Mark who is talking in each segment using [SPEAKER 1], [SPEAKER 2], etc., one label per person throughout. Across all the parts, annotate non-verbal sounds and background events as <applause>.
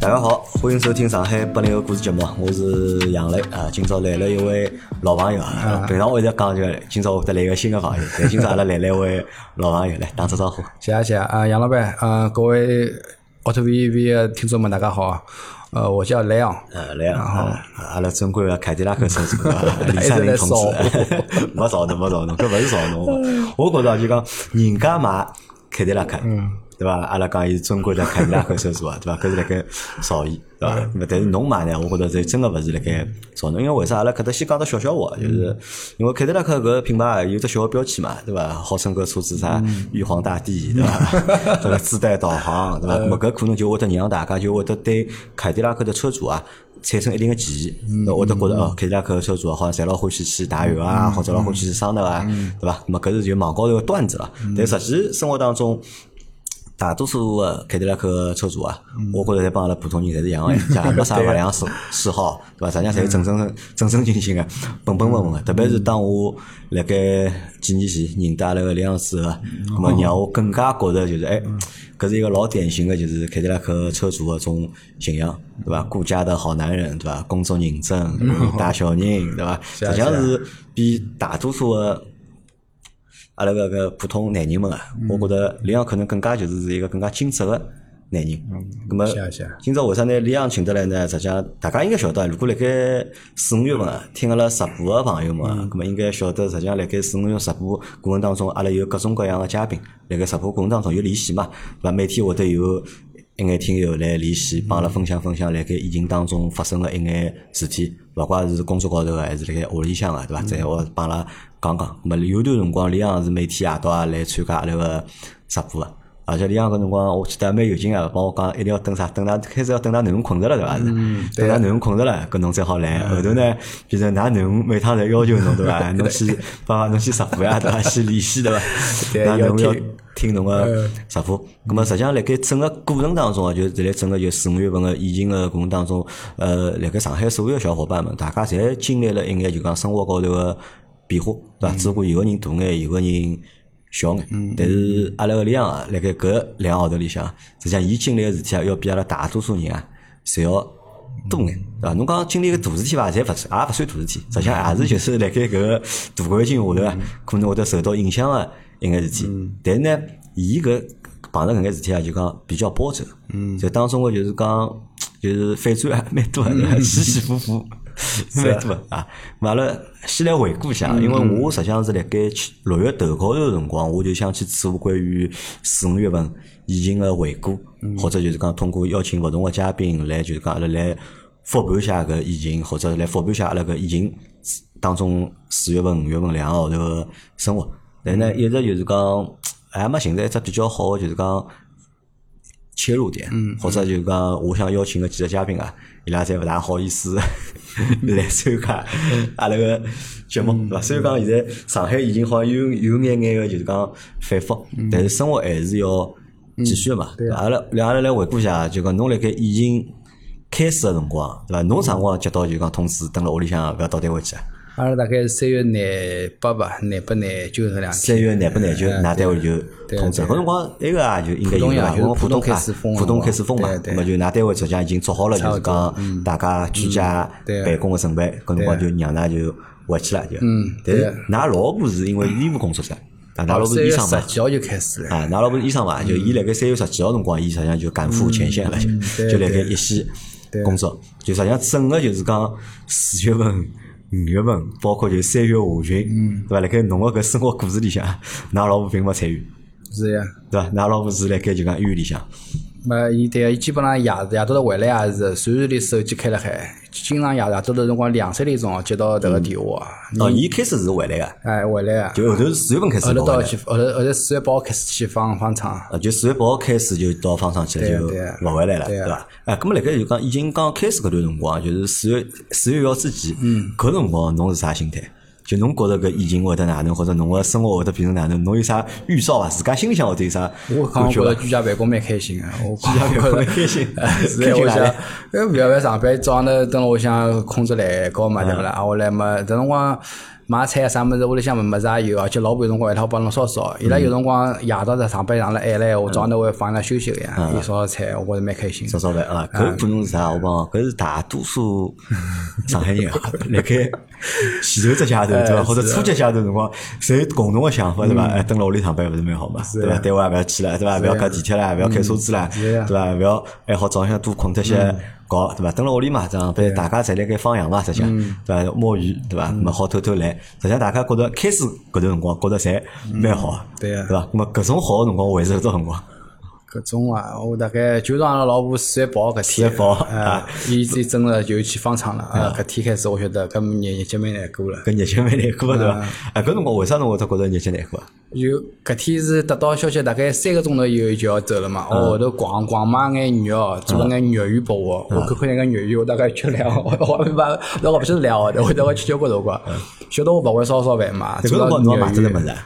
[SPEAKER 1] 大家好，欢迎收听上海八零后故事节目，啊我是杨磊啊。今朝来了一位老朋友，啊平常我一直讲就今朝会得来一个新的朋友，但今朝阿拉来了一位老朋友，来打只招呼。
[SPEAKER 2] 谢谢谢谢啊，杨老板，呃，各位奥特 VEV 的听众们，大家好，呃，我叫莱昂，
[SPEAKER 1] 呃，来啊，啊阿拉尊贵的凯迪拉克车主啊李灿林同
[SPEAKER 2] 一直
[SPEAKER 1] 志， <laughs> 没吵侬，没吵侬，搿勿是吵侬。我觉着就讲人家买凯迪拉克，对伐？阿拉讲伊是尊贵的凯迪拉克车主啊，对伐？搿是辣盖造伊，对伐？那么但是侬买呢，我觉着这真个勿是辣盖造侬，因为为啥？阿拉搿搭先讲到小笑话，就是因为凯迪拉克搿品牌啊有只小个标签嘛，对伐？号称搿车子啥啊玉皇大帝，对伐？对伐？自带导航，对伐？咾么搿可能就会得让大家就会得对凯迪拉克的车主啊。产生一定的歧义，那我都觉得哦，凯迪拉克的车主啊，好像侪老欢喜去汏油啊，或者老欢喜去桑拿啊，对伐？那么搿是就网高头个段子了。但实际生活当中，大多数的凯迪拉克车主啊，我觉着侪帮阿拉普通人侪是一样 <laughs> 个，也没啥勿良嗜嗜好，对伐？实际上侪是正正正正经经个，本本分分个。特别是当我辣盖几年前认得阿拉个李老师个，那么让我更加觉着就是哎，搿是一个老典型个，就是凯迪拉克车主个种形象，对伐？顾家的好男人，对伐？工作认 <laughs> 真，带小人，对伐？实际上是啊比大多数个。阿拉搿个普通男人们啊，我觉
[SPEAKER 2] 嗯
[SPEAKER 1] 得李阳可能更加就是是一个更加精致个男人。咁么
[SPEAKER 2] 嗯谢谢
[SPEAKER 1] 今朝为啥拿李阳请得来呢？实际上大家应该晓得，如果辣盖四五月份啊，听阿拉直播个朋友们啊，咁么应该晓得，实际上辣盖四五月直播过程当中，阿拉有各种各样个嘉宾，辣盖直播过程当中有联系嘛，对伐？每天会得有。一眼听友来联系，帮阿拉分享分享，辣盖疫情当中发生个一眼事体，勿怪是工作高头个，啊还是辣盖屋里向个，啊对伐？再我帮阿拉讲讲。咁么啊有段辰光，李阳是每天夜到啊来参加阿拉个直播啊个，而且李阳搿辰光我记得还蛮有劲个，帮我讲一定要等啥，等㑚开始要等㑚囡恩困着了，对伐？
[SPEAKER 2] 嗯
[SPEAKER 1] 是等㑚囡恩困着了，搿侬才好来。后头呢，变成㑚囡恩每趟侪要求侬，对
[SPEAKER 2] <laughs>
[SPEAKER 1] 伐？侬去帮侬去直播呀，对伐？去联系，对伐？
[SPEAKER 2] 对
[SPEAKER 1] 㑚囡
[SPEAKER 2] 要
[SPEAKER 1] 恩要
[SPEAKER 2] 听
[SPEAKER 1] 听侬个直播。咁么实际上辣盖整个过程当中啊，就是辣整个就四五月份个疫情个过程当中，呃，辣盖上海所有个小伙伴们，大家侪经历了一眼就讲生活高头个变化，对伐？只不过有个人大眼，有个人。小眼，但是阿拉个量啊，辣盖搿两个号头里向，实际上伊经历个事体啊，要比阿拉大多数人啊，侪要多眼，对伐？侬讲经历个大事体伐，侪勿算，也勿算大事体，实际上也是就是辣盖搿个大环境下头啊，可能会得受到影响个一眼事体。但是呢，伊搿碰着搿眼事体啊，就讲比较波折，嗯，就当中个就是讲就是反转啊蛮多个，对伐 <laughs> 起起伏伏。蛮多个啊！嘛阿拉先来回顾一下，因为我实际上是辣盖去六月头高头个辰光，我就想去做关于四五月份疫情个回顾，或者就是讲通过邀请勿同个嘉宾来，就是讲阿拉来复盘一下搿疫情，或者来复盘一下阿拉搿疫情当中四月份、五月份两个号头个生活。但呢，一直就是讲哎还没寻着一只比较好个，就是讲切入点，或者就是讲，我想邀请个几个嘉宾啊，伊拉侪勿大好意思来参加阿拉个节目，对伐？虽然讲现在上海已经好像有有眼眼个就是讲反复，但是生活还是要继续嘛。对伐阿拉来阿拉来回顾一下，就讲侬辣盖疫情开始个辰光，对伐？侬啥辰光接到就是讲通知，蹲辣屋里向勿要到单位去啊？
[SPEAKER 2] 阿拉大概是三月廿八吧，廿八廿九这两天，
[SPEAKER 1] 三月廿八廿九，㑚单位就
[SPEAKER 2] 哎对
[SPEAKER 1] 通知。搿辰光那个啊，就应该
[SPEAKER 2] 浦
[SPEAKER 1] 有
[SPEAKER 2] 东呀
[SPEAKER 1] 了，
[SPEAKER 2] 就是
[SPEAKER 1] 我
[SPEAKER 2] 浦
[SPEAKER 1] 浦东
[SPEAKER 2] 东开
[SPEAKER 1] 啊
[SPEAKER 2] 始封了
[SPEAKER 1] 浦东
[SPEAKER 2] 嘛
[SPEAKER 1] 开始封嘛
[SPEAKER 2] 对，对
[SPEAKER 1] 那么就㑚单位实际上已经做好了，就是讲
[SPEAKER 2] 嗯
[SPEAKER 1] 大家居家办公个准备，搿辰光就让㑚就回去了就。嗯，但是�者老婆是因为医务工作者，啊，㑚老婆
[SPEAKER 2] 三
[SPEAKER 1] 是
[SPEAKER 2] 月
[SPEAKER 1] 医
[SPEAKER 2] 十
[SPEAKER 1] 生嘛，
[SPEAKER 2] 几号就开始了，
[SPEAKER 1] 啊，㑚老婆是医生嘛，
[SPEAKER 2] 嗯
[SPEAKER 1] 就伊辣盖三月十几号辰光，伊实际上就赶赴前线了，就 <laughs>
[SPEAKER 2] 对
[SPEAKER 1] 就辣盖
[SPEAKER 2] 对
[SPEAKER 1] 一线工作。就实际上整个就是讲四月份、五月份，包括就三月下
[SPEAKER 2] 嗯
[SPEAKER 1] 旬，对伐？辣盖侬个搿生活故事里向，㑚老婆并没参与，
[SPEAKER 2] 是呀。
[SPEAKER 1] 对伐？㑚老婆是辣盖就讲医院里向，
[SPEAKER 2] 么，伊对个，伊基本上夜夜到头回来也是，随时里手机开了海，经常夜夜到头辰光两三点钟接到迭个电话，
[SPEAKER 1] 哦，伊开始是回来个，
[SPEAKER 2] 哎，回来啊，
[SPEAKER 1] 嗯就后头四月份开始
[SPEAKER 2] 后头
[SPEAKER 1] 搞
[SPEAKER 2] 到
[SPEAKER 1] 回来
[SPEAKER 2] 去，后头后头四月八号开始去放放场，
[SPEAKER 1] 啊，就四月八号开始就到方上去了，就
[SPEAKER 2] 对啊对啊
[SPEAKER 1] 勿回来了，
[SPEAKER 2] 对
[SPEAKER 1] 对
[SPEAKER 2] 啊
[SPEAKER 1] 伐？哎，咁么辣盖就讲已经刚开始搿段辰光，就是四月四月一号之前，
[SPEAKER 2] 嗯
[SPEAKER 1] 搿辰光侬是啥心态？就侬觉着搿疫情会得哪能，或者侬个生活会得变成哪能？侬有啥预兆伐？自家心里向会得有啥
[SPEAKER 2] 我刚
[SPEAKER 1] 感
[SPEAKER 2] 觉
[SPEAKER 1] 觉
[SPEAKER 2] 得
[SPEAKER 1] 伐？
[SPEAKER 2] 居家办公蛮开
[SPEAKER 1] <laughs>
[SPEAKER 2] 心的，我呃居
[SPEAKER 1] 家办公蛮开
[SPEAKER 2] <laughs>
[SPEAKER 1] 心
[SPEAKER 2] 是的，
[SPEAKER 1] 开心
[SPEAKER 2] 我
[SPEAKER 1] 哪 <laughs>
[SPEAKER 2] 想哎
[SPEAKER 1] 来，
[SPEAKER 2] 啊呃，不要不要上班，早上头等了我想空着懒高嘛，对不啦？啊，我来嘛，这辰光买菜啊啥物事，屋里向物事也有，而啊且老婆有辰光一趟帮侬烧烧。伊拉有辰光夜到在上班上哎了
[SPEAKER 1] 嗯
[SPEAKER 2] 晚了闲话，早上头会放伊拉休息个呀，伊烧烧菜，我觉着蛮开心。
[SPEAKER 1] 烧烧饭啊，搿可能是啥？我帮搿是大多数 <laughs> 上海人啊， <laughs> 辣盖前头只阶段对伐，或者初级阶段辰光，侪有共同个想法对伐？哎，蹲辣屋里上班勿是蛮啊好嘛，对伐？单位也勿要去了，对伐？勿要搿地铁啦，勿要开车子啦，对伐？勿要还好早向多困脱些。搞对伐？蹲辣屋里嘛，这样嗯对啊嗯大家侪辣盖放羊嘛，实际上对伐？摸鱼对伐？么好偷偷来，实际上大家觉着开始搿段辰光觉着侪蛮好，
[SPEAKER 2] 对
[SPEAKER 1] 嗯对
[SPEAKER 2] 啊
[SPEAKER 1] 伐？那么搿种好个辰光维持搿种辰光，
[SPEAKER 2] 搿种啊，我大概就是阿拉老婆四月八号搿天，
[SPEAKER 1] 四月八号
[SPEAKER 2] 哎，伊伊真的就去方舱了。
[SPEAKER 1] 嗯
[SPEAKER 2] 啊，搿天开始我晓得搿日日节蛮难过了。
[SPEAKER 1] 搿日节蛮难过个对
[SPEAKER 2] 嗯
[SPEAKER 1] 伐？啊，搿辰光为啥侬会得觉着日节难过啊？
[SPEAKER 2] 有搿天是得到消息，大概三个钟头以后就要走了嘛。
[SPEAKER 1] 嗯
[SPEAKER 2] 哦我后头逛逛买眼肉，做了眼肉圆拨我。
[SPEAKER 1] 嗯
[SPEAKER 2] 我看看那个肉圆，我大概吃两， <laughs> 我我明白，那我勿晓得两号头，我大概吃交关辰光。晓得我勿会烧烧饭嘛，
[SPEAKER 1] 搿
[SPEAKER 2] 做
[SPEAKER 1] 嗯辰
[SPEAKER 2] 了
[SPEAKER 1] 光侬也买
[SPEAKER 2] 肉
[SPEAKER 1] 得了物
[SPEAKER 2] 圆。
[SPEAKER 1] 事啊？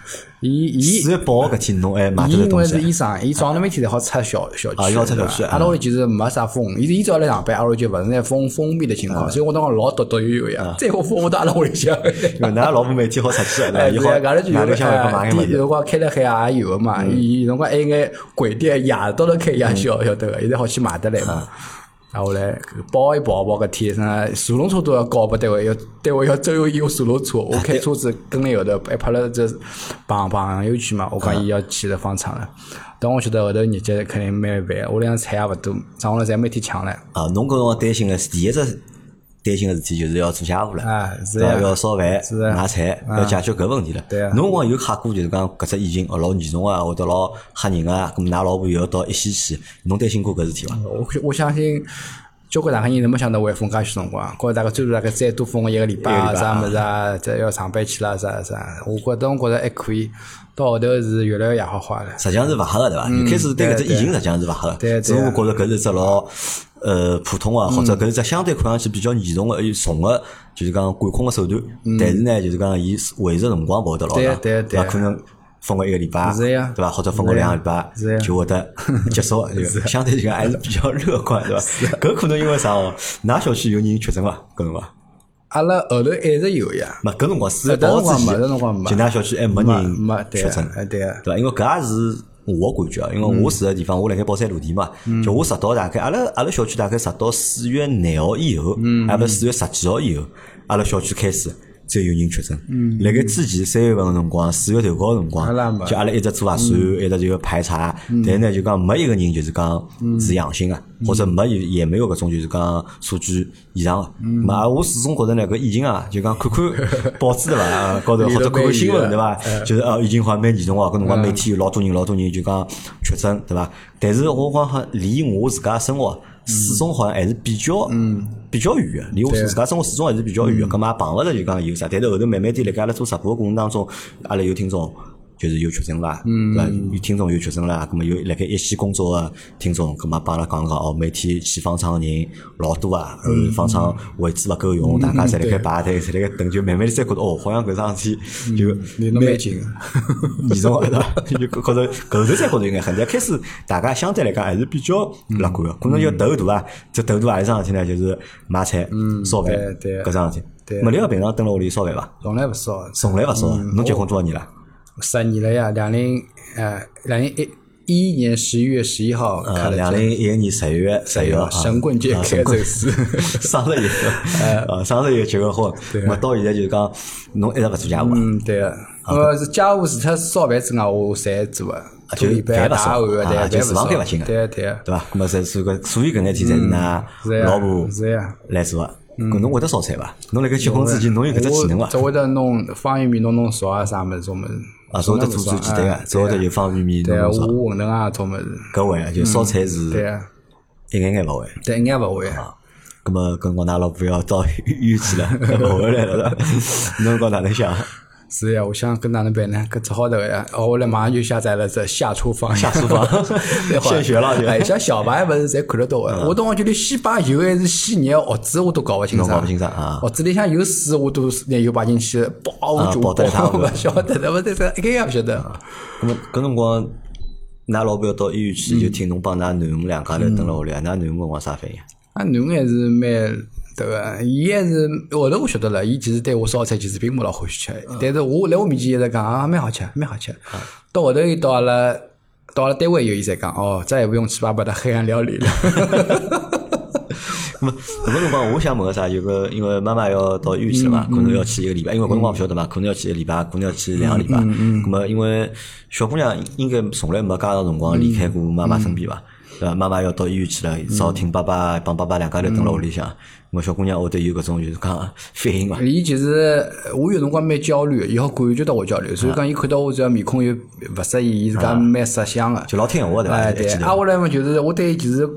[SPEAKER 2] 伊伊
[SPEAKER 1] 四月八号搿天侬还买
[SPEAKER 2] 伊
[SPEAKER 1] 得了
[SPEAKER 2] 因
[SPEAKER 1] 东
[SPEAKER 2] 为
[SPEAKER 1] 西
[SPEAKER 2] 是
[SPEAKER 1] 啊？
[SPEAKER 2] 医生，伊早上头每天侪好出小小
[SPEAKER 1] 啊
[SPEAKER 2] 区，
[SPEAKER 1] 要出小
[SPEAKER 2] 对吧
[SPEAKER 1] 区啊
[SPEAKER 2] 阿拉屋里其实没啥封，伊伊早来上班，阿拉屋里就勿是在封封闭的情
[SPEAKER 1] 嗯
[SPEAKER 2] 况，所以我当时老抖抖悠悠呀。再我封我到阿拉屋里向。
[SPEAKER 1] 因为㑚老婆每天好出去对伐？
[SPEAKER 2] 哎，
[SPEAKER 1] 伊
[SPEAKER 2] 对
[SPEAKER 1] 好
[SPEAKER 2] 啊，搿拉就
[SPEAKER 1] 哪里向会
[SPEAKER 2] 哎
[SPEAKER 1] 买眼物
[SPEAKER 2] 有
[SPEAKER 1] 事？
[SPEAKER 2] 辰光开了海也有个嘛，
[SPEAKER 1] 嗯
[SPEAKER 2] 伊有辰光还有眼鬼店夜到了开夜宵，晓得个，现在好去买得来
[SPEAKER 1] 嗯
[SPEAKER 2] 嘛。啊，后来包一包包个天，啥手龙车都要交拨单位，要单位要周游伊用手龙车，
[SPEAKER 1] 啊
[SPEAKER 2] 我开车子跟了后头，哎还拍了只朋朋友圈嘛，我
[SPEAKER 1] 啊
[SPEAKER 2] 讲伊要去了方舱了，但我晓得后头日节肯定蛮烦，屋里向菜也勿多，上下头侪每天抢唻。
[SPEAKER 1] 啊，侬搿辰光担心个是第一只担心个事体就是要做家务了，
[SPEAKER 2] 啊是
[SPEAKER 1] 对伐？
[SPEAKER 2] 呀
[SPEAKER 1] 要烧饭、
[SPEAKER 2] 是呀
[SPEAKER 1] 买菜，要解决搿问题了。
[SPEAKER 2] 对呀啊
[SPEAKER 1] 侬辰光有吓过就是讲搿只疫情哦老严重啊，或者老吓人啊，咁㑚老婆又要到一线去，侬担心过搿事体伐？
[SPEAKER 2] 我我相信交关上海人是没想到会封介许辰光，觉着大概最多大概再多封个一个礼拜
[SPEAKER 1] 一个
[SPEAKER 2] 啊，
[SPEAKER 1] 礼拜
[SPEAKER 2] 啥物事啊，再要上班去啦，啥啥，我觉得我觉着还可以，到后头是越来越野花花了。
[SPEAKER 1] 实际上是勿吓个对伐？一开始对搿只疫情实际上是勿吓
[SPEAKER 2] 嗯对嗯
[SPEAKER 1] 个，
[SPEAKER 2] 啊
[SPEAKER 1] 只不过觉着搿是只老呃普通啊，或者搿是只相对看上去比较严重个、又重个，就是讲管控个手段。但是呢，就是讲伊维持的辰光勿会得老
[SPEAKER 2] 嗯对啊
[SPEAKER 1] 长，
[SPEAKER 2] 对啊对啊
[SPEAKER 1] 伐？可能分个一个礼拜，
[SPEAKER 2] 是呀
[SPEAKER 1] 对伐？或者分个两个礼拜
[SPEAKER 2] 是呀
[SPEAKER 1] 就会
[SPEAKER 2] <laughs>
[SPEAKER 1] 得结束，对伐相对就讲还是比较乐观，对伐？搿可能因为啥哦？㑚小区有人确诊伐？搿辰光，
[SPEAKER 2] 阿拉后头还是有呀，
[SPEAKER 1] 没搿辰光四月
[SPEAKER 2] 搿辰
[SPEAKER 1] 八号
[SPEAKER 2] 光
[SPEAKER 1] 之前，
[SPEAKER 2] 没搿辰光没
[SPEAKER 1] 就㑚小区还没
[SPEAKER 2] 没
[SPEAKER 1] 人
[SPEAKER 2] 没对
[SPEAKER 1] 确诊
[SPEAKER 2] 啊，，哎对啊，
[SPEAKER 1] 对伐？因为搿也是我感觉啊，因为
[SPEAKER 2] 嗯
[SPEAKER 1] 我住个地方，我辣盖宝山路地嘛，就我直到大概阿拉阿拉小区大概直到四月廿号以后，
[SPEAKER 2] 嗯
[SPEAKER 1] 还勿是四月十几号以后，阿拉小区开始。才有人确诊，辣盖之前三月份个辰光，四月头高个辰光
[SPEAKER 2] 嗯阿拉没，嗯
[SPEAKER 1] 就阿拉一直做核酸，一直就排查，但是呢，就讲没一个人就是讲
[SPEAKER 2] 嗯
[SPEAKER 1] 是阳性个，或者没有也没有搿种就是讲数据异常个。
[SPEAKER 2] 嗯
[SPEAKER 1] 嘛，啊我始终觉着呢，搿疫情啊，就讲看看报纸对伐，啊
[SPEAKER 2] <laughs>
[SPEAKER 1] 高头或者看看新闻对伐，就是啊，疫情好像蛮严重哦，搿辰光每天有老多人老多人就讲确诊对伐？但是我讲好像离我自家生活始终好像还是比较比较远个，离我自家生活始终还是比较远个。咁也碰勿着就讲有啥，但是后头慢慢点辣盖阿拉做直播个过程当中，阿拉有听众。就是有确诊啦，对伐？有听众有确诊啦，咁么有辣盖一线工作个听众，咁么帮阿拉讲讲哦，每天去方舱个人老多啊，呃，方舱位置勿够用，大家侪辣盖排队，侪辣盖等，就慢慢地再觉得哦，好像搿桩事体就
[SPEAKER 2] 离侬蛮近个。
[SPEAKER 1] <laughs> 严重啊个对伐？ <laughs> 就觉着搿头才觉着应该很，但开始大家相对来讲还是比较乐观
[SPEAKER 2] 嗯
[SPEAKER 1] 个，可能要头大啊，这头大啊一桩事体呢，就是买菜、烧饭
[SPEAKER 2] 对嗯对
[SPEAKER 1] 搿桩事体。
[SPEAKER 2] 对嗯
[SPEAKER 1] 末料平常蹲辣屋里烧饭伐？
[SPEAKER 2] 从来勿烧，
[SPEAKER 1] 从来勿烧啊，侬结婚多少年了？
[SPEAKER 2] 十年了呀，两零呃两零一一年十一月十一号开
[SPEAKER 1] 呃，
[SPEAKER 2] 了
[SPEAKER 1] 两
[SPEAKER 2] 这
[SPEAKER 1] 零一一年十一月十一号，
[SPEAKER 2] 神棍节
[SPEAKER 1] 啊
[SPEAKER 2] 开
[SPEAKER 1] 神
[SPEAKER 2] 走
[SPEAKER 1] 棍
[SPEAKER 2] 私，
[SPEAKER 1] <laughs> 生了一
[SPEAKER 2] <laughs>
[SPEAKER 1] 个，呃，生了一个结个婚，我到现在就是讲，侬一直勿做家务啊，啊
[SPEAKER 2] 嗯，对个，呃，是家务除脱烧饭之外，我侪做个，
[SPEAKER 1] 就
[SPEAKER 2] 做
[SPEAKER 1] 是
[SPEAKER 2] 礼拜
[SPEAKER 1] 饭勿
[SPEAKER 2] 打
[SPEAKER 1] 烧
[SPEAKER 2] 碗个，对
[SPEAKER 1] 啊
[SPEAKER 2] 啊，
[SPEAKER 1] 就
[SPEAKER 2] 饭
[SPEAKER 1] 厨
[SPEAKER 2] 勿
[SPEAKER 1] 房间勿
[SPEAKER 2] 烧
[SPEAKER 1] 进个
[SPEAKER 2] 对啊对啊，
[SPEAKER 1] 对伐？那么才是个，所以搿眼天侪是
[SPEAKER 2] 嗯是
[SPEAKER 1] 㑚
[SPEAKER 2] 呀
[SPEAKER 1] 老婆
[SPEAKER 2] 是呀
[SPEAKER 1] 来做啊。搿侬会得烧菜伐？侬辣盖结婚之前，侬 <laughs> 有搿只技能伐
[SPEAKER 2] 我？只会得弄方便面，弄弄熟啊啥物事种物事。
[SPEAKER 1] 啊，只会得做最简单个，只会得有方便面
[SPEAKER 2] 哎对啊，
[SPEAKER 1] 侬烧。
[SPEAKER 2] 我馄饨啊种物事，
[SPEAKER 1] 搿会啊，就烧菜是啊
[SPEAKER 2] 对啊，
[SPEAKER 1] 一眼眼勿会。
[SPEAKER 2] 但一眼勿会。
[SPEAKER 1] 葛末搿辰光㑚老婆要到 <laughs> 医院去了，勿回来了，侬讲哪能想？
[SPEAKER 2] 是啊呀，我想搿哪能办呢？搿只好头呀！哦，我来马上就下载了这下厨房，下
[SPEAKER 1] 厨
[SPEAKER 2] <laughs>
[SPEAKER 1] 房现学了就嗯
[SPEAKER 2] 哎，像小白勿是侪看得到个，我当时就连先把油还是先热蚵子我都搞勿清
[SPEAKER 1] 侬
[SPEAKER 2] 爽，
[SPEAKER 1] 搞勿清爽啊
[SPEAKER 2] 蚵子里向有水我都拿油摆进去，爆
[SPEAKER 1] 啊
[SPEAKER 2] 我就
[SPEAKER 1] 爆
[SPEAKER 2] 爆，
[SPEAKER 1] 得一塌糊涂啊
[SPEAKER 2] 勿晓得，那么这这一个也勿晓得。
[SPEAKER 1] 咁么搿辰光，㑚老婆要到医
[SPEAKER 2] 嗯
[SPEAKER 1] 院去，就听侬帮㑚囡恩两家头蹲辣屋里，啊，㑚囡恩辰光啥反应？
[SPEAKER 2] 啊，囡恩还是蛮对伐？伊还是后头我晓得了，伊其实对我烧菜其实并没老欢喜吃，但是我来我面前一直讲啊，蛮好吃，蛮好吃。到后头伊到阿拉到阿拉单位以后，伊才讲哦，再也不用吃爸爸的黑暗料理了。 <laughs>
[SPEAKER 1] 那么搿个辰光，我想问个啥？有个因为妈妈要到医院去了嘛，可能要去一个礼拜，因为搿辰光勿晓得嘛，可能要去一个礼拜，可能要去两个礼拜。嗯。么因为小姑娘应该从来没介长辰光离开过妈妈身边吧？对伐？妈妈要到医院去了，少听爸爸帮爸爸两家头蹲辣屋里向。我小姑娘会得有搿种就是讲反应伐？
[SPEAKER 2] 伊其实我有辰光蛮焦虑，伊好感觉到我焦虑，所以讲伊看到我只要面孔有勿适意，伊自家蛮色相个。
[SPEAKER 1] 就老听话对伐？
[SPEAKER 2] 哎，
[SPEAKER 1] 一记
[SPEAKER 2] 对，
[SPEAKER 1] 头
[SPEAKER 2] 啊，我来嘛，就是我对伊其实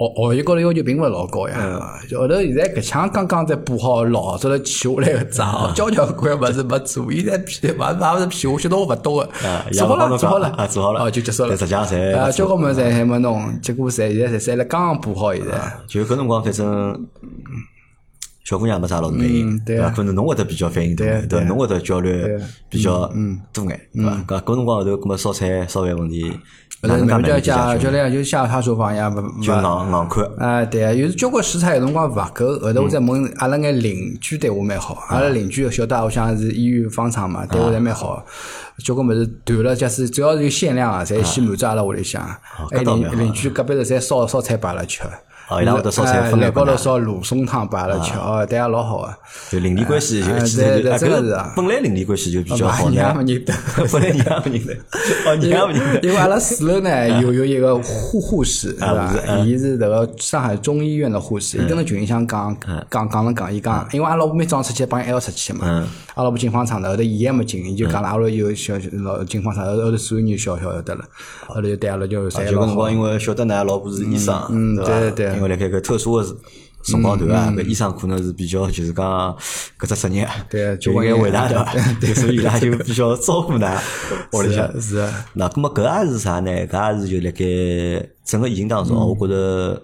[SPEAKER 2] 学学习高头要求并勿是老高呀。
[SPEAKER 1] 嗯
[SPEAKER 2] 就后头现在搿腔刚刚才补好老早头起下来个
[SPEAKER 1] 嗯
[SPEAKER 2] 账，交交关关物事没做，现在屁勿勿是屁，我觉得我勿懂个
[SPEAKER 1] 啊，
[SPEAKER 2] 做
[SPEAKER 1] 也
[SPEAKER 2] 好
[SPEAKER 1] 勿帮
[SPEAKER 2] 了，
[SPEAKER 1] 侬
[SPEAKER 2] 做好
[SPEAKER 1] 讲
[SPEAKER 2] 了，
[SPEAKER 1] 啊做好了
[SPEAKER 2] 哦，就结束了。
[SPEAKER 1] 但实际上侪
[SPEAKER 2] 啊，
[SPEAKER 1] 勿
[SPEAKER 2] 交关物事还没弄，结果侪现在侪侪辣刚刚补好现在。
[SPEAKER 1] 就搿辰光，反正小姑娘没啥老大反应，
[SPEAKER 2] 对
[SPEAKER 1] 伐？
[SPEAKER 2] 啊
[SPEAKER 1] 可能侬会得比较反应大，
[SPEAKER 2] 啊
[SPEAKER 1] 对伐？
[SPEAKER 2] 对啊嗯
[SPEAKER 1] 侬会得焦虑比较多眼，对伐？搿搿辰光后头，搿么烧菜烧饭问题，哪能
[SPEAKER 2] 呃那
[SPEAKER 1] 介
[SPEAKER 2] 么就
[SPEAKER 1] 解
[SPEAKER 2] 加
[SPEAKER 1] 决
[SPEAKER 2] 就？来就下下厨房呀，勿
[SPEAKER 1] 就
[SPEAKER 2] 勿。
[SPEAKER 1] 硬硬看，
[SPEAKER 2] 啊，对啊，有时交关食材有辰光勿够，后头我再
[SPEAKER 1] 嗯
[SPEAKER 2] 问阿拉眼邻居对我蛮好，
[SPEAKER 1] 啊
[SPEAKER 2] 阿拉邻居晓得我想是医院方厂嘛，对我侪蛮好，交关物事断了，假使只要是有限量啊，侪一起满足阿拉屋里向，哎
[SPEAKER 1] 哦搿倒
[SPEAKER 2] 邻
[SPEAKER 1] 蛮好
[SPEAKER 2] 邻居隔壁头侪烧烧菜拨阿拉吃，
[SPEAKER 1] 哦伊拉会得烧菜
[SPEAKER 2] 哎
[SPEAKER 1] 分来
[SPEAKER 2] 辣高
[SPEAKER 1] 拨
[SPEAKER 2] 头
[SPEAKER 1] 㑚
[SPEAKER 2] 烧芦笋汤拨阿拉吃，哦，对啊，老好
[SPEAKER 1] <laughs>
[SPEAKER 2] 啊，
[SPEAKER 1] 就邻里关系就一
[SPEAKER 2] 啊
[SPEAKER 1] 记头
[SPEAKER 2] 对
[SPEAKER 1] 就，
[SPEAKER 2] 对
[SPEAKER 1] 哎
[SPEAKER 2] 真的
[SPEAKER 1] 搿
[SPEAKER 2] 是
[SPEAKER 1] 个
[SPEAKER 2] 啊哦
[SPEAKER 1] 本来邻里关系就比较好
[SPEAKER 2] 妈
[SPEAKER 1] 呢
[SPEAKER 2] 娘，
[SPEAKER 1] <laughs>
[SPEAKER 2] 勿认得。
[SPEAKER 1] 本来娘勿认
[SPEAKER 2] <laughs>
[SPEAKER 1] 得，哦娘勿认得，
[SPEAKER 2] 因为阿拉四楼呢有有一个护护士，对
[SPEAKER 1] 嗯啊护士
[SPEAKER 2] 伐？伊是迭个上海中医院的护士，伊
[SPEAKER 1] 嗯
[SPEAKER 2] 跟了群里向讲讲讲了讲，伊讲，因为阿拉老婆每早上出去帮伊还要出去嘛，
[SPEAKER 1] 嗯
[SPEAKER 2] 阿拉老婆进方厂了，后头伊也没进，伊就讲了阿拉有小老进方厂，后头后头所有人笑笑晓得了，后头就对阿拉就侪
[SPEAKER 1] 有
[SPEAKER 2] 老
[SPEAKER 1] 个辰
[SPEAKER 2] 好。
[SPEAKER 1] 光，因为晓得㑚老婆是医生，
[SPEAKER 2] 嗯
[SPEAKER 1] 对伐？
[SPEAKER 2] 对对嗯
[SPEAKER 1] 因为辣盖搿特殊个辰光段啊，搿医生可能是比较就是讲搿只职业，
[SPEAKER 2] 对
[SPEAKER 1] 就
[SPEAKER 2] 交关
[SPEAKER 1] 应该
[SPEAKER 2] 人
[SPEAKER 1] 伟大对伐？对，所以
[SPEAKER 2] <laughs>
[SPEAKER 1] 伊拉 <laughs> 就比较照顾㑚屋里向。
[SPEAKER 2] 是啊，
[SPEAKER 1] 那葛末搿也是啥呢？搿也是就辣盖整个疫情当
[SPEAKER 2] 嗯
[SPEAKER 1] 中，我觉着。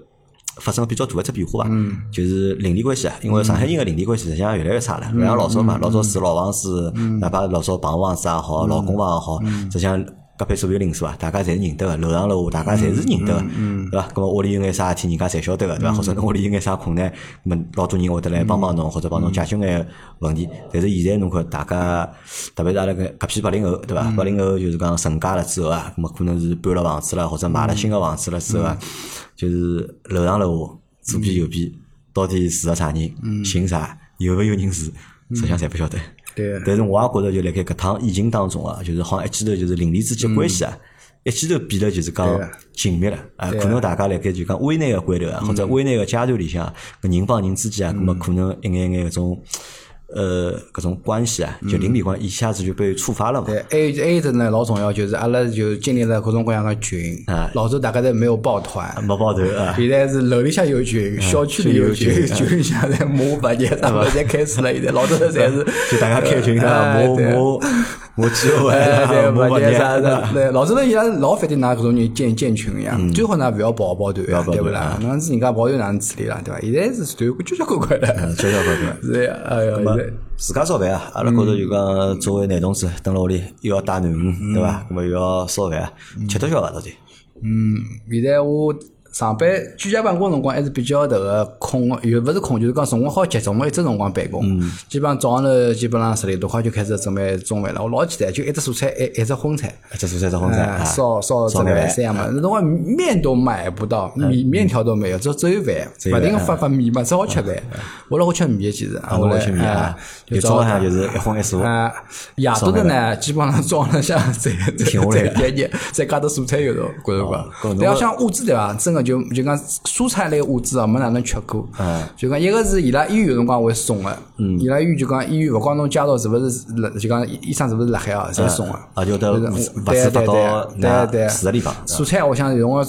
[SPEAKER 1] 发生了比较大的一只变化吧，就是邻里关系啊，因为上海人的邻里关系实际上越来越
[SPEAKER 2] 嗯
[SPEAKER 1] 差了，勿像老早嘛，老早住老房子，哪怕老早棚房子也
[SPEAKER 2] 嗯
[SPEAKER 1] 好，老公房也好，实际上隔壁左右邻居啊，大家侪是认得个，楼上楼下大家侪是认得个，对伐？咁么屋里有眼啥事体，人家侪晓得个，对伐？或者屋里有眼啥困难，咁么老多人会得来帮帮侬，或者帮侬解决眼问题。但是现在侬看，大家特别是阿拉搿搿批八零后，对伐？八零后就是讲成家了之后啊，咁么可能是搬了房子了，或者买了新个房子了之后啊，就是楼上楼下左边右边到底住个啥
[SPEAKER 2] 嗯
[SPEAKER 1] 人，姓啥，有勿有人住，实际上侪勿晓得。
[SPEAKER 2] 对
[SPEAKER 1] 但是我也觉着，就辣盖搿趟疫情当中啊，就是好像一记头就是邻里之间关系啊，一记头变得就是讲
[SPEAKER 2] 嗯对
[SPEAKER 1] 紧密了啊。可能大家辣盖就讲危难个关头啊，或者危难个阶段里向啊，
[SPEAKER 2] 嗯
[SPEAKER 1] 搿人帮人之间啊，葛末可能一眼眼搿种呃搿种关系啊，就邻里关系一下子就被触发了嘛。
[SPEAKER 2] 嗯对，还有还有一只呢，老重要就是阿拉就经历了各种各样的群，老早大家侪没有抱团，
[SPEAKER 1] 啊没抱头啊，
[SPEAKER 2] 现在是楼里向有群，小区里有群，群里向侪摸白日，他们侪开始
[SPEAKER 1] <laughs>
[SPEAKER 2] 了。现在老早头侪是
[SPEAKER 1] 就大家开群啊，
[SPEAKER 2] 哎
[SPEAKER 1] 我
[SPEAKER 2] <laughs> 对
[SPEAKER 1] 我我几个
[SPEAKER 2] 哎， <laughs> 对，
[SPEAKER 1] 万，我勿
[SPEAKER 2] 白
[SPEAKER 1] 热
[SPEAKER 2] 日
[SPEAKER 1] <laughs>
[SPEAKER 2] 啥的，对，老早头伊拉老反对㑚搿种人建建群一样，最好㑚勿要抱抱团
[SPEAKER 1] 嗯要
[SPEAKER 2] 啊，
[SPEAKER 1] 抱
[SPEAKER 2] 对勿
[SPEAKER 1] 团
[SPEAKER 2] 啦？哪能子人家抱团哪能处理啦，对伐？现在是团交交关关的，
[SPEAKER 1] 交交关关。
[SPEAKER 2] <laughs> 是呀，哎呀，现在
[SPEAKER 1] 自家烧饭啊，阿拉觉
[SPEAKER 2] 嗯
[SPEAKER 1] 着就讲作为男同志蹲辣屋里又要带囡恩，对伐？咁么又要烧饭，啊
[SPEAKER 2] 嗯
[SPEAKER 1] 吃得消伐？到底？
[SPEAKER 2] 现在我上班居家办公辰光还是比较迭个空的，又勿是空，就是讲辰光好集中个一只辰光办公。
[SPEAKER 1] 嗯
[SPEAKER 2] 基本上早上头基本上十点多块就开始准备中饭了，我老期待，就一只蔬菜，一一只荤菜。
[SPEAKER 1] 一只蔬菜只荤菜
[SPEAKER 2] 哎
[SPEAKER 1] 啊，
[SPEAKER 2] 烧烧这
[SPEAKER 1] 烧
[SPEAKER 2] 个
[SPEAKER 1] 饭啊嗯
[SPEAKER 2] 三样嘛，那辰光面都买不到，米面条都没有，只只有饭，
[SPEAKER 1] 有
[SPEAKER 2] 勿
[SPEAKER 1] 饭
[SPEAKER 2] 停个发发面嘛，只好吃饭。我老好吃面其实，
[SPEAKER 1] 侬
[SPEAKER 2] 我
[SPEAKER 1] 老吃面啊
[SPEAKER 2] 哎
[SPEAKER 1] 就早浪向就是一荤一素
[SPEAKER 2] 啊，夜到头呢，基本上早浪向再 <laughs>
[SPEAKER 1] 停下
[SPEAKER 2] 再
[SPEAKER 1] 来了
[SPEAKER 2] 再热热，再加点蔬菜有头，搿辰
[SPEAKER 1] 哦搿
[SPEAKER 2] 光。
[SPEAKER 1] 侬
[SPEAKER 2] 但要
[SPEAKER 1] 个
[SPEAKER 2] 像物资对伐？真个就就讲蔬菜类物资啊，没哪能吃过。
[SPEAKER 1] 啊
[SPEAKER 2] 就讲一个是伊拉医院有辰光会送个，
[SPEAKER 1] 嗯
[SPEAKER 2] 伊拉医院就讲医院勿光侬家属是勿是辣，就讲医生是勿是辣海啊，侪送个。
[SPEAKER 1] 啊，就得
[SPEAKER 2] 对
[SPEAKER 1] 物
[SPEAKER 2] 对
[SPEAKER 1] 资物资发到
[SPEAKER 2] 对对
[SPEAKER 1] 㑚住个地方。
[SPEAKER 2] 蔬菜我想用个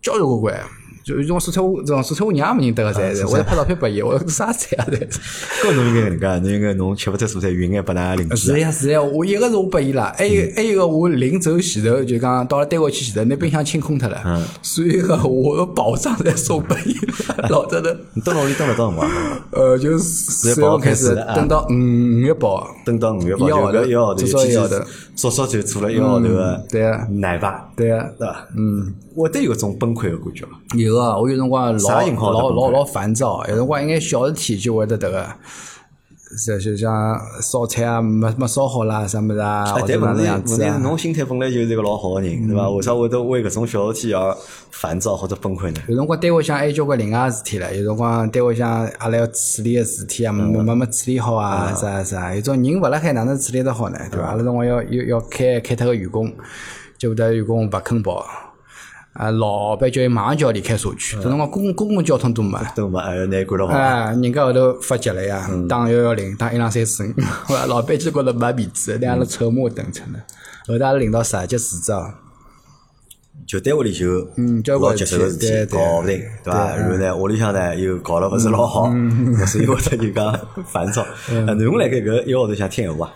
[SPEAKER 2] 交交关关，就有种蔬菜我这种蔬菜我娘也没认得个
[SPEAKER 1] 啊
[SPEAKER 2] 噻，我还拍照片拨伊，我说啥菜啊？这
[SPEAKER 1] 搿侬应该搿能介，侬应该侬吃勿出蔬菜，运眼拨㑚邻居啊。嗯
[SPEAKER 2] 是呀是呀，我一个是我拨伊拉，还有还有一个我临走前头就讲到了单位去前头，拿冰箱清空脱
[SPEAKER 1] 嗯
[SPEAKER 2] 了，所以个我保障侪送拨伊拉，老早头。
[SPEAKER 1] 你蹲辣屋里蹲了多少辰光？啊
[SPEAKER 2] 呃，就是四月份开始等到五月报，
[SPEAKER 1] 蹲到五月份，
[SPEAKER 2] 一号
[SPEAKER 1] 就
[SPEAKER 2] 头
[SPEAKER 1] 搿一号头，
[SPEAKER 2] 至少一号头
[SPEAKER 1] 天天早早就做了一号头个
[SPEAKER 2] 对啊
[SPEAKER 1] 奶爸，
[SPEAKER 2] 对啊，
[SPEAKER 1] 对伐？嗯，我得有种崩溃个感觉嘛。
[SPEAKER 2] 有有啊，我有辰光老
[SPEAKER 1] 啥情况大
[SPEAKER 2] 老
[SPEAKER 1] 部
[SPEAKER 2] 老
[SPEAKER 1] 分
[SPEAKER 2] 老烦躁，啊有辰光一眼小事体就会得迭个，就就像烧菜啊，没没烧好啦，啥么子啊，
[SPEAKER 1] 哎
[SPEAKER 2] 或，者
[SPEAKER 1] 但
[SPEAKER 2] 哪
[SPEAKER 1] 问
[SPEAKER 2] 能
[SPEAKER 1] 题
[SPEAKER 2] 样
[SPEAKER 1] 问
[SPEAKER 2] 子
[SPEAKER 1] 题是，
[SPEAKER 2] 啊？嗯
[SPEAKER 1] 侬心态本来就是一个老好的人，对伐？为啥会得为搿种小事体而烦躁或者崩溃呢？
[SPEAKER 2] 有辰光单位向还有交关另外的事体唻，有辰光单位向阿拉要处理个事体啊，没没没处理好啊，啥啥，有种人勿辣海哪能处理得好呢？对伐？阿拉辰光要要要开开脱个员工，结果得员工勿肯跑，啊，老板叫伊马上就要离开社区，搿辰光公公共交通都没。
[SPEAKER 1] 对伐？哎，拿伊管得好。
[SPEAKER 2] 哎，人家后头发急了呀，打幺幺零，打一两三四五， <laughs> 好吧老板就觉着没面子，拿阿拉臭骂等成了。后头阿拉领导直接辞职啊了。
[SPEAKER 1] 就单位里就
[SPEAKER 2] 嗯交
[SPEAKER 1] 老
[SPEAKER 2] 关
[SPEAKER 1] 棘手个事
[SPEAKER 2] 事
[SPEAKER 1] 体
[SPEAKER 2] 体对嗯
[SPEAKER 1] 搞勿定，对伐？然后呢，屋里向呢又搞了勿是老好， <laughs> 所以会得就讲烦
[SPEAKER 2] <laughs>
[SPEAKER 1] 躁。
[SPEAKER 2] 嗯
[SPEAKER 1] 呃，侬辣盖搿一个号头想听闲话，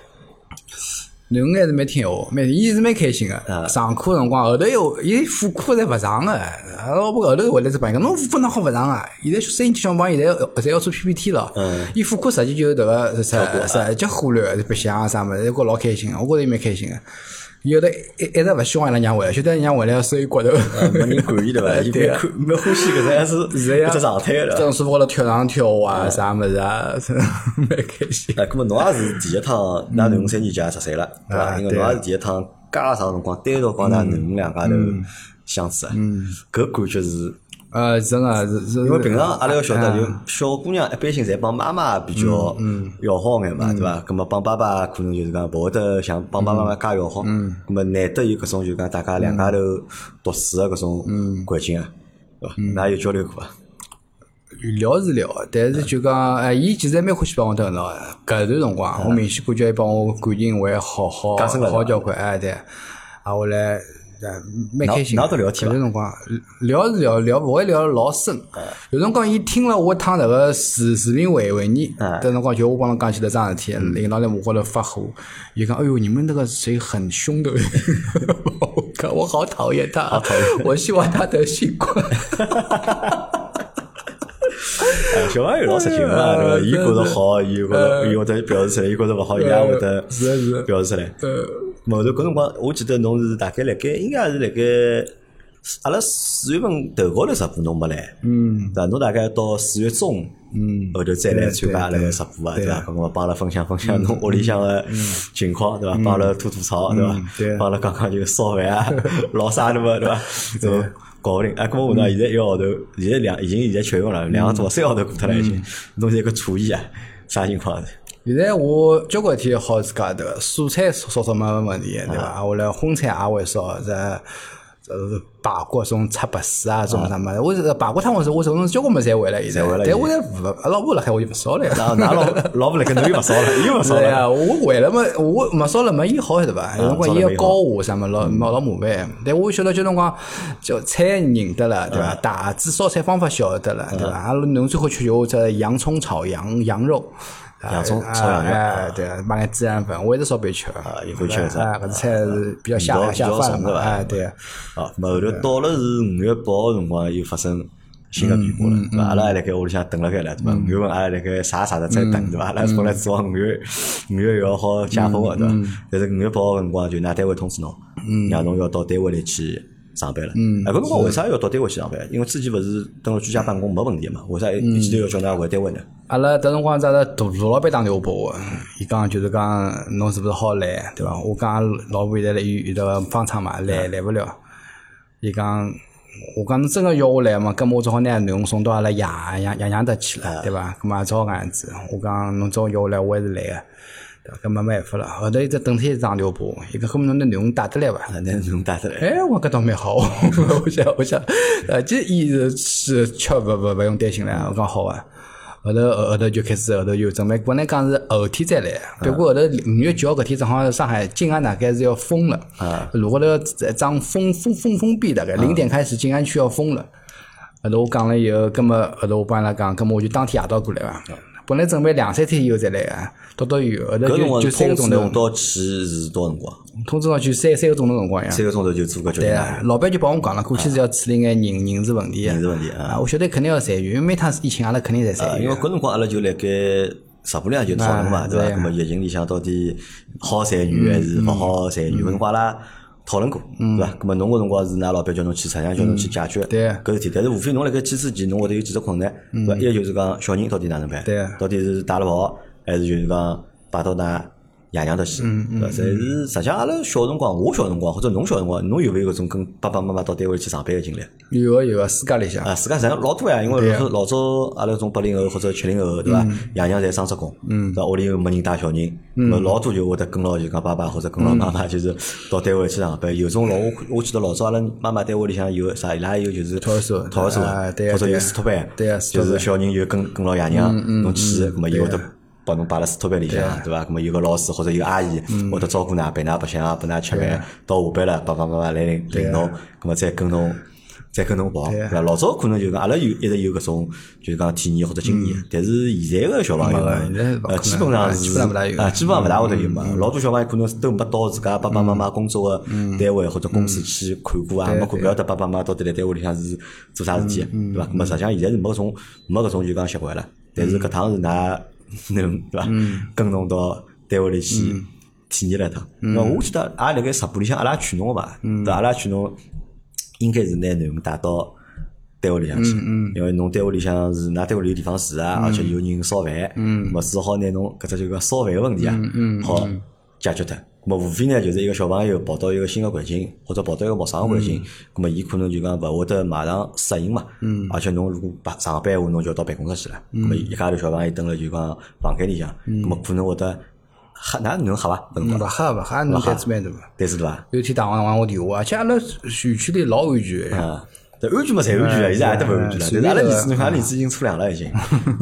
[SPEAKER 2] 囡恩还是蛮听哦话，蛮伊是蛮开心个。上课个辰光，后头又伊副课侪勿上个，阿拉老婆后头回来才帮伊讲，侬副课哪好勿上啊？现在三年级小朋友现在侪要做 PPT 了，伊副课实际就是迭个啥啥级忽略白相啊啥物事，觉老开心个，我觉着伊蛮开心个。伊后头一一直勿希望伊拉娘回来，晓得伊拉娘回来要收伊骨头。
[SPEAKER 1] 没人管伊对伐？伊
[SPEAKER 2] 对
[SPEAKER 1] 蛮
[SPEAKER 2] 啊
[SPEAKER 1] 看蛮欢喜搿只还是
[SPEAKER 2] <laughs> 是 <laughs> 呀，
[SPEAKER 1] 搿只状态啊了。
[SPEAKER 2] 正是我了跳上跳下啊，啥么子啊， <laughs> 蛮开心。
[SPEAKER 1] 哎，搿么侬也是第一趟，㑚囡恩三年级也十岁了，对伐？
[SPEAKER 2] 啊嗯
[SPEAKER 1] 因为
[SPEAKER 2] 对
[SPEAKER 1] 侬也是第一趟介长辰光单独帮㑚囡恩两家头相处啊，
[SPEAKER 2] 嗯
[SPEAKER 1] 搿感觉是。
[SPEAKER 2] 呃，真的是是，
[SPEAKER 1] 因为平常阿拉要晓得，就小姑娘一般性侪帮妈妈比较要好眼嘛，对伐？咁么帮爸爸可能就是讲勿会得像帮爸爸妈妈介要好，咁么难得有搿种就讲大家两家头独处个搿种环境啊，对伐？㑚有交流过伐？啊
[SPEAKER 2] 聊是聊，但
[SPEAKER 1] 嗯
[SPEAKER 2] 是就讲，哎，伊其实还蛮欢喜帮我等了。搿段辰光，我明显感觉伊帮我感情会好好
[SPEAKER 1] 嗯加深了
[SPEAKER 2] 好交关，哎对。啊，后来，哎，蛮开心的。
[SPEAKER 1] 哪哪都聊天
[SPEAKER 2] 搿段辰光聊是聊聊，勿会聊得老深。
[SPEAKER 1] 嗯
[SPEAKER 2] 有辰光伊听了我一趟迭个视视频会会议，
[SPEAKER 1] 哎
[SPEAKER 2] 迭辰光就我帮侬讲起迭桩事体，
[SPEAKER 1] 嗯
[SPEAKER 2] 领导来我高头发火，伊讲，哎哟，你们那个谁很凶的。 <laughs> 我讲我好讨厌他， <laughs> 我希望他得新冠。
[SPEAKER 1] 哎小朋友老实情嘛，对
[SPEAKER 2] 呃
[SPEAKER 1] 伐？伊觉着好，伊觉着伊会得表示出来，伊觉着勿好，伊也会得
[SPEAKER 2] 呃是的是的
[SPEAKER 1] 表示出来。
[SPEAKER 2] 呃。
[SPEAKER 1] 后头搿辰光，我记得侬是大概辣盖，应该是辣盖阿拉四月份头高头直播侬没来，嗯，对伐？侬大概到四月中，嗯，后头再来参加阿拉个直播啊，对伐？搿辰光帮阿拉分享分享侬屋里向个情况，对伐？帮阿拉吐吐槽，对伐？
[SPEAKER 2] 对
[SPEAKER 1] 帮阿拉讲讲就烧饭啊，老啥的嘛，对伐？就搞勿定。哎，搿么我呢，现在一个号头，现在两已经现在七月份了，两个多三个号头过脱了已经，侬现在搿厨艺啊，啥情况啊？
[SPEAKER 2] 现在我交关天好自家的，蔬菜烧烧没问题，对伐？我来荤菜也会烧，这呃排骨种擦白丝啊，种什么？我这个排骨汤我是我从交关么侪会了，现在
[SPEAKER 1] 侪会了，
[SPEAKER 2] 但我现在勿，阿拉婆辣海我就勿烧了呀。
[SPEAKER 1] 那那老老婆辣盖侬又勿烧了，伊又勿烧
[SPEAKER 2] 是
[SPEAKER 1] 了。
[SPEAKER 2] 哎呀，我为了嘛，我没烧了没伊好对
[SPEAKER 1] 啊
[SPEAKER 2] 伐？有辰光伊要教我啥么
[SPEAKER 1] 嗯
[SPEAKER 2] 老老老麻烦，但我晓得就辰光叫菜认得
[SPEAKER 1] 嗯
[SPEAKER 2] 了对伐？大致烧菜方法晓得了对伐？阿拉侬最后吃有这洋葱炒羊羊肉，啊
[SPEAKER 1] 洋葱炒羊肉啊
[SPEAKER 2] 哎对，买点孜然粉，我一直烧白吃。啊
[SPEAKER 1] 也会吃
[SPEAKER 2] 啊
[SPEAKER 1] 是，吧啊
[SPEAKER 2] 哎搿只菜是比较下
[SPEAKER 1] 味道比
[SPEAKER 2] 下
[SPEAKER 1] 较
[SPEAKER 2] 饭
[SPEAKER 1] 重
[SPEAKER 2] 嘛，
[SPEAKER 1] 对伐
[SPEAKER 2] 哎对。
[SPEAKER 1] 啊，咁后头到了是五月八号辰光又发生新的变
[SPEAKER 2] 嗯
[SPEAKER 1] 化了，对伐？阿拉也辣盖屋里向等辣盖了，对伐？五月份阿拉辣盖啥啥的再
[SPEAKER 2] 嗯
[SPEAKER 1] 等，对伐？阿拉本来指望五月五月又要好解封个，对伐？
[SPEAKER 2] 嗯
[SPEAKER 1] 但是五月八号辰光就㑚单位通知侬，让侬要到单位里去上班了。
[SPEAKER 2] 嗯
[SPEAKER 1] 哎，搿辰光为啥要到单位去上班？因为之前勿是蹲辣居家办公没问题嘛，为啥一
[SPEAKER 2] 嗯
[SPEAKER 1] 一记头要叫㑚回单位呢？
[SPEAKER 2] 阿拉迭辰光在那大大老板打电话拨我，伊讲就是讲侬是勿是好来，对伐？我讲老婆现在辣有有迭个方舱嘛，来来勿了。伊讲我讲侬真个要我来嘛，搿么我只好拿囡恩送到阿拉爷爷爷娘搭去了，对伐？搿么也只好搿样子。我讲侬只好要我来，我还是来个。对伐？搿没办法了，后头一直等天一打电话拨我，伊讲搿么侬拿囡恩带得来伐？
[SPEAKER 1] 啊，拿侬带得来。
[SPEAKER 2] 哎，我搿倒蛮好， <laughs> 我想我想，呃，这伊是是吃勿勿勿用担心了，我讲好啊。后头后后头就开始后头就准备，本来讲是后天再来，
[SPEAKER 1] 嗯
[SPEAKER 2] 不过后头五月九号搿天正好上海静安大概是要封了，
[SPEAKER 1] 嗯
[SPEAKER 2] 如果头张封封封封闭大概零点开始静安区要封了。后头我讲了以后，葛么后头我帮伊拉讲，葛么我就当天夜到过来伐。
[SPEAKER 1] 嗯
[SPEAKER 2] 本来准备两三天以后再来个，到到以后后头
[SPEAKER 1] 搿辰
[SPEAKER 2] 就
[SPEAKER 1] 光
[SPEAKER 2] 就三个
[SPEAKER 1] 通知
[SPEAKER 2] 钟
[SPEAKER 1] 侬
[SPEAKER 2] 头，
[SPEAKER 1] 到去是多少辰光？
[SPEAKER 2] 通知上去三三个钟头辰光呀。
[SPEAKER 1] 三个钟头就做搿决定
[SPEAKER 2] 对
[SPEAKER 1] 了，
[SPEAKER 2] 啊，老板就帮我讲了，过去是要处理眼人啊人事问题的。
[SPEAKER 1] 人事问题啊
[SPEAKER 2] 啊，我晓得肯定要裁员，因为每趟疫情阿拉肯定在裁
[SPEAKER 1] 因
[SPEAKER 2] 员
[SPEAKER 1] 为。搿辰光阿拉就辣盖直播量就讨论嘛，
[SPEAKER 2] 啊
[SPEAKER 1] 对伐？
[SPEAKER 2] 对呀
[SPEAKER 1] 那么疫情里向到底好裁员还是勿好裁员？搿辰光阿拉讨论过，对伐？咁么侬搿辰光是㑚老板叫侬去实际上叫侬去解决
[SPEAKER 2] 对
[SPEAKER 1] 搿事体，但是无非侬辣盖去之前，侬会得有几只困难，对伐？一就是讲小人到底哪能办，
[SPEAKER 2] 对
[SPEAKER 1] 到底是带了跑，还是就是讲摆到㑚爷娘头去，对伐？侪是实际上阿拉小辰光，我小辰光或者侬小辰光，侬有没有搿种跟爸爸妈妈到单位去上班个经历？
[SPEAKER 2] 有个有个，私家里向
[SPEAKER 1] 啊，自家实际上老多呀，因为老早老早阿拉种八零后或者七零后，对伐？
[SPEAKER 2] 嗯
[SPEAKER 1] 爷娘侪双职工，对伐？屋里又没人带小人，咾老多就会得跟牢就讲爸爸或者跟
[SPEAKER 2] 嗯
[SPEAKER 1] 牢妈妈，就是到单位去上班。有种老我我记得老早阿拉妈妈单位里向有啥，伊拉有就是
[SPEAKER 2] 托儿所
[SPEAKER 1] 托儿所
[SPEAKER 2] 啊对啊
[SPEAKER 1] 或者
[SPEAKER 2] 对
[SPEAKER 1] 有
[SPEAKER 2] 啊
[SPEAKER 1] 私托班，
[SPEAKER 2] 对啊私
[SPEAKER 1] 就
[SPEAKER 2] 托
[SPEAKER 1] 是
[SPEAKER 2] 班
[SPEAKER 1] 小人就跟跟牢爷娘
[SPEAKER 2] 嗯
[SPEAKER 1] 侬去，咾么伊会得。
[SPEAKER 2] 啊
[SPEAKER 1] 把侬摆辣私托班里向，对伐？咾么有个老师或者有阿姨
[SPEAKER 2] 嗯
[SPEAKER 1] 会得照顾㑚，陪㑚白相啊，拨㑚吃饭。到下班了，爸爸妈妈来领
[SPEAKER 2] 啊
[SPEAKER 1] 领侬，咾么再跟侬再跟侬跑，对伐？老早可能就讲阿拉有一直有搿种就是讲体验或者经验，但是现在个小朋友呢
[SPEAKER 2] 嗯没有现在不可
[SPEAKER 1] 呃
[SPEAKER 2] 能
[SPEAKER 1] 基本上是
[SPEAKER 2] 基本上不大有
[SPEAKER 1] 啊，基本上勿大会得有嘛。老多小朋友可能都没到自家爸爸妈妈工作个单位或者公司去看过啊，没看勿晓得爸爸妈妈到底辣单位里向是做啥事体，对伐？咾么实际上现在是没搿种没搿种就讲习惯了，但是搿趟是㑚侬对伐？跟侬到单位里去体验了一趟。那我记得阿拉辣盖直播里向阿拉劝侬个嘛，对伐？阿拉劝侬。应该是拿囡恩带到单位里向去，因为侬单位里向是㑚单位里有地方住啊，而且有人烧饭，么只好拿侬搿只就讲烧饭个问题啊，好解决脱。么无非呢，就是一个小朋友跑到一个新个环境，或者跑到一个陌生个环境，咁么伊可能就讲勿会得马上适应嘛。而且侬如果白上班话，侬就要到办公室去了。咁么一家头小朋友蹲辣就讲房间里向，咁么可能会得吓，㑚能吓伐？搿辰光
[SPEAKER 2] 勿吓勿吓，侬胆子蛮大。
[SPEAKER 1] 对是对伐？
[SPEAKER 2] 有一天打完完我电话，而且阿拉园区里老安全的，
[SPEAKER 1] 啊，对，安全嘛，侪安全啊，现在也都勿安全了。但是阿拉儿子，侬看阿
[SPEAKER 2] 嗯
[SPEAKER 1] 拉儿子已经初两了，已经，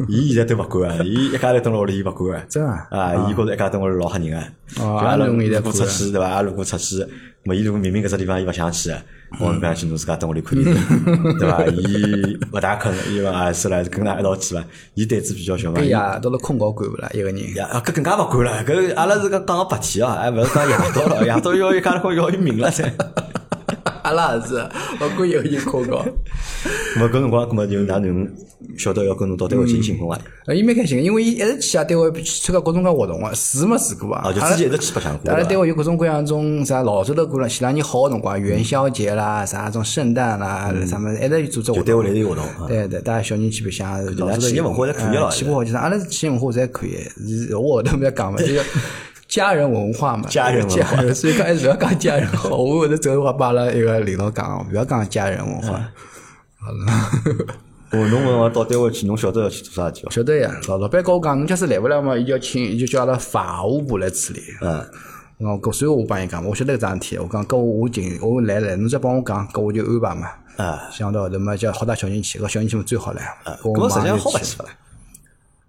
[SPEAKER 1] 伊现在都勿管啊，伊一家头蹲辣屋里，伊勿管啊。
[SPEAKER 2] 真啊
[SPEAKER 1] 啊，伊觉着一家头屋里老吓人啊。
[SPEAKER 2] 哦
[SPEAKER 1] 就阿拉
[SPEAKER 2] 阿拉现在
[SPEAKER 1] 如果
[SPEAKER 2] 不
[SPEAKER 1] 出
[SPEAKER 2] 管
[SPEAKER 1] 去对伐？阿拉如果出去，咾伊如果明明搿只地方伊勿想去，我勿想去，侬自家蹲屋里看电
[SPEAKER 2] <laughs>
[SPEAKER 1] 视，对伐？伊勿大肯，伊讲啊，算了，跟㑚一道去伐？伊胆子比较小嘛。
[SPEAKER 2] 搿
[SPEAKER 1] 伊
[SPEAKER 2] 夜到了困觉管勿啦，一个人。
[SPEAKER 1] 呀，啊搿更加勿管了。搿阿拉是讲讲个白天啊，还勿是讲夜到了，夜到要一家头要伊命了噻。
[SPEAKER 2] 阿拉也是，勿管一个人困 <laughs> 觉。
[SPEAKER 1] 咾搿辰光，搿么就哪能晓得要跟侬到单位去啊寻工伐？
[SPEAKER 2] 呃，伊蛮开心个，因为伊一直去啊单位去参加各种各样活动个，试没试过啊。
[SPEAKER 1] 啊，就
[SPEAKER 2] 阿拉
[SPEAKER 1] 自己一直去白相过
[SPEAKER 2] 阿拉
[SPEAKER 1] 对
[SPEAKER 2] 单
[SPEAKER 1] 吧？
[SPEAKER 2] 位有各种各样种啥老早头过了，前两年好个辰光，元宵节啦，啥种圣诞啦，啥么一直有组织活
[SPEAKER 1] 就
[SPEAKER 2] 动。
[SPEAKER 1] 单位来有活动啊，
[SPEAKER 2] 对对，大家小人去白相，老
[SPEAKER 1] 拉
[SPEAKER 2] 早头
[SPEAKER 1] 企业
[SPEAKER 2] 有
[SPEAKER 1] 文化侪可以了
[SPEAKER 2] 嗯企业文化就是阿拉企业文化侪可以，是我后头
[SPEAKER 1] <laughs>
[SPEAKER 2] 没讲嘛，就是家人文化嘛，
[SPEAKER 1] 家人文化
[SPEAKER 2] 家人，所以讲还是不要讲家人好，我后头走的话，把阿拉一个领导讲，不要讲家人文
[SPEAKER 1] 嗯
[SPEAKER 2] 化。
[SPEAKER 1] 哦，侬辰光到单位去，侬晓得要去做啥哦事体伐？
[SPEAKER 2] 晓得呀，老老板跟我讲，侬假使来不了嘛，伊就要请，伊就叫阿拉法务部来处理。
[SPEAKER 1] 嗯，
[SPEAKER 2] 哦，搿所以我帮伊讲，我晓得搿桩事体，我讲搿我我尽我来来，侬再帮我讲，搿我就安排嘛。
[SPEAKER 1] 啊，
[SPEAKER 2] 想到后头嘛，叫好带小人去，搿小人去嘛最好了。搿
[SPEAKER 1] 嗯搿么
[SPEAKER 2] 我
[SPEAKER 1] 实
[SPEAKER 2] 马
[SPEAKER 1] 际
[SPEAKER 2] 上
[SPEAKER 1] 上
[SPEAKER 2] 就
[SPEAKER 1] 好勿
[SPEAKER 2] 去
[SPEAKER 1] 去伐？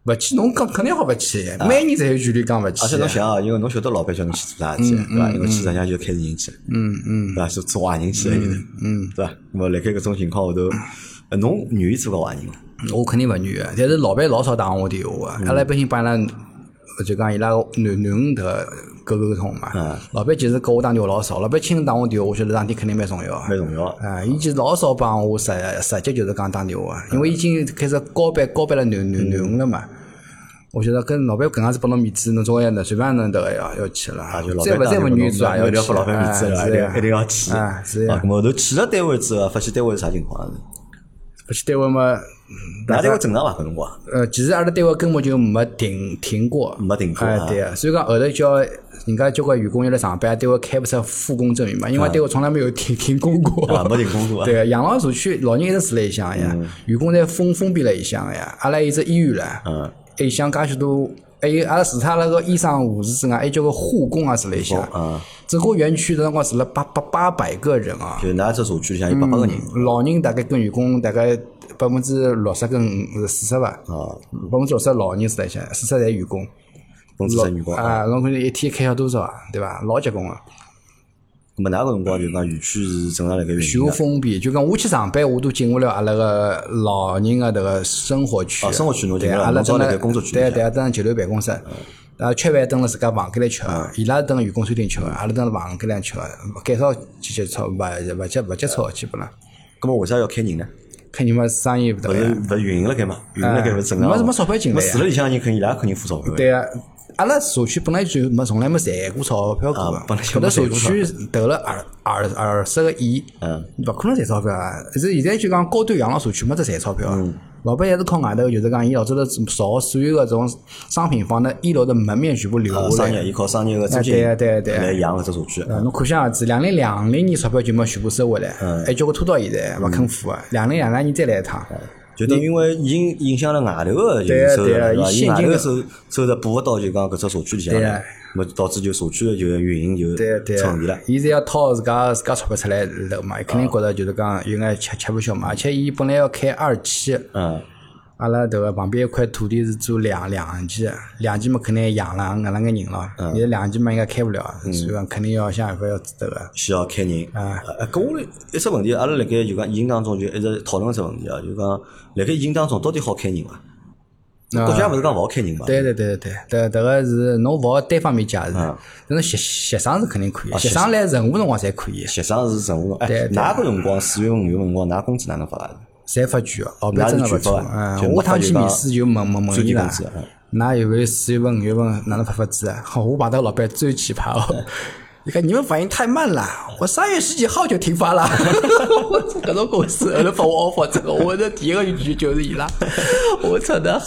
[SPEAKER 2] 勿去侬讲肯定好勿去，每人侪有权利讲勿
[SPEAKER 1] 嗯
[SPEAKER 2] 去。
[SPEAKER 1] 而且侬想啊，因为侬晓得老板叫侬去做啥事体，
[SPEAKER 2] 嗯
[SPEAKER 1] 对伐？因为去实际上就开除人去，嗯嗯，对伐？是做坏人去了，有的，嗯，对伐？那么辣盖搿种情况下头，呃侬愿意做个坏人伐？
[SPEAKER 2] 我肯定勿愿意，但是老板老少打我电话
[SPEAKER 1] 嗯
[SPEAKER 2] 啊，阿拉一般性帮伊拉就讲伊拉囡囡的沟沟通嘛。
[SPEAKER 1] 嗯
[SPEAKER 2] 老板其实给我打电话老少，老板亲自打我电话，我晓得桩事体肯定蛮重要。
[SPEAKER 1] 蛮重要，
[SPEAKER 2] 啊，伊其实老少帮我直直接就是讲打电话，啊因
[SPEAKER 1] 嗯
[SPEAKER 2] 为已经开始交班交班了囡囡囡恩了嘛。我觉得跟老板搿样子拨侬面子，侬总归要呢，随便能得要要去了。
[SPEAKER 1] 啊，就老
[SPEAKER 2] 再
[SPEAKER 1] 板
[SPEAKER 2] 勿再勿愿意做，
[SPEAKER 1] 做，
[SPEAKER 2] 也
[SPEAKER 1] 一定
[SPEAKER 2] 要
[SPEAKER 1] 要
[SPEAKER 2] 去
[SPEAKER 1] 拨老板面子
[SPEAKER 2] 啊
[SPEAKER 1] 了，
[SPEAKER 2] 是
[SPEAKER 1] 一
[SPEAKER 2] 呀
[SPEAKER 1] 定一定要去
[SPEAKER 2] 啊是呀
[SPEAKER 1] 啊，那么头去了单位之后，发现单位是啥情况？
[SPEAKER 2] 不去单位嘛，
[SPEAKER 1] 哪单位正常伐？搿辰光
[SPEAKER 2] 呃，其实阿拉单位根本就没停停过，
[SPEAKER 1] 没停过
[SPEAKER 2] 哎
[SPEAKER 1] 啊，
[SPEAKER 2] 对啊，所以讲后头叫人家交关员工要来上班，单位开不出复工证明嘛，因为单位从来没有停停工
[SPEAKER 1] 啊，
[SPEAKER 2] 过。
[SPEAKER 1] 没停工过啊，
[SPEAKER 2] 对啊，养老社区老人一直住辣里向呀，员工侪封封闭辣里向呀，阿拉有只医院唻，
[SPEAKER 1] 嗯，
[SPEAKER 2] 里向介许多，还有阿拉除脱阿拉个医生、护士之外，还有交关护工啊住辣里向
[SPEAKER 1] 工嗯，
[SPEAKER 2] 整个园区搿辰光住了八八八百个人啊，
[SPEAKER 1] 就㑚只社区里向有八百个人，
[SPEAKER 2] 老人大概跟员工大概百分之六十跟四十吧，
[SPEAKER 1] 哦
[SPEAKER 2] 百分之六十老人是在线，四十侪员工，
[SPEAKER 1] 工资十员工啊。
[SPEAKER 2] 啊，侬看一天开销多少啊，对伐？老结棍个，
[SPEAKER 1] 咁么，哪个辰光就讲园区是正常辣盖运
[SPEAKER 2] 全
[SPEAKER 1] 行
[SPEAKER 2] 部
[SPEAKER 1] 的？
[SPEAKER 2] 封闭，就讲我去上班，我都进勿了阿拉个老人个迭个生活区
[SPEAKER 1] 哦，，生活区侬就
[SPEAKER 2] 对，阿
[SPEAKER 1] 讲，
[SPEAKER 2] 拉
[SPEAKER 1] 侬招
[SPEAKER 2] 蹲
[SPEAKER 1] 辣
[SPEAKER 2] 辣
[SPEAKER 1] 盖工作区
[SPEAKER 2] 对
[SPEAKER 1] 里嗯向。
[SPEAKER 2] 对，蹲辣九楼办公室，啊，吃饭蹲辣自家房间里吃，
[SPEAKER 1] 嗯
[SPEAKER 2] 伊拉蹲辣员工餐厅吃，阿拉蹲辣房间里向吃，减少接触，勿勿接勿接触，基本浪。
[SPEAKER 1] 咁么，为啥要开人呢？
[SPEAKER 2] 看你们生意勿大
[SPEAKER 1] 勿
[SPEAKER 2] 呀
[SPEAKER 1] 是勿是运营辣盖嘛？运营辣盖勿是正常
[SPEAKER 2] 嗯没
[SPEAKER 1] 嘛？
[SPEAKER 2] 没钞票进来
[SPEAKER 1] 咾
[SPEAKER 2] 呀
[SPEAKER 1] 住辣里向人肯定伊拉肯定付钞票的。
[SPEAKER 2] 对啊，阿拉社区本来就没从来没赚过钞票过
[SPEAKER 1] 啊
[SPEAKER 2] 嘛，
[SPEAKER 1] 本来就
[SPEAKER 2] 搿
[SPEAKER 1] 没
[SPEAKER 2] 搭
[SPEAKER 1] 赚
[SPEAKER 2] 社
[SPEAKER 1] 过
[SPEAKER 2] 区投了二二二十个亿，
[SPEAKER 1] 嗯，
[SPEAKER 2] 勿可能赚钞票啊！就是现在就讲高端养老社区没得赚钞票
[SPEAKER 1] 嗯
[SPEAKER 2] 啊，老板还是靠外头，就是讲伊老早头造所有个种商品房的一楼的门面全部留
[SPEAKER 1] 呃
[SPEAKER 2] 下
[SPEAKER 1] 商
[SPEAKER 2] 来。
[SPEAKER 1] 业伊靠商业个资金
[SPEAKER 2] 哎对啊对啊对啊
[SPEAKER 1] 来养搿只社区，
[SPEAKER 2] 呃侬可想而知，两零两零年钞票就没全部收回来，
[SPEAKER 1] 嗯
[SPEAKER 2] 还叫我拖到现在，勿肯付啊！两零两三年再来一趟，
[SPEAKER 1] 就等于因为已经影响了外头个就
[SPEAKER 2] 对
[SPEAKER 1] 是
[SPEAKER 2] 啊
[SPEAKER 1] 收入
[SPEAKER 2] 对啊
[SPEAKER 1] 了，
[SPEAKER 2] 伊
[SPEAKER 1] 是
[SPEAKER 2] 现
[SPEAKER 1] 吧？伊外
[SPEAKER 2] 金
[SPEAKER 1] 头
[SPEAKER 2] 流
[SPEAKER 1] 收收入补勿到，就讲搿只社区里向
[SPEAKER 2] 对
[SPEAKER 1] 了
[SPEAKER 2] 啊，
[SPEAKER 1] 么导致就社区的就运营就
[SPEAKER 2] 对啊对
[SPEAKER 1] 出
[SPEAKER 2] 啊
[SPEAKER 1] 问题了。，
[SPEAKER 2] 伊是要掏自家自家钞票出来楼嘛，肯定觉得就是讲有眼吃吃不消嘛，而且伊本来要开二期，
[SPEAKER 1] 嗯，
[SPEAKER 2] 阿拉迭个旁边一块土地是做两两期，两期嘛肯定也养了阿拉眼人了，现在两期嘛应该开不了，所以讲肯定要想办法要迭个。
[SPEAKER 1] 需要开人啊。呃搿我一只问题，阿拉辣盖就讲疫情当中就一直讨论一只问题啊，就讲辣盖疫情当中到底好开人伐？国家勿是讲勿好开人嘛？
[SPEAKER 2] 啊对对对对对，迭迭个是侬勿好单方面解释，但侬协协商是肯定可以，啊协商来任何辰光侪可以，
[SPEAKER 1] 协商是任何辰光，
[SPEAKER 2] 对
[SPEAKER 1] 哎，
[SPEAKER 2] 对
[SPEAKER 1] 哪个辰光四月份、五月份辰光，㑚工资哪能发啊？
[SPEAKER 2] 侪发哦卷，老板真的勿
[SPEAKER 1] 哪
[SPEAKER 2] 错。
[SPEAKER 1] 是卷发
[SPEAKER 2] 嗯，我趟去面试就问问
[SPEAKER 1] 最
[SPEAKER 2] 问伊
[SPEAKER 1] 低工
[SPEAKER 2] 拉
[SPEAKER 1] 资，嗯，
[SPEAKER 2] 㑚有没有四月份、五月份哪能发发子啊？ <laughs> 好，我碰到老板最奇葩哦。 <laughs> 你看你们反应太慢了，我三月十几号就停发了。 <laughs> 我操搿种公司后头发我 offer 这个，我的第一个拒绝就是伊拉。 <laughs> 我操的，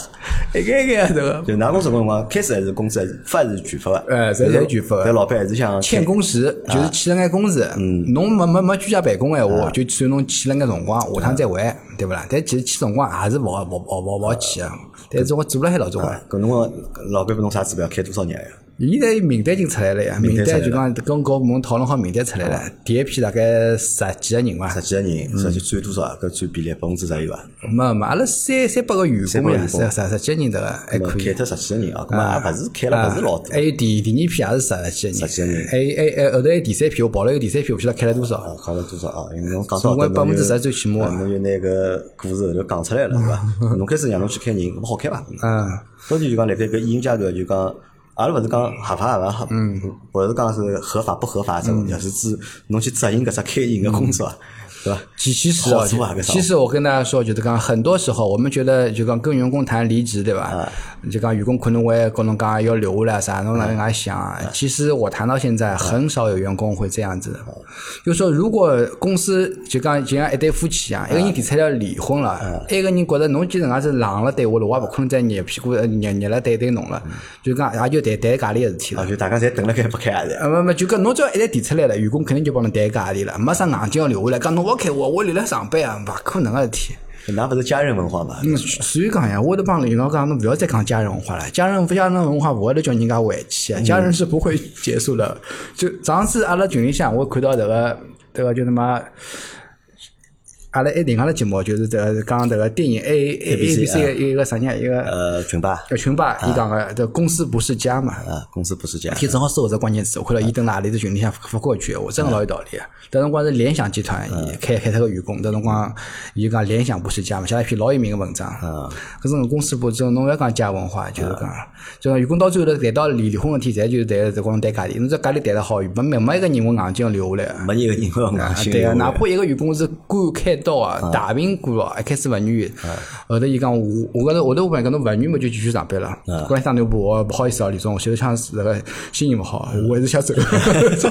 [SPEAKER 2] 一个一个这个
[SPEAKER 1] 就㑚公司辰光开始还是工资还是发是全发个，
[SPEAKER 2] 哎侪侪全发的
[SPEAKER 1] 但老板还是想
[SPEAKER 2] 欠工时
[SPEAKER 1] 啊
[SPEAKER 2] 就是欠了眼工时，
[SPEAKER 1] 嗯
[SPEAKER 2] 侬没没没居家办公闲话，就算侬欠了眼辰光，下趟再
[SPEAKER 1] 啊
[SPEAKER 2] 还，对勿啦？但其实欠辰光也是勿好勿好勿好勿好欠啊。但是我做了还老早啊，
[SPEAKER 1] 搿辰光老板拨侬啥指标，开多少年呀？
[SPEAKER 2] 现在名单已经出来了呀，名
[SPEAKER 1] 单出来
[SPEAKER 2] 单
[SPEAKER 1] 了啊
[SPEAKER 2] 就讲跟跟我们讨论好名单出来了，第一批大概十几个人伐
[SPEAKER 1] 十。几个
[SPEAKER 2] 嗯
[SPEAKER 1] 人，实际占多少啊？搿占比例百分之十有伐？
[SPEAKER 2] 没没，阿拉三三百个员
[SPEAKER 1] 三百
[SPEAKER 2] 工
[SPEAKER 1] 个
[SPEAKER 2] 呀，
[SPEAKER 1] 员
[SPEAKER 2] 十
[SPEAKER 1] 工
[SPEAKER 2] 十十几个人迭个还
[SPEAKER 1] 那
[SPEAKER 2] 可以。
[SPEAKER 1] 开脱十几个人啊，搿么也勿是开了
[SPEAKER 2] 啊
[SPEAKER 1] 勿是老多
[SPEAKER 2] 还，有第第二批也是十几个人，
[SPEAKER 1] 十几个人
[SPEAKER 2] 还有还有还有后头还有第三批，我报了一个第三批，我不晓得开了多少。
[SPEAKER 1] 啊，开了多少啊？因为侬讲
[SPEAKER 2] 总
[SPEAKER 1] 到
[SPEAKER 2] 归
[SPEAKER 1] 搿侬就
[SPEAKER 2] 10%最起码
[SPEAKER 1] 啊侬就拿搿故事后头讲出来了，对伐？侬开始让侬去开人，搿么好开伐？
[SPEAKER 2] 嗯。
[SPEAKER 1] 到底就讲辣盖搿疫情阶段，就讲阿拉勿是讲合法勿合，
[SPEAKER 2] 嗯
[SPEAKER 1] 勿是讲是合法不合法这个问题，是指侬去执行搿只开人个工作啊，
[SPEAKER 2] 嗯
[SPEAKER 1] 对伐？
[SPEAKER 2] 其其实
[SPEAKER 1] 好
[SPEAKER 2] 啊
[SPEAKER 1] 做啊，搿，啥
[SPEAKER 2] 其实我跟大家说，就是讲很多时候我们觉得就讲跟员工谈离职，对吧？就讲员工可能我也跟侬讲要留下来啥，侬哪能介想啊？其实我谈到现在，很少有员工会这样子的。就说如果公司就讲就像一对夫妻啊，一啊个人提出来要离婚了，一个人觉得侬既然也是让了对我了，我也不可能再热屁股热热了对对侬了，就讲也就谈谈家里个事体了
[SPEAKER 1] 啊，。就大家侪等辣盖不开啊，侪
[SPEAKER 2] 呃，没没，就讲侬只要一旦提出来了，员工肯定就帮侬谈价钿了，没啥硬劲要留下来。讲侬勿开我，我留辣上班啊，勿可能个事体。
[SPEAKER 1] 㑚勿是家人文化嘛？
[SPEAKER 2] 嗯，所以讲呀，我都帮领导讲，侬勿要再讲家人文化了，家人家人文化勿会得叫人家回去啊，家人是不会结束的。就上次阿拉群里向，我看到迭个迭个叫什么？阿拉一另外的节目就是迭个讲迭个电影 A A A B C 一个啥人啊一个
[SPEAKER 1] 呃，群吧，
[SPEAKER 2] 呃群吧，伊讲个这公司不是家嘛，
[SPEAKER 1] 啊，公司不是家，
[SPEAKER 2] 天正好是我这关键词，我看到伊蹲辣阿里只群里向发过一句，我真的老有道理啊。迭辰光是联想集团伊开开脱个员工，迭辰光伊讲联想不是家嘛，写了一篇老有名个文章。搿种公司不就侬勿要讲家文化，就是讲，就讲员工到最后头谈到离离婚问题，侪就是谈只光谈家里，侬只家里谈得好，没没没一个人我硬劲要留下来。
[SPEAKER 1] 没一个人会
[SPEAKER 2] 啊
[SPEAKER 1] 硬心
[SPEAKER 2] 对
[SPEAKER 1] 留
[SPEAKER 2] 啊，
[SPEAKER 1] 下
[SPEAKER 2] 哪
[SPEAKER 1] 来。
[SPEAKER 2] 怕一个员工是官开刀啊，大病过啊，一开始勿愿意，后头伊讲我我搿头后头我讲搿侬勿愿意嘛就继续上班了，过来打电话我勿好意思啊，李总，我就是想是那个心情勿好，我还是想走， <laughs>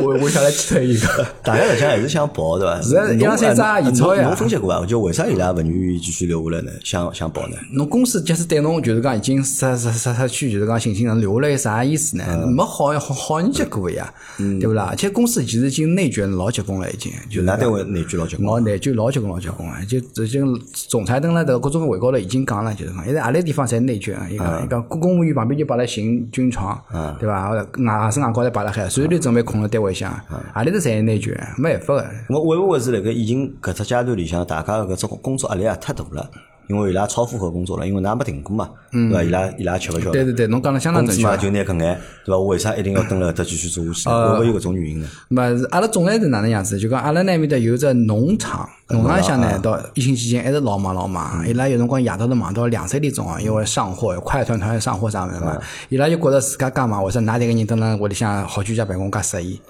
[SPEAKER 2] 我我想来去退一个。
[SPEAKER 1] 大家实际上还是想跑对伐？哎
[SPEAKER 2] 是啊
[SPEAKER 1] 侬
[SPEAKER 2] 一样三只啊
[SPEAKER 1] 侬
[SPEAKER 2] 现钞呀
[SPEAKER 1] 侬分析过伐？就为啥伊拉勿愿意继续留下来呢？想想跑呢？
[SPEAKER 2] 侬公司假使对侬就是讲已经失失失失去就是讲信心了，留下来有啥意思呢？没好好好人结果呀，对勿啦？而且公司其实已经内卷老结棍了，已经就
[SPEAKER 1] 就
[SPEAKER 2] 是
[SPEAKER 1] 㑚单位内卷老结棍。
[SPEAKER 2] 老内卷老结棍老结棍啊！就就就总裁登了这个各种会高头已经讲了，就是讲，现在阿拉地方侪内卷啊，伊讲伊讲公公务员旁边就摆了行军床，对伐？外外省外高头摆了海，随时都准备困了单位向，阿里头侪内卷，没办法个。
[SPEAKER 1] 咾会勿会是辣盖疫情搿只阶段里向，大家搿只工作压力也太大了？因为伊拉超负荷工作了，因为㑚没停过嘛，对伐？伊拉伊拉吃勿消，
[SPEAKER 2] 嗯对对对，侬讲了相当
[SPEAKER 1] 工
[SPEAKER 2] 正
[SPEAKER 1] 资
[SPEAKER 2] 确
[SPEAKER 1] 嘛
[SPEAKER 2] 啊。
[SPEAKER 1] 就拿搿眼，对伐？我为啥一定要蹲辣搿搭继续
[SPEAKER 2] 呃
[SPEAKER 1] 做下去呢？会勿会有搿种原因呢？
[SPEAKER 2] 么，阿拉总裁是哪能样子？就讲阿拉那面搭有只农场，农场里向呢，到疫情期间还是老忙老忙，伊拉有辰光夜到头忙到两三点钟啊，因为上货快团团上货啥物事嘛，伊拉就觉着自家介忙，为啥㑚迭个人蹲辣屋里向好居家办公介适宜，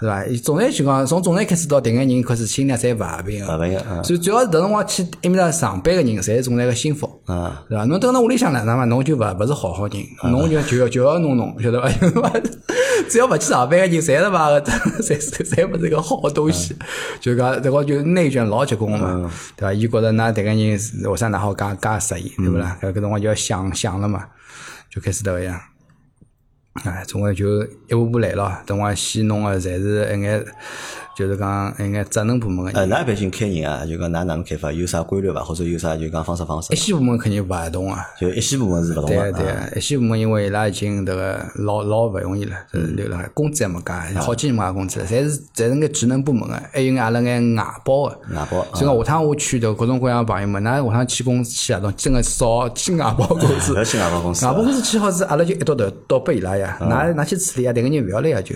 [SPEAKER 2] 是伐？伊从来就讲从从来开始到迭个人开始心里侪勿和平
[SPEAKER 1] 勿
[SPEAKER 2] 个，
[SPEAKER 1] 平啊
[SPEAKER 2] 所以主要是迭辰光去埃面搭上班个人，侪是种那个心腹。
[SPEAKER 1] 啊，
[SPEAKER 2] 对伐？侬蹲辣屋里向哪能嘛，侬就勿勿是好好人，侬就就要就要弄弄，晓得伐？因为 <laughs> 只要勿去上班个人，侪是伐？ <laughs> 侪是侪勿是一个好东西。
[SPEAKER 1] 啊
[SPEAKER 2] 就讲迭个就内卷老结棍嘛，对伐？伊觉着㑚迭个人是为啥㑚好介介适意，对勿啦？
[SPEAKER 1] 嗯
[SPEAKER 2] 搿搿辰光就要想想了嘛，就开始迭个样。哎，总归就一步步来咯。等我先弄个，侪是一眼，就是讲一眼职能部门个
[SPEAKER 1] 呃，㑚毕竟开人啊，就讲㑚哪能开法，有啥规律伐？或者有啥就讲方式方式
[SPEAKER 2] 一？线部门肯定勿合同啊，
[SPEAKER 1] 就一线部门是勿同呃
[SPEAKER 2] 对
[SPEAKER 1] 个
[SPEAKER 2] 啊，对啊，一些部门因为伊拉已经迭个老老勿容易了，就是留辣海，工资也没加，好几年没加工资了，侪是侪是眼职能部门个，还有眼阿拉眼外包个。
[SPEAKER 1] 外包
[SPEAKER 2] 所以讲下趟我去的各种各样的朋友们，那下趟去公司去啊，侬真个少去外包公司
[SPEAKER 1] 勿。要去外包公司
[SPEAKER 2] 外包。公司去好是阿拉就一刀头倒拨伊拉呀，拿拿去处理呀，迭个人勿要来呀就。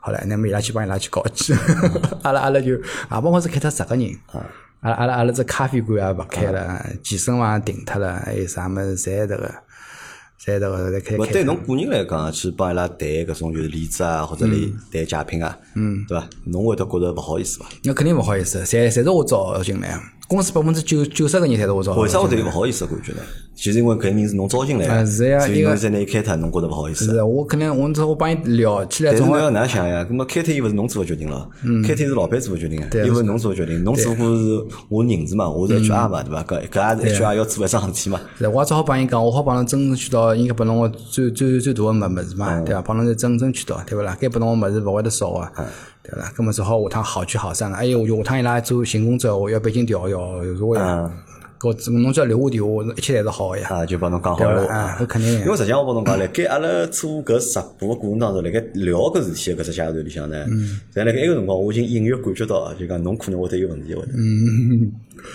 [SPEAKER 2] 好了，那么伊拉去帮伊拉去搞去，阿拉阿拉就外包公司开脱十个人。阿拉阿拉阿拉只咖啡馆也勿开了，健身房也停脱了，还有啥么子侪迭个，侪迭个侪开
[SPEAKER 1] 勿
[SPEAKER 2] 开。
[SPEAKER 1] 对侬个人来讲，啊去帮伊拉谈搿种就是离职啊，或者离谈解聘啊，嗯，对伐？侬会得觉着勿好意思伐？
[SPEAKER 2] 那肯定勿好意思，侪侪是我招进来，公司百分之九九十个人侪是我招进来。
[SPEAKER 1] 为啥会得有勿好意思的感觉呢？就是因为搿人是侬招进来
[SPEAKER 2] 啊
[SPEAKER 1] 的，
[SPEAKER 2] 是呀
[SPEAKER 1] 所以
[SPEAKER 2] 因为
[SPEAKER 1] 侬在那一开脱，侬觉着勿好意思。啊
[SPEAKER 2] 是我肯定，我只我帮伊聊起来，
[SPEAKER 1] 但是
[SPEAKER 2] 总
[SPEAKER 1] 侬
[SPEAKER 2] 啊嗯归
[SPEAKER 1] 要哪想呀？葛末开脱伊勿是侬做个决定了，开脱是老板做个决定啊，又勿是侬做个决定，侬
[SPEAKER 2] 啊
[SPEAKER 1] 只不过是我人事嘛，我
[SPEAKER 2] 嗯
[SPEAKER 1] 是 HR 嘛，对伐？搿搿也
[SPEAKER 2] 啊
[SPEAKER 1] 是 HR 要做一桩事体嘛，
[SPEAKER 2] 是我也只好帮伊讲，我好帮侬争取到应该拨侬个最最最大个物物事嘛，对伐？帮侬再争争取到，对勿啦？该拨侬个物事勿会得少个，对勿啦？搿么只好下趟好聚好散啊了。还有，我就下趟伊拉做寻工作，我要北京调要有时候呀，搿我只侬只要留我电话，一切侪是嗯好个呀，
[SPEAKER 1] 嗯啊，就帮侬讲好
[SPEAKER 2] 对勿
[SPEAKER 1] 了
[SPEAKER 2] 啦？。啊，搿肯定
[SPEAKER 1] 因
[SPEAKER 2] 个。
[SPEAKER 1] 为实际上我帮侬讲，
[SPEAKER 2] <coughs>
[SPEAKER 1] 辣盖阿拉做搿直播过程当中，辣盖聊搿事体的搿只阶段里向呢，
[SPEAKER 2] 嗯
[SPEAKER 1] 在辣盖埃个辰光，我已经隐约感觉到啊，就讲侬可能会得有问题，会
[SPEAKER 2] <laughs>
[SPEAKER 1] 得。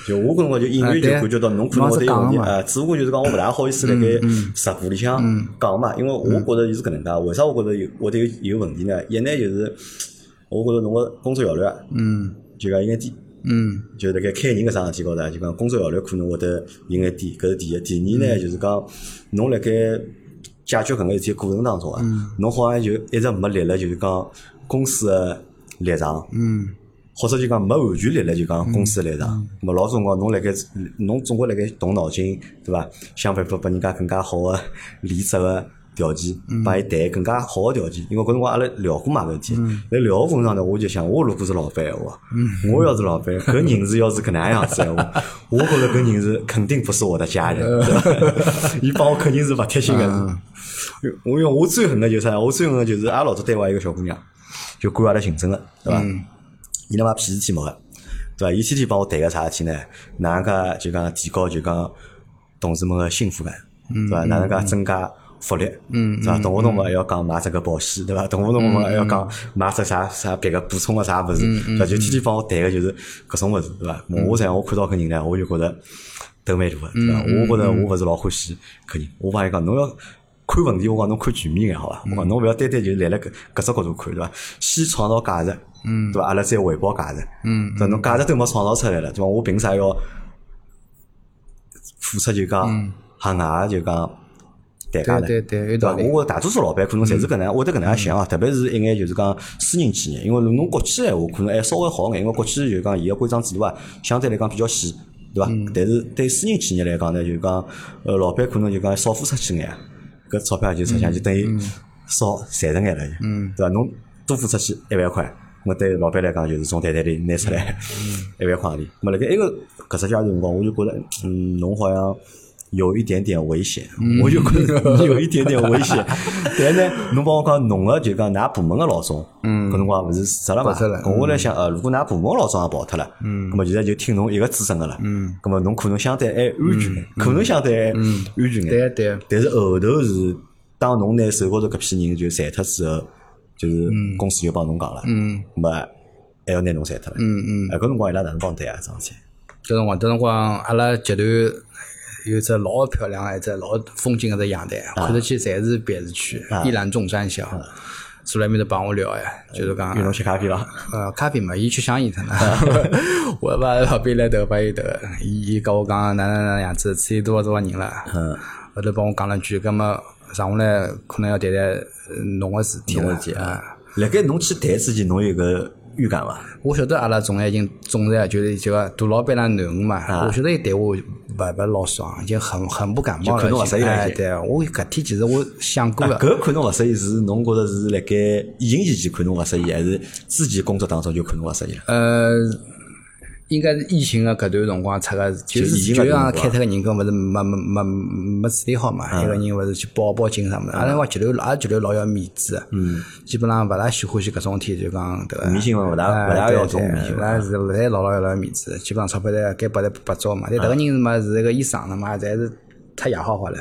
[SPEAKER 1] 就我搿辰光就隐约就感觉到侬可能会得有问题
[SPEAKER 2] 啊对啊侬是讲嗯的
[SPEAKER 1] 啊，只不过就是讲我勿大好意思辣盖直播里向
[SPEAKER 2] 嗯
[SPEAKER 1] 讲嘛，因为我觉着就是搿能介。为啥我觉着有会得有有问题呢？一呢就是我觉着侬个工作效率，嗯，就讲有眼低。
[SPEAKER 2] 嗯，
[SPEAKER 1] 就辣盖开人搿桩事体高头啊，就讲工作效率可能会得有眼低，搿是第一。第二呢，就是讲侬辣盖解决搿个事体过程当中啊，侬好像就一直没立了，就是讲公司个立场，嗯，或者就讲没完全立了，就讲公司个立场。咾老总讲侬辣盖侬总归辣盖动脑筋，对伐？想办法拨人家更加好个离职个。条件，帮伊谈更加好个条件，因为搿辰光阿拉聊过嘛搿事体。辣聊个过程当中，我就想，我如果是老板闲话，我要是老板，搿人事要是搿能样子闲话，我觉着搿人事肯定不是我的家人，对伐 <laughs> 伊帮我肯定是勿贴心个。我因为我最恨个就是啥？我最恨个就是阿拉老早单位有一个小姑娘，就管阿拉行政个，对伐？伊他妈屁事体没个，对伐？伊天天帮我谈个啥事体呢？哪能介就讲提高就讲同事们个幸福感，对伐？哪能介增加福利，嗯，嗯对伐？动勿动嘛还要讲买只个保险，对伐？动勿动嘛还要讲买只啥啥别个补充个啥物事，对伐？就天天帮我谈个就是搿种物事，对伐？我实际上我看到搿人呢，我就觉着头蛮大个，对伐？我觉着我勿是老欢喜搿人，我帮伊讲侬要。看问题，我讲侬看全面眼好伐？啊我讲侬勿要单单就是辣辣搿搿只角度看，对伐？先创造价值，嗯，对伐？阿拉再回报价值，嗯，对伐？侬价值都没创造出来了，对伐？我凭啥要付出就讲行外就讲代价呢？
[SPEAKER 2] 对对对有
[SPEAKER 1] 伐
[SPEAKER 2] 道理嗯
[SPEAKER 1] 我觉着大多数老板可能侪是搿能，会得搿能介想啊，特别是一眼就是讲私人企业，因为侬国企闲话可能还稍微好眼，因为国企就讲伊个规章制度啊，相对来讲比较细，对伐？
[SPEAKER 2] 嗯
[SPEAKER 1] 但是对私人企业来讲呢，就讲呃老板可能就讲少付出去眼，搿钞票就实际
[SPEAKER 2] 嗯
[SPEAKER 1] 上就等于少赚着眼了，嗯，对伐？侬多付出去一万块。我对老板来讲，就是从袋袋里拿出来
[SPEAKER 2] 嗯
[SPEAKER 1] <laughs> 一万块钿。那么辣盖埃个搿只阶段辰光，我就觉得，嗯，侬好像有一点点危险，我就觉得有一点点危 <laughs> 险。但呢，侬帮我讲，侬个就讲㑚部门个老总，嗯，搿辰光勿是辞职了嘛？
[SPEAKER 2] 辞职了
[SPEAKER 1] 咾我来想，呃，如果㑚部门老总也跑脱了，嗯，咁么现在就听侬一个资深个了，嗯，咁么侬可能相对还安全眼，可能相对还安全眼，
[SPEAKER 2] 对啊对啊，
[SPEAKER 1] 但是后头是，当侬拿手高头搿批人就裁脱之后，就是公司就帮侬讲了，嗯，么还要拿侬裁脱了，嗯嗯，哎，搿辰光伊拉哪能帮侬谈啊？桩事体，
[SPEAKER 2] 搿辰光，搿辰光阿拉集团有只老漂嗯亮的一只老风景个只阳台，看得起侪是别墅区，一览众山小。坐辣埃面头帮我聊哎，就是讲
[SPEAKER 1] 有侬吃咖啡了，
[SPEAKER 2] 呃，咖啡嘛，伊去相
[SPEAKER 1] <laughs>
[SPEAKER 2] 应脱了。我把老板来投把伊投，伊伊跟我讲哪哪哪样子，处理多少多少人了。嗯。后头帮我讲了句，葛么上下来可能要谈谈呃侬个事体
[SPEAKER 1] 侬
[SPEAKER 2] 了
[SPEAKER 1] 个事体
[SPEAKER 2] 啊。
[SPEAKER 1] 辣盖侬去谈之前，侬有个预感伐？
[SPEAKER 2] 我晓得阿拉总裁已经总裁就是这个大老板啦，男个
[SPEAKER 1] 啊
[SPEAKER 2] 嘛，我晓得伊对我勿勿老爽，已经很很不感
[SPEAKER 1] 就
[SPEAKER 2] 冒
[SPEAKER 1] 看侬
[SPEAKER 2] 了。
[SPEAKER 1] 勿适
[SPEAKER 2] 现
[SPEAKER 1] 意
[SPEAKER 2] 在
[SPEAKER 1] 了已
[SPEAKER 2] 哎，
[SPEAKER 1] 经
[SPEAKER 2] 对，我搿天其实我想过
[SPEAKER 1] 啊
[SPEAKER 2] 了，
[SPEAKER 1] 搿看侬勿适意是侬觉着是辣盖疫情期间看侬勿适意，还是之前工作当中就看侬勿适意了？
[SPEAKER 2] 呃，应该是疫情个搿段辰光出个，就
[SPEAKER 1] 疫
[SPEAKER 2] 是
[SPEAKER 1] 情
[SPEAKER 2] 就
[SPEAKER 1] 搿段辰
[SPEAKER 2] 像
[SPEAKER 1] 光
[SPEAKER 2] 开脱个人工勿是没没没没处理好嘛，一个人勿是去报报警啥物事，阿拉话剧团阿拉剧团老要面子，嗯，基本上勿大喜欢喜搿种天，就讲对伐？
[SPEAKER 1] 迷信嘛勿大
[SPEAKER 2] 哎
[SPEAKER 1] 勿大
[SPEAKER 2] 对
[SPEAKER 1] 要种
[SPEAKER 2] 对
[SPEAKER 1] 迷信
[SPEAKER 2] 勿大是勿太老老要老面子，基本上钞票在该拨的拨交嘛。但迭个人嘛是一个医生了嘛，侪是太野花花了，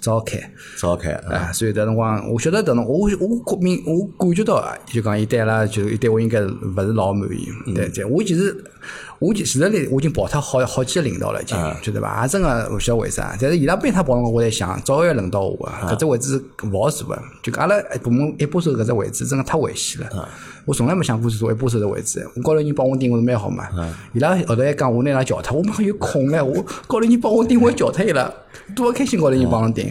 [SPEAKER 2] 早开。
[SPEAKER 1] 早开啊！
[SPEAKER 2] 啊，所以搿辰光，我晓得搿辰光，我我感明我感觉到啊，就讲伊对阿拉就伊对我应该勿是老满意。对对，我其实我其实里我已经跑脱好好几个领导了，已经晓得伐？也真个勿晓得为啥，但是伊拉每趟跑辰光，我在想，早要轮到我啊，搿只位置是勿好坐个，就讲阿拉部门一把手搿只位置真个太危险了。我从来没想过是坐一把手的位置，我高头人帮我盯，我是蛮好嘛。伊拉后头还讲我拿伊拉叫脱，我马 <laughs> 上有空了，我高头人帮我盯，我还叫脱伊拉，多开心高头人帮我盯。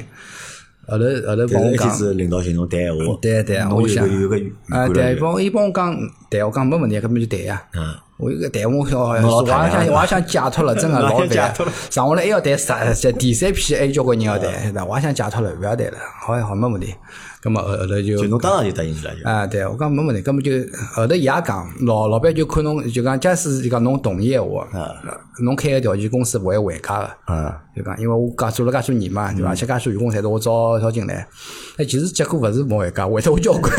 [SPEAKER 2] 后头后
[SPEAKER 1] 但
[SPEAKER 2] 头帮
[SPEAKER 1] 是
[SPEAKER 2] 我
[SPEAKER 1] 一天
[SPEAKER 2] 讲，
[SPEAKER 1] 子领导寻侬谈闲话，
[SPEAKER 2] 对对，
[SPEAKER 1] 侬
[SPEAKER 2] 我
[SPEAKER 1] 有
[SPEAKER 2] 想
[SPEAKER 1] 个有个预
[SPEAKER 2] 啊，
[SPEAKER 1] 感
[SPEAKER 2] 对，
[SPEAKER 1] 了
[SPEAKER 2] 伊
[SPEAKER 1] 就。
[SPEAKER 2] 帮伊帮我讲，对我讲没问题，搿么就对呀。
[SPEAKER 1] 嗯，
[SPEAKER 2] 我有个谈，我想，我也
[SPEAKER 1] 侬老坦
[SPEAKER 2] 想，
[SPEAKER 1] 然
[SPEAKER 2] 我也想解脱了，
[SPEAKER 1] <laughs>
[SPEAKER 2] 真个老
[SPEAKER 1] 老解
[SPEAKER 2] 烦
[SPEAKER 1] 脱了。嗯
[SPEAKER 2] 上下来还要谈啥？这第三批还有交关人要谈，对吧？我也想解脱了，勿要谈了。好呀，好，没问题。搿么后后头就
[SPEAKER 1] 就侬当场就答应伊拉就。
[SPEAKER 2] 啊，对我讲没问题，根本就后头伊也讲，老老板就看侬，就讲假使就讲侬同意的话，侬开个条件，公司勿会还价个。
[SPEAKER 1] 啊，嗯
[SPEAKER 2] 就讲因为我介做了介许多年嘛，对伐？而且介许多员工侪是我招招进来，但其实结果勿是没还价，还得我交关。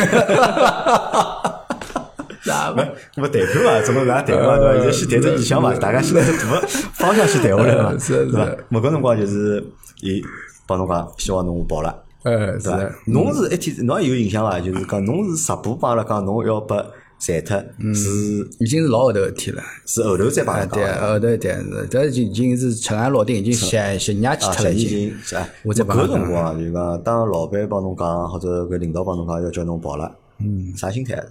[SPEAKER 2] 那
[SPEAKER 1] <laughs> 没，没谈判嘛，总归大家谈嘛，对伐？现在先谈只意向嘛，大家先从大方向先谈下来嘛，
[SPEAKER 2] 嗯 <laughs> 是
[SPEAKER 1] 对伐
[SPEAKER 2] 是？
[SPEAKER 1] 某个辰光就是伊帮侬讲，希望侬跑了，
[SPEAKER 2] 呃，是
[SPEAKER 1] 对伐
[SPEAKER 2] 的，？
[SPEAKER 1] 侬是一天，侬也有印象伐？就是讲侬是直播帮阿拉讲，侬要拨裁脱，是
[SPEAKER 2] 已经是老后头的事体了。
[SPEAKER 1] 是后头再帮阿拉讲
[SPEAKER 2] 嗯呃对，啊
[SPEAKER 1] 的。
[SPEAKER 2] 后头一点，这已经是尘埃落定，已经写写伢去
[SPEAKER 1] 啊，
[SPEAKER 2] 脱了，
[SPEAKER 1] 已
[SPEAKER 2] 已经。
[SPEAKER 1] 经是啊，
[SPEAKER 2] 我再帮
[SPEAKER 1] 搿
[SPEAKER 2] 侬
[SPEAKER 1] 辰光就是讲，当老板帮侬讲，或者搿领导帮侬讲要叫侬跑了，嗯，啥心态？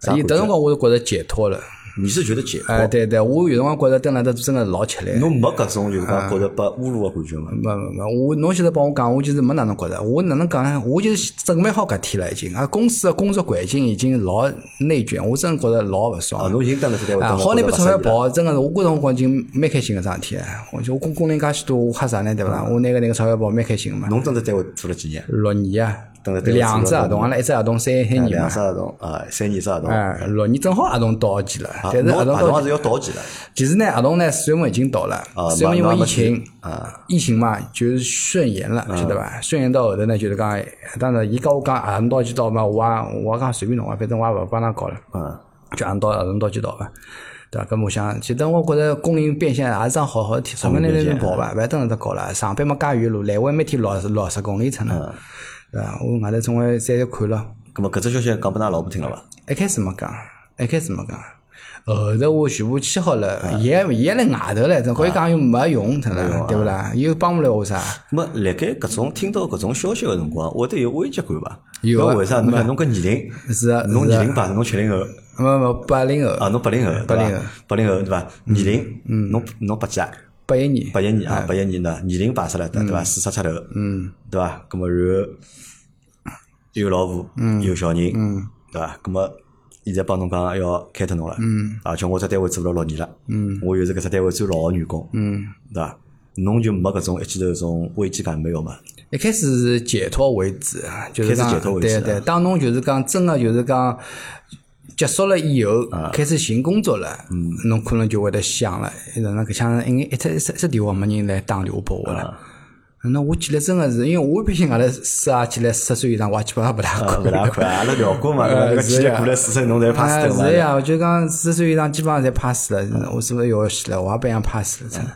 [SPEAKER 1] 啥
[SPEAKER 2] 伊
[SPEAKER 1] 感
[SPEAKER 2] 迭辰
[SPEAKER 1] 觉？
[SPEAKER 2] 哎光我就觉着解脱了。
[SPEAKER 1] 你是觉得解脱？
[SPEAKER 2] 哎，对对，我有辰光觉着蹲辣搭真个老吃力。
[SPEAKER 1] 侬没搿种就是
[SPEAKER 2] 啊
[SPEAKER 1] 讲觉着被侮辱的感觉吗？
[SPEAKER 2] 没没没，我侬现在帮我讲，我就是没哪能觉着，我哪能讲呢？我就是准备好搿天了已经，啊，公司的工作环境已经老内卷，我真的觉着老勿
[SPEAKER 1] 啊，
[SPEAKER 2] 爽。
[SPEAKER 1] 侬已经当了这单位，
[SPEAKER 2] 啊，
[SPEAKER 1] 当了
[SPEAKER 2] 好难
[SPEAKER 1] 老
[SPEAKER 2] 被
[SPEAKER 1] 板
[SPEAKER 2] 钞票
[SPEAKER 1] 生意了
[SPEAKER 2] 跑，真个是我觉着我光已经蛮开心个桩事体。啊我就我工工龄介许多，我吓啥呢？对勿啦？我拿搿那个钞票跑蛮开心嘛。
[SPEAKER 1] 嗯侬蹲在单位做了几年？
[SPEAKER 2] 六年啊
[SPEAKER 1] 等了，等了
[SPEAKER 2] 两只合同，阿拉一只合同三三年
[SPEAKER 1] 两
[SPEAKER 2] 嘛
[SPEAKER 1] 只。合同啊，三年只合同。啊，
[SPEAKER 2] 哎，六年正好合同到期了，但是合
[SPEAKER 1] 侬
[SPEAKER 2] 同
[SPEAKER 1] 合同
[SPEAKER 2] 到
[SPEAKER 1] 还
[SPEAKER 2] 期，
[SPEAKER 1] 是要到期了。
[SPEAKER 2] 其实呢合同呢四月份已经到了
[SPEAKER 1] 啊，
[SPEAKER 2] 四月份因
[SPEAKER 1] 马马
[SPEAKER 2] 为疫
[SPEAKER 1] 上去
[SPEAKER 2] 情，疫情嘛就是顺延了，晓得伐？顺延到后头呢就是讲，哎当然伊跟我讲合同到期到嘛，我也我也讲随便侬啊，反正我也勿帮他搞了。
[SPEAKER 1] 嗯，
[SPEAKER 2] 就按到按到就到伐？对伐？搿么我想，其实我觉着工龄变现也是桩好好的体，钞票拿来能跑伐？勿要等着搞了，上班嘛介远路，来回每天六十六十公里程呢，对伐？我外头总归再看了，
[SPEAKER 1] 咁么搿只消息讲拨㑚老婆听了伐？
[SPEAKER 2] 一开始没讲，一开始没讲。后头呃我全部签好了，伊还伊还辣外头唻，总归讲又没用，脱了，
[SPEAKER 1] 啊
[SPEAKER 2] 对勿啦？又帮勿了我啥？
[SPEAKER 1] 咁么辣盖搿种听到搿种消息个辰光，会得有危机感伐？
[SPEAKER 2] 有啊
[SPEAKER 1] 搿为啥？侬讲侬搿年
[SPEAKER 2] 是啊
[SPEAKER 1] 龄，侬
[SPEAKER 2] 是啊
[SPEAKER 1] 年龄排是侬七零后
[SPEAKER 2] 没没八零后，
[SPEAKER 1] 啊，侬八零后嗯对
[SPEAKER 2] 80
[SPEAKER 1] 伐
[SPEAKER 2] 后？
[SPEAKER 1] 八零后对伐？年龄，侬侬八几啊？
[SPEAKER 2] 八一年，
[SPEAKER 1] 八一年啊，八一年呢，年龄排出来的对伐？四十出头，嗯，对伐？咁么然后有老婆，嗯，有小人，嗯，对伐？咁么现在帮侬讲要开脱侬了，嗯，而且我只单位做了六年了，嗯，我又是搿只单位最老个员工，嗯，对伐？侬就没搿种一记头搿种危机感没有嘛？
[SPEAKER 2] 一开始是解脱为主，就是
[SPEAKER 1] 开
[SPEAKER 2] 讲
[SPEAKER 1] 始解脱为主
[SPEAKER 2] 对
[SPEAKER 1] 啊
[SPEAKER 2] 对，当侬就是讲真个就是讲结束了以后，
[SPEAKER 1] 啊
[SPEAKER 2] 开始寻工作了，
[SPEAKER 1] 嗯
[SPEAKER 2] 侬可能就会得想了，哪能搿腔应该一只一只一只电话没人来打电话拨我
[SPEAKER 1] 啊
[SPEAKER 2] 了。那我记得真个是，因为我毕竟阿拉四啊起来四十岁以上，我也基本上勿大
[SPEAKER 1] 勿啊 <laughs> 大快，阿拉聊过嘛，对伐？
[SPEAKER 2] 呃
[SPEAKER 1] 那个企
[SPEAKER 2] 是
[SPEAKER 1] 业
[SPEAKER 2] 呀
[SPEAKER 1] 过来四十，侬侪 pass
[SPEAKER 2] 啊
[SPEAKER 1] 脱嘛
[SPEAKER 2] 是？呀，我就讲四十岁以上基本上侪 pass 了，我是不是要死了？我也不想 pass 了，真的。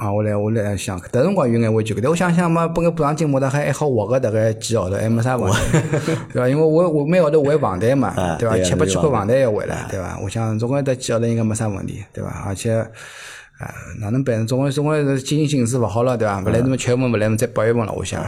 [SPEAKER 2] 啊，我来我来想，搿辰光有眼畏惧，但我想想嘛，拨个补偿金我大概还好活个大概几个号头，还没啥问题， <laughs> 对伐？因为我我每个号头还房贷嘛，
[SPEAKER 1] <laughs> 啊
[SPEAKER 2] 对伐？
[SPEAKER 1] 对啊
[SPEAKER 2] 七八
[SPEAKER 1] 有
[SPEAKER 2] 千块
[SPEAKER 1] 房
[SPEAKER 2] 房贷要还了，对伐？我想总归得几个号头应该没啥问题，对伐？而且。啊，
[SPEAKER 1] 啊
[SPEAKER 2] 哪能办？总归总归是经济形势勿好了，对伐？勿来那么七月份，勿来那么再八月份了，我想。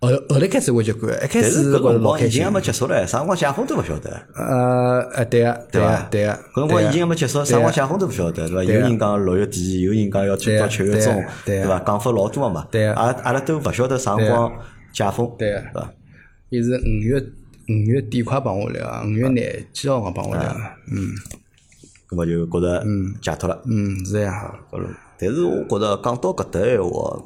[SPEAKER 2] 后后头开始会结棍，一开
[SPEAKER 1] 但
[SPEAKER 2] 始
[SPEAKER 1] 哎是搿啊
[SPEAKER 2] 觉着
[SPEAKER 1] 辰
[SPEAKER 2] 老
[SPEAKER 1] 光
[SPEAKER 2] 开
[SPEAKER 1] 疫情
[SPEAKER 2] 心
[SPEAKER 1] 还。没结束嘞，啥辰光解封都勿晓得。
[SPEAKER 2] 呃，呃，对个，对
[SPEAKER 1] 伐
[SPEAKER 2] 个，对个。
[SPEAKER 1] 啊
[SPEAKER 2] 啊
[SPEAKER 1] 搿辰光
[SPEAKER 2] 对个
[SPEAKER 1] 疫情还没结束，啥辰光解封都勿晓得，对伐？有
[SPEAKER 2] 对啊
[SPEAKER 1] 人讲六月底，有人讲要推到
[SPEAKER 2] 对啊
[SPEAKER 1] 七月中，
[SPEAKER 2] 对
[SPEAKER 1] 对
[SPEAKER 2] 啊
[SPEAKER 1] 伐？讲法老多嘛。
[SPEAKER 2] 对啊啊
[SPEAKER 1] 阿拉阿拉都勿晓得啥辰光解封，
[SPEAKER 2] 对啊
[SPEAKER 1] 对伐？
[SPEAKER 2] 伊是五月五月底快帮我聊，五月廿几号快帮我聊。嗯
[SPEAKER 1] 葛末就觉着解脱了。
[SPEAKER 2] 嗯，是呀。
[SPEAKER 1] 好了但是我觉着讲到搿搭闲话，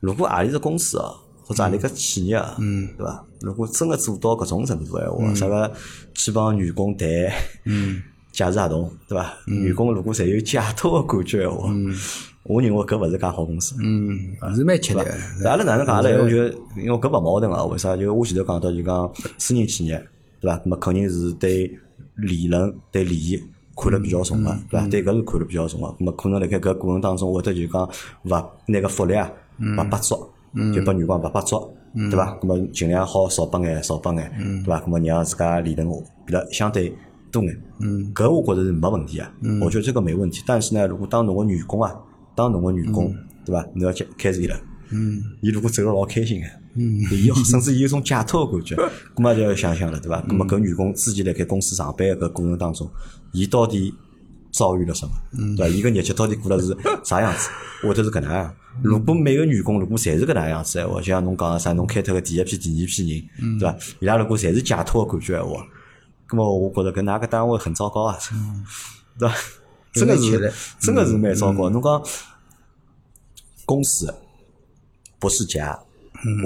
[SPEAKER 1] 如果阿里只公司啊，或者阿里个企业啊，
[SPEAKER 2] 嗯
[SPEAKER 1] 对伐？如果真个做到搿种程度闲话，啥个去帮员工谈，嗯，解释合同，对伐？
[SPEAKER 2] 嗯
[SPEAKER 1] 员工如果侪有解脱个感觉闲话，我认为搿勿是家好公司。
[SPEAKER 2] 嗯，是蛮吃力个。
[SPEAKER 1] 对阿拉哪能讲嘞？我就因为搿勿矛盾啊，为啥？就我前头讲到就讲私人企业，对伐？那么肯定是对利润、对利益看了比较重个，对伐？对搿是看了比较重个。那么可能辣盖搿过程当中，会得就讲勿拿个福利啊，勿拨足，就拨员工勿拨足，对伐？那么尽量好少拨眼，少拨眼，对伐？那么让自家利润变得相对。多眼，嗯，搿我觉着是没问题啊，我觉得这个没问题。但是呢，如果当侬个员工啊，当侬个员工，对伐？侬要开开除伊了，
[SPEAKER 2] 嗯
[SPEAKER 1] 伊如果走了老开心个，哎伊有甚至伊有种解脱个感觉， <laughs> 咁么就要想想了，对伐？咁么搿员工之前辣盖公司上班个搿过程当中，伊到底遭遇了什么？
[SPEAKER 2] 嗯
[SPEAKER 1] 对伐？伊个日脚到底过了是啥样子，或者是搿能样？如果每个员工如果侪是搿能样子闲话，就像侬讲个啥，侬开脱个第一批、第二批
[SPEAKER 2] 嗯
[SPEAKER 1] 人，对伐？伊拉如果侪是解脱个感觉闲话，咁么我觉着搿哪个单位很糟糕啊， <laughs> 对伐？真个
[SPEAKER 2] 嗯有眼嗯
[SPEAKER 1] 是
[SPEAKER 2] 气，
[SPEAKER 1] 真个是蛮糟糕。侬讲公司不是家，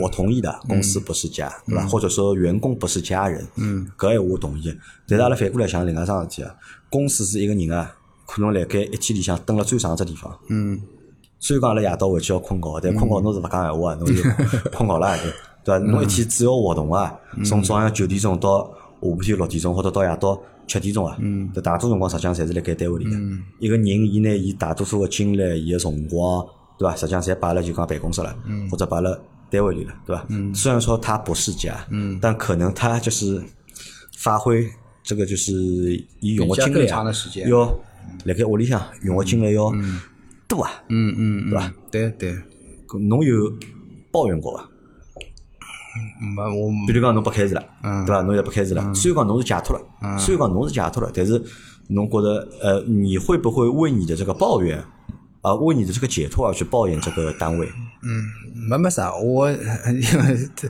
[SPEAKER 1] 我同意的，公司不是家，对吧？或者说员工不是家人，嗯，搿闲话我同意。但是阿拉反过来想另外一桩事体啊，公司是一个人啊，可能辣盖一天里向蹲了最长只地方，
[SPEAKER 2] 嗯，
[SPEAKER 1] 虽然讲阿拉夜到回去要困觉，但困觉侬是勿讲闲话啊，
[SPEAKER 2] <laughs>
[SPEAKER 1] 侬就困觉了就，啊对伐？
[SPEAKER 2] 嗯
[SPEAKER 1] 侬一天主要活动啊，从早浪九点钟到下半天六点钟，或者到夜到七点钟啊，
[SPEAKER 2] 嗯
[SPEAKER 1] 对大多数辰光实际上侪是辣盖单位里个。一个人伊拿伊大多数个精力、伊个辰光，对伐？实际上侪摆辣就讲办公室了，
[SPEAKER 2] 嗯
[SPEAKER 1] 或者摆辣单位里了，对伐？虽然说他不是家，
[SPEAKER 2] 嗯
[SPEAKER 1] 但可能他就是发挥这个就是伊用个
[SPEAKER 2] 比较
[SPEAKER 1] 精力
[SPEAKER 2] 更
[SPEAKER 1] 啊
[SPEAKER 2] 长的时间
[SPEAKER 1] 要辣盖屋里向用个精力要多啊。
[SPEAKER 2] 嗯嗯，对伐？对对，嗯
[SPEAKER 1] 搿侬有抱怨过伐？
[SPEAKER 2] 没我
[SPEAKER 1] 比如讲侬被开除了，对伐？侬现在被开除了，虽然讲侬是解脱了，虽然讲侬是解脱了，但是侬觉得呃，你会不会为你的这个抱怨啊、为你的这个解脱而去抱怨这个单位？
[SPEAKER 2] 没没啥，我 <laughs> 因为这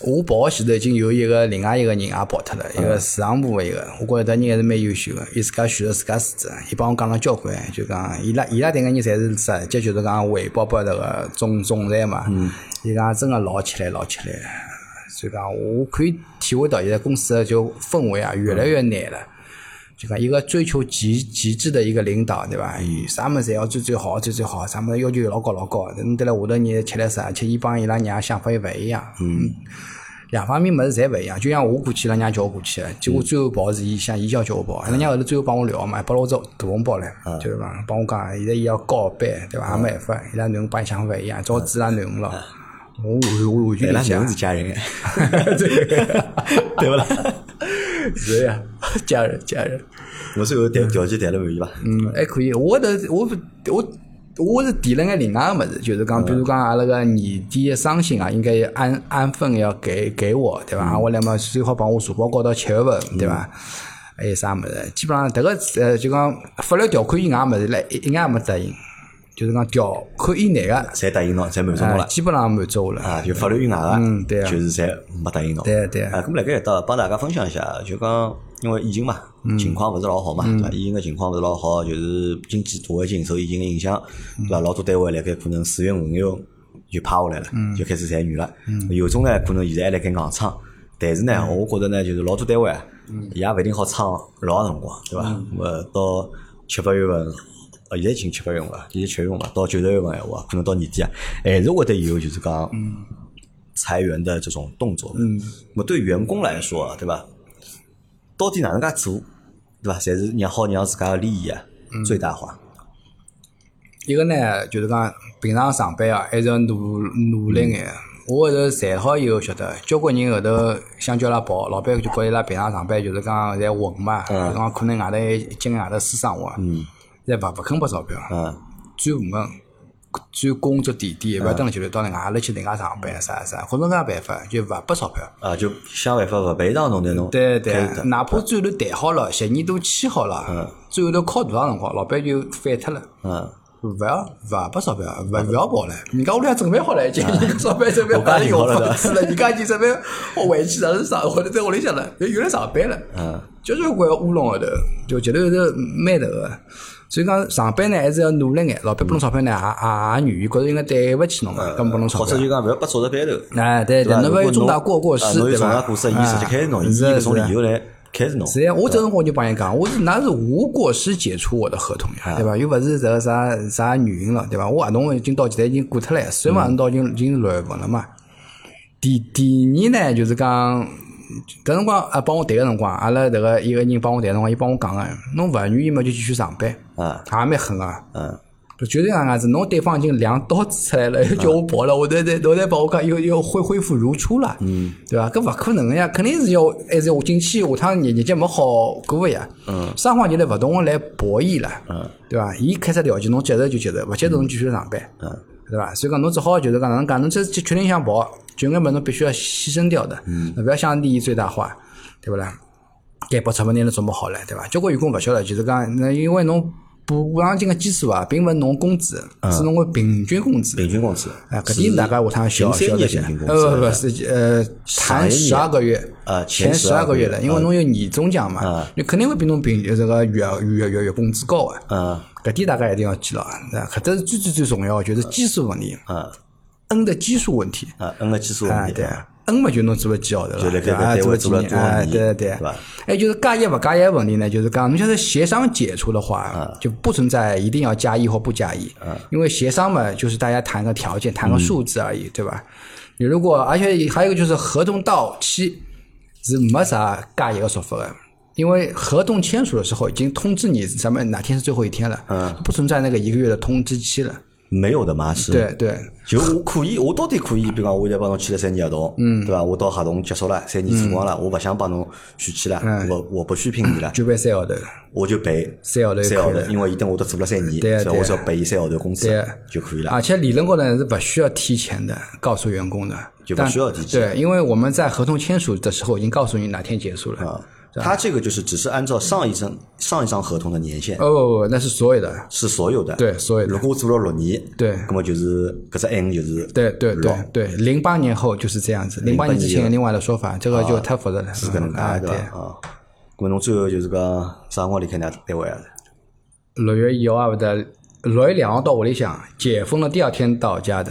[SPEAKER 2] 我跑前头已经有一个另外一个人也跑脱了，一个市场部的一个，我觉着搿人还是蛮优秀个，伊自家选了自家市职，伊帮我讲了交关，就讲伊拉伊拉迭个人侪是直接就是讲汇报拨迭个总总裁嘛，伊讲真个老吃力老吃力，所以讲我可以体会到现在公司的就氛围啊越来越难了。就讲一个追求极极致的一个领导，对伐？伊啥么子侪要最最好，最最好，啥么子要求老高老高。侬对了下头人吃力死，而且伊帮伊拉娘想法又勿一样。嗯。两方面么子侪勿一样，就像我过去，伊拉娘叫我过去，结果最后跑是伊想伊叫叫我
[SPEAKER 1] 嗯
[SPEAKER 2] 跑，伊拉娘后头最后帮我聊嘛，拨了我只大红包来，就是讲帮我讲，现在伊要告班，对
[SPEAKER 1] 嗯
[SPEAKER 2] 伐？也没办法，伊拉囡恩帮伊想法勿一样，早知伊拉囡恩了，我完我完
[SPEAKER 1] 伊
[SPEAKER 2] 全
[SPEAKER 1] 嗯拉
[SPEAKER 2] 理解
[SPEAKER 1] 囡。是家人哎，对勿啦？
[SPEAKER 2] 是
[SPEAKER 1] 啊
[SPEAKER 2] 呀， <laughs> 家人家人。
[SPEAKER 1] 我最后谈条件谈了满意伐？
[SPEAKER 2] 嗯，还可以。我的我不我我是提了眼另外个物事，就是讲，比如讲阿拉个年底的伤心啊，应该要按按分要给给我，对伐？我来嘛，最好帮我社保搞到七月份，对伐？还有啥物事？基本上迭个呃，就讲法律条款以外物事嘞，一一眼也没答应，就是讲条款以内个，
[SPEAKER 1] 侪答应侬，侪满足侬
[SPEAKER 2] 呃
[SPEAKER 1] 了。
[SPEAKER 2] 基本上满足我了。
[SPEAKER 1] 啊，就法律以外个，
[SPEAKER 2] 嗯对啊
[SPEAKER 1] 就是侪没答应侬。
[SPEAKER 2] 对啊对啊
[SPEAKER 1] 啊，咁辣盖搿搭帮大家分享一下，就讲因为疫情嘛，情况勿是老好嘛，对伐？疫情个情况勿是老好，就是经济大环境受疫情个影响，对伐？老多单位辣盖可能四月五月就趴下来了，就开始裁员了。有种呢，可能现在还辣盖硬撑，但是呢，我觉着呢，就是老多单位啊也勿一定好撑老长辰光，对伐？呃，到七八月份。呃，现在已经七八月份了，现在七月份嘛，到九十月份闲话，可能到年底啊，还是会得有就是讲，裁员的这种动作。嗯，那么对员工来说啊，对吧？到底哪能介做，对吧？才是让好让自家的利益啊最大化。
[SPEAKER 2] 一个呢，就是讲平常上班啊，还是要努努力眼。我后头赚好以后晓得，交关人后头想叫伊拉跑，老板就觉伊拉平常上班就是讲在混嘛，就是讲可能外头还经营外头私生活，侪勿勿肯拨钞票，
[SPEAKER 1] 嗯
[SPEAKER 2] 转部门转工作地点，勿要蹲辣酒店，到另外阿拉去另外上班啥啥，或者㑚办法就勿拨钞票。
[SPEAKER 1] 啊，就想办法勿陪上侬拿侬
[SPEAKER 2] 对对
[SPEAKER 1] 开脱，
[SPEAKER 2] 哪怕最后头谈好了，协议都签好了，最后头敲大个辰光，老板就反脱了。
[SPEAKER 1] 嗯。
[SPEAKER 2] 勿要勿拨钞票，勿勿要跑了。人家屋里向准备好了，已经 <laughs> 钞票准备
[SPEAKER 1] 嗯我
[SPEAKER 2] 把
[SPEAKER 1] 帮
[SPEAKER 2] 你
[SPEAKER 1] 你
[SPEAKER 2] 用
[SPEAKER 1] 好了
[SPEAKER 2] 房子了，人家已经准备我回去哪能上，或者在屋里向了，又有人上班了。
[SPEAKER 1] 嗯，
[SPEAKER 2] 交交关关乌龙后头，就前头后头蛮头个。所以讲上班呢还是要努力眼，老板拨侬钞票呢也也也愿意，觉着应该对勿起侬个，咁拨侬钞
[SPEAKER 1] 嗯或
[SPEAKER 2] 票
[SPEAKER 1] 者。就讲勿要把着开头。
[SPEAKER 2] 哎，对对，
[SPEAKER 1] 吧
[SPEAKER 2] 侬
[SPEAKER 1] 如
[SPEAKER 2] 勿
[SPEAKER 1] 果
[SPEAKER 2] 要重大
[SPEAKER 1] 侬
[SPEAKER 2] 过过失，
[SPEAKER 1] 啊侬
[SPEAKER 2] 对
[SPEAKER 1] 有重
[SPEAKER 2] 伐？
[SPEAKER 1] 大过失，伊直接开除侬，
[SPEAKER 2] 啊
[SPEAKER 1] 伊
[SPEAKER 2] 是
[SPEAKER 1] 搿种
[SPEAKER 2] 是
[SPEAKER 1] 理由来开除侬。
[SPEAKER 2] 是呀，我这辰光就帮伊讲，我是那是无过失解除我的合同呀，对吧？又不是这个啥啥原因了，对吧？我合同已经到现在已经过脱了，十月份到已经已经六月份了嘛。第第二呢，就是讲，搿辰光啊帮我谈个辰光，阿拉迭个一个人帮我谈个辰光，伊帮我讲个，侬勿愿意嘛就继续上班，
[SPEAKER 1] 啊
[SPEAKER 2] 也蛮狠个。
[SPEAKER 1] 嗯，
[SPEAKER 2] 就是这样子，侬对方已经两刀子出来了，又叫我跑了，我再再我再帮我讲，又又恢恢复如初了，嗯，对伐？搿勿可能个呀，肯定是要还是要进去，下趟日日节没好过个呀，嗯，双方就来勿同个来博弈了，嗯，对伐？伊开出条件，侬接受就接受，勿接受侬继续上班，嗯，对伐？所以讲侬只好就是讲哪能讲，侬这这决定想跑，就眼物事侬必须要牺牲掉的，嗯，勿要想利益最大化，对勿啦？该拨钞票拿来准备好了，对伐？交关员工勿晓得，就是讲，那因为侬补补偿金个基数啊，并勿是侬工资，是侬个平均工资。
[SPEAKER 1] 嗯平均工资。
[SPEAKER 2] 哎，搿点大家下趟晓
[SPEAKER 1] 零三
[SPEAKER 2] 晓得
[SPEAKER 1] 年
[SPEAKER 2] 些。
[SPEAKER 1] 平均工资
[SPEAKER 2] 呃，不不是，呃，谈十二个月，
[SPEAKER 1] 啊
[SPEAKER 2] 前
[SPEAKER 1] 前
[SPEAKER 2] 十二
[SPEAKER 1] 12
[SPEAKER 2] 个
[SPEAKER 1] 个
[SPEAKER 2] 月
[SPEAKER 1] 月嗯
[SPEAKER 2] 的，因为侬有年终奖嘛，你肯定会比侬平这个月月月月工资高啊。
[SPEAKER 1] 嗯
[SPEAKER 2] 搿点大家一定要记牢，啊搿都是最最最重要的，就是基数问题
[SPEAKER 1] 嗯
[SPEAKER 2] ，N 的基数问题。
[SPEAKER 1] 啊，N 个基数问
[SPEAKER 2] 啊，
[SPEAKER 1] 题。
[SPEAKER 2] 对啊，N 嘛就侬做了几号头
[SPEAKER 1] 就
[SPEAKER 2] 了，
[SPEAKER 1] 辣盖
[SPEAKER 2] 对
[SPEAKER 1] 搿单
[SPEAKER 2] 吧？
[SPEAKER 1] 位
[SPEAKER 2] 做了几
[SPEAKER 1] 做了多
[SPEAKER 2] 年，
[SPEAKER 1] 少
[SPEAKER 2] 啊，
[SPEAKER 1] 年
[SPEAKER 2] 对
[SPEAKER 1] 对吧
[SPEAKER 2] 哎，就是加一勿加一的问题呢，就是讲，侬晓得协商解除的话，就不存在一定要加一或不加一，因为协商嘛，就是大家谈个条件，谈个数字而已，对吧？你如果而且还有一个就是合同到期是没啥加一个说法的。因为合同签署的时候已经通知你咱们哪天是最后一天了，不存在那个一个月的通知期了。
[SPEAKER 1] 没有的嘛是。
[SPEAKER 2] 对对，
[SPEAKER 1] 就我可以，我到底可以，比如讲，我现在帮侬签了三年合同，
[SPEAKER 2] 嗯
[SPEAKER 1] 对伐？我到合同结束了，三年辰光了，我勿想帮侬续签了，我我不续聘你了，
[SPEAKER 2] 哎就办三号头。
[SPEAKER 1] 我就赔
[SPEAKER 2] 三号头就
[SPEAKER 1] 三号
[SPEAKER 2] 可
[SPEAKER 1] 头
[SPEAKER 2] 以了，
[SPEAKER 1] 因为伊等我都做了三年，
[SPEAKER 2] 对啊
[SPEAKER 1] 所以我只
[SPEAKER 2] 对啊
[SPEAKER 1] 要赔伊三号头工资
[SPEAKER 2] 对啊
[SPEAKER 1] 就可以了。嗯
[SPEAKER 2] 而且理论高呢是不需要提前的告诉员工的，
[SPEAKER 1] 就不
[SPEAKER 2] 但
[SPEAKER 1] 需要提前
[SPEAKER 2] 对，因为我们在合同签署的时候已经告诉你哪天结束了。
[SPEAKER 1] 啊，他这个就是只是按照上一张上一张合同的年限，
[SPEAKER 2] 哦不不，那是所有的，
[SPEAKER 1] 是所有的。
[SPEAKER 2] 对所有的
[SPEAKER 1] 如果我做了六年，
[SPEAKER 2] 对
[SPEAKER 1] 那么就是搿只 N 就是
[SPEAKER 2] 对对对
[SPEAKER 1] 六
[SPEAKER 2] 对，零八年后就是这样子，零八年之前有另外的说法，这个就太复杂了。
[SPEAKER 1] 啊是搿能
[SPEAKER 2] 嗯啊，
[SPEAKER 1] 介
[SPEAKER 2] 对
[SPEAKER 1] 对，伐？啊，那么侬最后就是讲啥辰光离开㑚单位啊？
[SPEAKER 2] 六月一号啊，不得六月两号到屋里向，解封了第二天到家的。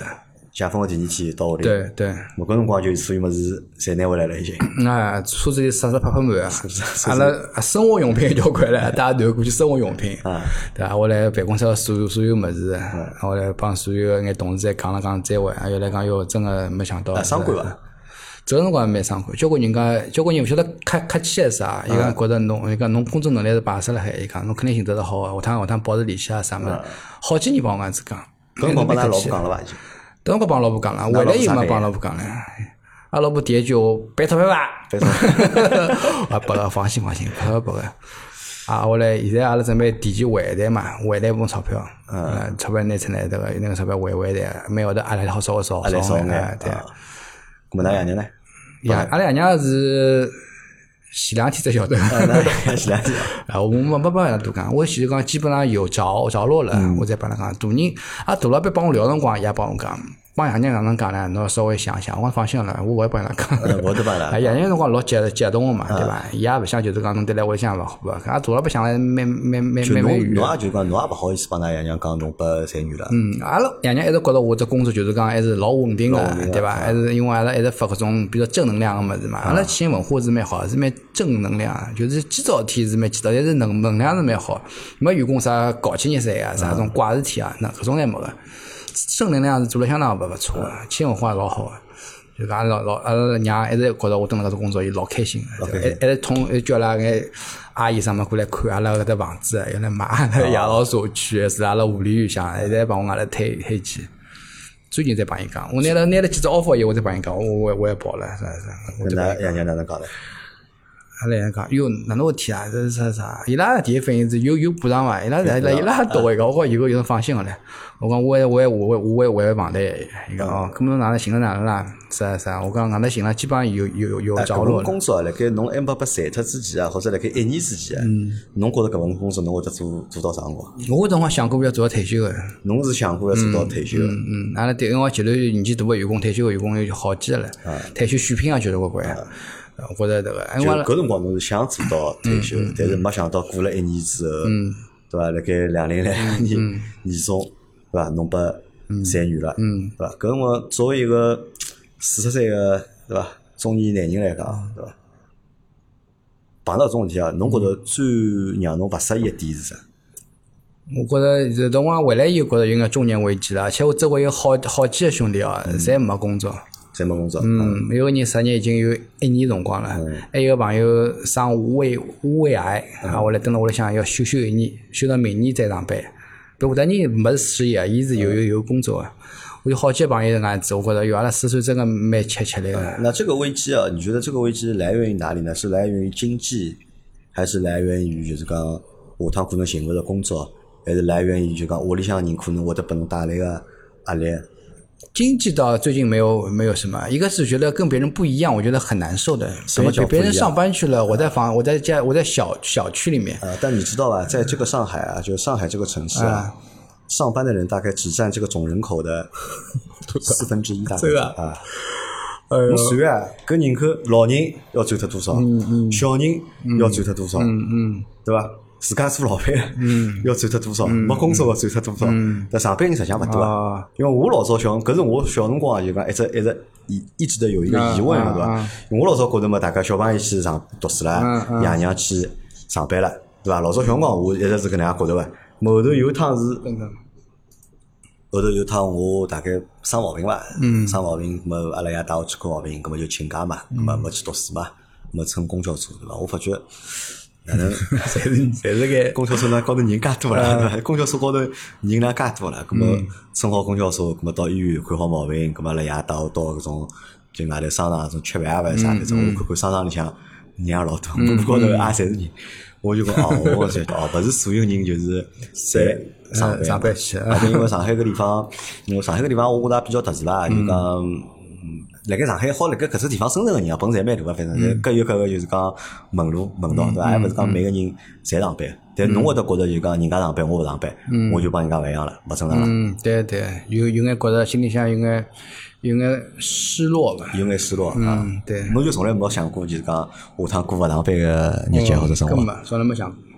[SPEAKER 1] 解封的第二天到屋里，，
[SPEAKER 2] 对对，
[SPEAKER 1] 我搿辰光就所有物事侪拿回来了已经。
[SPEAKER 2] 那车子里啥啥拍拍满啊，阿拉啊生活用品也交关了，大家团过去生活用品，对啊伐？我来办公室的所有所有物事，我来帮所有眼同事再讲了讲再会，还有来讲哟，真个没想到，
[SPEAKER 1] 啊，伤官伐？
[SPEAKER 2] 这辰光也蛮伤感，交关人家，交关人勿晓得客客气还是啥，伊讲觉着侬，伊讲侬工作能力是摆设辣海，伊讲侬肯定寻得着好啊个，下趟下趟保持联系啊啥物事，好几年帮我搿样子讲，
[SPEAKER 1] 搿辰光帮
[SPEAKER 2] 蛮
[SPEAKER 1] 㑚
[SPEAKER 2] 客
[SPEAKER 1] 老
[SPEAKER 2] 气
[SPEAKER 1] 婆讲了伐？已经
[SPEAKER 2] 等我帮老婆讲了，回来又没帮老婆讲了。阿拉老婆第一句我办钞票伐？
[SPEAKER 1] 办钞
[SPEAKER 2] 啊，拨个放心放心，拨个拨个。啊，后来现在阿拉准备提前还贷嘛，还贷一部分钞票，呃，钞票拿出来对伐？有那个钞票还还贷，每号头阿拉好少少
[SPEAKER 1] 阿拉少
[SPEAKER 2] 少
[SPEAKER 1] 眼
[SPEAKER 2] 哎对。
[SPEAKER 1] 啊那么㑚爷娘呢？
[SPEAKER 2] 呀，阿拉爷娘是前两天才晓得。
[SPEAKER 1] 那是两天
[SPEAKER 2] 啊，我没没帮伊拉多讲，我前头讲基本上有着着落了，
[SPEAKER 1] 嗯
[SPEAKER 2] 我再帮他讲。大人啊，大老板帮我聊辰光也帮我讲，帮爷娘哪能讲呢？侬要稍微想一想，我放心了，我勿会帮伊拉讲。
[SPEAKER 1] <laughs> 嗯我都帮伊拉
[SPEAKER 2] 啊，爷娘辰光老激激动个嘛，
[SPEAKER 1] 啊
[SPEAKER 2] 对伐？伊也勿想就是讲侬对来屋里向勿好，啊，大老板想来蛮蛮蛮
[SPEAKER 1] 就
[SPEAKER 2] 蛮
[SPEAKER 1] 侬
[SPEAKER 2] 蛮
[SPEAKER 1] 侬
[SPEAKER 2] 远。
[SPEAKER 1] 也就讲侬也勿好意思帮㑚爷娘讲侬拨裁员了，
[SPEAKER 2] 嗯，阿拉爷娘一直觉得我这工作就是讲还是老稳定
[SPEAKER 1] 老稳
[SPEAKER 2] 的，
[SPEAKER 1] 定的啊
[SPEAKER 2] 对伐？还是因为阿拉一直发搿种比较正能量个物事嘛。阿拉企业文化是蛮好，是蛮正能量的，就是几兆天是蛮几兆，但是能能量是蛮好，没员工啥搞清一三啊，啥种怪事体啊，那搿种侪没个。正能量是做了相当勿勿错个，企业文化老好个。啊就讲阿拉老老阿拉娘一直觉着我蹲辣搿种工作，伊老开心个，对吧一一直通一直叫阿拉眼阿姨啥么过来看阿拉搿搭房子，啊原来买阿拉养老社区，是阿拉护理院向，一直帮我阿拉推推荐。最近再帮伊讲，我拿了拿了几只 offer 以后，我再帮伊讲，我我我也跑了，是是。我
[SPEAKER 1] 跟㑚爷娘哪能讲呢？
[SPEAKER 2] 阿拉讲哟，哪能回事体啊？这是啥啥？伊拉第一反应是有有补偿伐？伊拉来来伊拉读一个，我讲有个有人放心个唻。我讲我还我还我还我还还房贷。伊讲哦，搿么侬哪能寻了哪能啦？啥啥？我讲哪能寻了？基本上有有有
[SPEAKER 1] 哎
[SPEAKER 2] 着
[SPEAKER 1] 搿
[SPEAKER 2] 落
[SPEAKER 1] 份
[SPEAKER 2] 了。
[SPEAKER 1] 工作啊，辣盖侬 M 八八散脱之前啊，或者辣盖一年之前啊，侬觉着搿份工作侬会得做做到啥辰光？
[SPEAKER 2] 我搿辰光想过要做到退休个。
[SPEAKER 1] 侬是想过要做到退休的？
[SPEAKER 2] 嗯，阿拉对，因为我集团年纪大个员工，退休个员工有好几个了，退休水平也觉得我怪。呃我觉着迭个，因
[SPEAKER 1] 就
[SPEAKER 2] 为阿拉嗯
[SPEAKER 1] 搿辰光侬是想做到退休，但是没想到过了一年之后，对伐？辣盖两零两年
[SPEAKER 2] 嗯
[SPEAKER 1] 年中，对伐？侬拨裁员了，
[SPEAKER 2] 嗯
[SPEAKER 1] 对伐？搿辰光作为一个四十岁个对伐中年男人来讲，
[SPEAKER 2] 嗯
[SPEAKER 1] 对伐？碰到搿种问题啊，侬觉着最让侬勿适意一点是啥？
[SPEAKER 2] 我觉着这辰光回来以后，觉着有眼中年危机了，而且我周围有好好几个兄弟哦，侪没工作。
[SPEAKER 1] 侪没工作，嗯，
[SPEAKER 2] 嗯，有个人失业已经有一年辰光了，还有个朋友生胃胃癌，
[SPEAKER 1] 嗯
[SPEAKER 2] 啊，我来蹲辣屋里向要休休一年，休到明年再上班。不过，但你没失业，伊是有
[SPEAKER 1] 嗯
[SPEAKER 2] 有有工作个。啊我有好几个朋友是搿样子，我觉着有阿拉四川真个蛮吃吃力个。
[SPEAKER 1] 那这个危机啊，你觉得这个危机来源于哪里呢？是来源于经济，还是来源于就是讲下趟可能寻勿着工作，还是来源于就讲屋里向人可能会得拨侬带来个压力？
[SPEAKER 2] 经济倒最近没有没有什么，一个是觉得跟别人不一样，我觉得很难受的。
[SPEAKER 1] 什么叫
[SPEAKER 2] 别别
[SPEAKER 1] 不
[SPEAKER 2] 人
[SPEAKER 1] 一样
[SPEAKER 2] 上班去了，我在房，我在家，我在小小区里面，
[SPEAKER 1] 呃，但你知道吧，在这个上海啊，就上海这个城市啊，上班的人大概只占这个总人口的四分之一，大概
[SPEAKER 2] 这个啊
[SPEAKER 1] 啊。侬算啊，搿人口老人要占脱多少？小人要占脱多少？对伐？自家做老板，<laughs>
[SPEAKER 2] 嗯
[SPEAKER 1] 要占脱多少？没工作要占脱多少？但上班人实际上勿多 <laughs>
[SPEAKER 2] <laughs> 啊。
[SPEAKER 1] 因为我老早小，搿是我小辰光啊，就讲一直一直一一直的有一个疑问，
[SPEAKER 2] 啊
[SPEAKER 1] 对伐
[SPEAKER 2] 啊？嗯
[SPEAKER 1] 因为我老早觉得嘛，大家小朋友去上读书了，爷娘去上班了，对伐？老早小辰光我一直是搿能介觉得个。后头有一趟是后头有趟我大概生毛病伐，
[SPEAKER 2] 嗯
[SPEAKER 1] 生毛病，咁么阿拉爷带我去看毛病，咁么就请假嘛，咁么没去读书嘛，咁么乘公交车对伐？我发觉哪能
[SPEAKER 2] 侪是侪是该
[SPEAKER 1] 公交车呢高头人介多了，对伐公交车高头人呢介多了，咁么乘好公交车，咁么到医院看好毛病，咁么阿拉爷带我到搿种就外头商场种吃饭啊，饭啥反正我看看商场里向人也老多，马路高头也啊侪是人，我就讲哦，我觉得哦，勿是所有人就是侪上班
[SPEAKER 2] 嗯上班去。
[SPEAKER 1] 而且啊因为上海搿地
[SPEAKER 2] <laughs>
[SPEAKER 1] 方，因为上海搿地方我觉着也比较特殊吧，就讲，嗯，辣盖上海好辣盖搿只地方生存个人啊，本事侪蛮大个，
[SPEAKER 2] 嗯
[SPEAKER 1] 反正侪各有各个就是讲门路门道，对伐？还勿是讲每个人侪上班，
[SPEAKER 2] 嗯
[SPEAKER 1] 但侬会得觉着就讲人家上班，我勿上班，我就帮人家勿一样了，勿正常了，
[SPEAKER 2] 嗯，对对，有有眼觉着心里向有眼有眼失落吧。
[SPEAKER 1] 有眼失落啊。
[SPEAKER 2] 嗯，对，
[SPEAKER 1] 侬就从来没想过就是讲下趟过勿上班个日节或者生活
[SPEAKER 2] 哦根，本从来没想过，嗯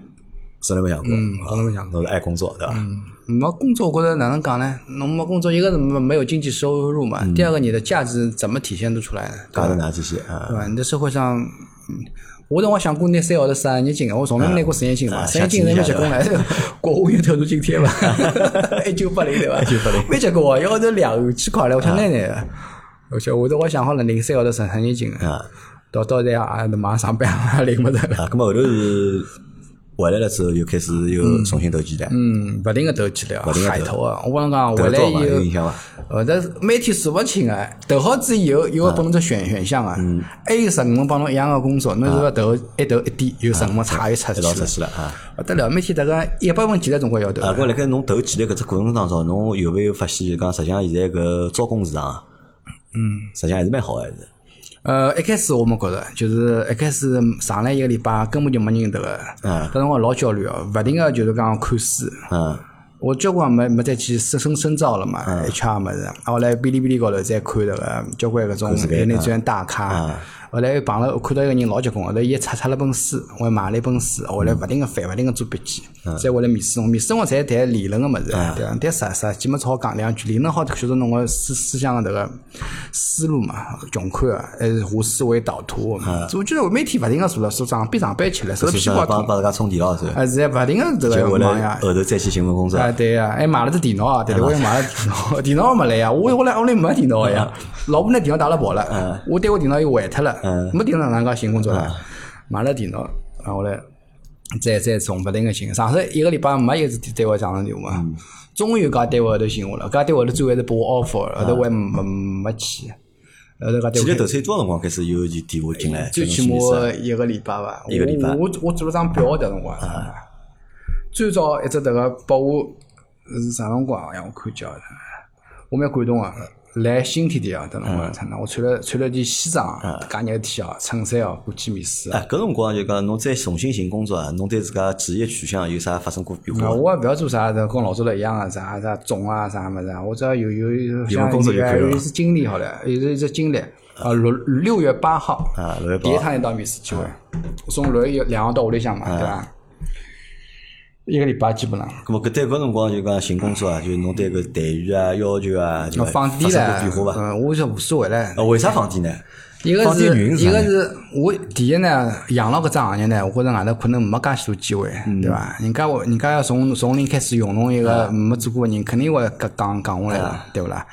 [SPEAKER 1] 从来没想过，
[SPEAKER 2] 从来没想过。
[SPEAKER 1] 侬是爱工作对伐？
[SPEAKER 2] 嗯没工作，我觉着哪能讲呢？侬没工作，一个是没没有经济收入嘛，第二个你的价值怎么体现得出来呢？
[SPEAKER 1] 讲到哪这些啊？
[SPEAKER 2] 对吧？你在社会上，嗯我辰光想过拿三号头失业金，我从来没拿过失业金嘛，
[SPEAKER 1] 啊
[SPEAKER 2] 失业金人没结棍来， <laughs> 国务院特殊津贴嘛， <laughs> 一九八零对吧？一九八零啊没结过哦，一号头两千块嘞，我想拿拿的。而且我都我想好了领三号头失业金的，
[SPEAKER 1] 啊
[SPEAKER 2] 到到现在也马上上班也领不着了。
[SPEAKER 1] 啊，咁么后头是回来了之后又开始又重新投简单。
[SPEAKER 2] 嗯，不停个投起来，
[SPEAKER 1] 停地投
[SPEAKER 2] 海投啊！我跟侬讲，
[SPEAKER 1] 投
[SPEAKER 2] 回来
[SPEAKER 1] 多少有
[SPEAKER 2] 以
[SPEAKER 1] 印象
[SPEAKER 2] 后
[SPEAKER 1] 伐，
[SPEAKER 2] 呃，但是每天数勿清个，投好之以后，有个拨侬只选选项啊，
[SPEAKER 1] 嗯
[SPEAKER 2] 还有十五份帮侬一样个工作，侬如果投一投一点，有十五份差一出去
[SPEAKER 1] 一道出
[SPEAKER 2] 了，
[SPEAKER 1] 去了啊！
[SPEAKER 2] 不得了，每天大概一百份简历总归要投
[SPEAKER 1] 啊，。搿辣盖侬投简历搿只过程当中，侬有没有发现就讲，实际上现在搿招工市场啊，嗯，实际上还是蛮好个，还是。
[SPEAKER 2] 呃，一开始我们觉着，就是一开始上来一个礼拜根本就没人投个，
[SPEAKER 1] 嗯
[SPEAKER 2] 搿辰光老焦虑哦，勿停个就是讲看书。
[SPEAKER 1] 嗯，
[SPEAKER 2] 我交关没没再去深深深造了嘛，
[SPEAKER 1] 啊
[SPEAKER 2] 一圈么子。后来哔哩哔哩高头再看迭个交关搿种业内专大
[SPEAKER 1] 啊
[SPEAKER 2] 咖，后来又碰了看到一个人老结棍，后来伊也出出了本书，我还买了一本书，后
[SPEAKER 1] 嗯
[SPEAKER 2] 来勿停个翻，勿停个做笔记，
[SPEAKER 1] 啊
[SPEAKER 2] 再回来面试我，面试我侪谈理论个物事，对伐？但啥啥基本好讲两句，理论好晓得侬个思思想个迭个思路嘛，穷看啊，还是化思维导图，所以我觉得每天勿停个做了，说上班上班去了，手
[SPEAKER 1] 啊是
[SPEAKER 2] 屁
[SPEAKER 1] 想
[SPEAKER 2] 股也
[SPEAKER 1] 帮
[SPEAKER 2] 痛，
[SPEAKER 1] 帮自家充电了是吧？
[SPEAKER 2] 啊，是啊勿停个迭
[SPEAKER 1] 就
[SPEAKER 2] 个
[SPEAKER 1] 回
[SPEAKER 2] 忙
[SPEAKER 1] 来
[SPEAKER 2] 呀。
[SPEAKER 1] 后头再去寻份工作。
[SPEAKER 2] 啊，对呀、还买了只电脑啊，对对，我也买了电脑， <laughs> 电脑也没来呀，我我来屋里没电脑呀，
[SPEAKER 1] 嗯
[SPEAKER 2] <laughs> 老婆拿电脑打了跑了，我对我电脑又坏脱了，
[SPEAKER 1] 嗯
[SPEAKER 2] 没电脑哪能介寻工作了，买了电脑，然后嘞，再再从不停个寻，上头一个礼拜没有一次单位打上电话
[SPEAKER 1] 嗯
[SPEAKER 2] 嘛，终于搿家单位后头寻我了，搿家单位后头最后是拨我 offer，后头我还没没没去。然后大家
[SPEAKER 1] 记
[SPEAKER 2] 对
[SPEAKER 1] 得
[SPEAKER 2] 我
[SPEAKER 1] 头三多辰光开始有电电话进来，
[SPEAKER 2] 最
[SPEAKER 1] 搿种
[SPEAKER 2] 起码
[SPEAKER 1] 信息啊
[SPEAKER 2] 一个礼拜伐。
[SPEAKER 1] 一个礼拜啊
[SPEAKER 2] 我我我做了张表迭辰光，最早一只迭个拨我是啥辰光啊？让我看叫，我蛮感动啊。来新天地啊，迭辰
[SPEAKER 1] 嗯
[SPEAKER 2] 光，操那我穿了穿了件西装啊，加热天啊，衬衫哦，过去面试啊。
[SPEAKER 1] 啊，搿辰光就讲侬再重新寻工作啊，侬对自家职业取向有啥发生过变化
[SPEAKER 2] 啊，
[SPEAKER 1] 伐？
[SPEAKER 2] 我也勿要做啥，跟老早头一样啊，啥啥种啊，啥物事啊，我只要有有有
[SPEAKER 1] 份
[SPEAKER 2] 像
[SPEAKER 1] 工作就可以了
[SPEAKER 2] 有一次经历好了，有一次经历啊，六六月八号
[SPEAKER 1] 啊六月八
[SPEAKER 2] 第一趟一到面试机会，
[SPEAKER 1] 哎
[SPEAKER 2] 我从六一两号到屋里向嘛，对伐？一个礼拜基本上，
[SPEAKER 1] 咁么搿对搿辰光就讲寻工作啊，就侬对搿待遇啊、要求啊，就讲
[SPEAKER 2] 我哦放低
[SPEAKER 1] 发
[SPEAKER 2] 了
[SPEAKER 1] 生过变化，伐？
[SPEAKER 2] 嗯，我就无所谓了。
[SPEAKER 1] 啊，为啥放低呢？
[SPEAKER 2] 一个
[SPEAKER 1] 放低
[SPEAKER 2] 是
[SPEAKER 1] 原因是
[SPEAKER 2] 一
[SPEAKER 1] 啥呢
[SPEAKER 2] 个是我第一呢，养老搿只行业呢，我觉着外头可能没介许多机会，对伐？人家会人家要从从零开始用侬一个没做过个人，肯定会搿讲讲下来了，对勿啦？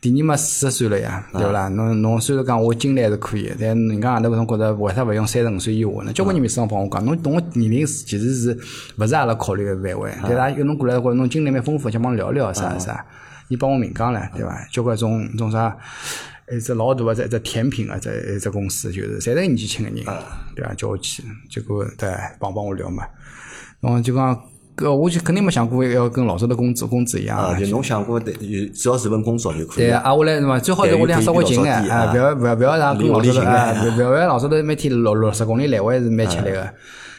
[SPEAKER 2] 第二嘛，四十岁了呀，对勿啦？侬侬虽然讲我经历还是可以，但人家外头搿种觉着为啥勿用三十五岁以下呢？交关人面试上帮我讲，侬侬个年龄是其实是勿是阿拉考虑个范围？但大家有侬过来觉着侬经历蛮丰富，想帮侬聊聊啥啥，伊帮我明讲了，对伐？交关种种啥。一只老大个只一只甜品个只一只啊公司，就是侪是年纪轻个人，对啊伐？叫我去，结果对啊帮帮我聊嘛，然后就讲，搿我就肯定没想过要跟老早的工资工资一样
[SPEAKER 1] 啊，就侬想过的，有只要是份工作就可以
[SPEAKER 2] 对
[SPEAKER 1] 了。
[SPEAKER 2] 啊，我来是嘛，最好离屋里向稍微近眼，啊，不要不要不要让跟老早头啊，不 <laughs> 要不要老早头每天六六十公里来回是蛮吃力个，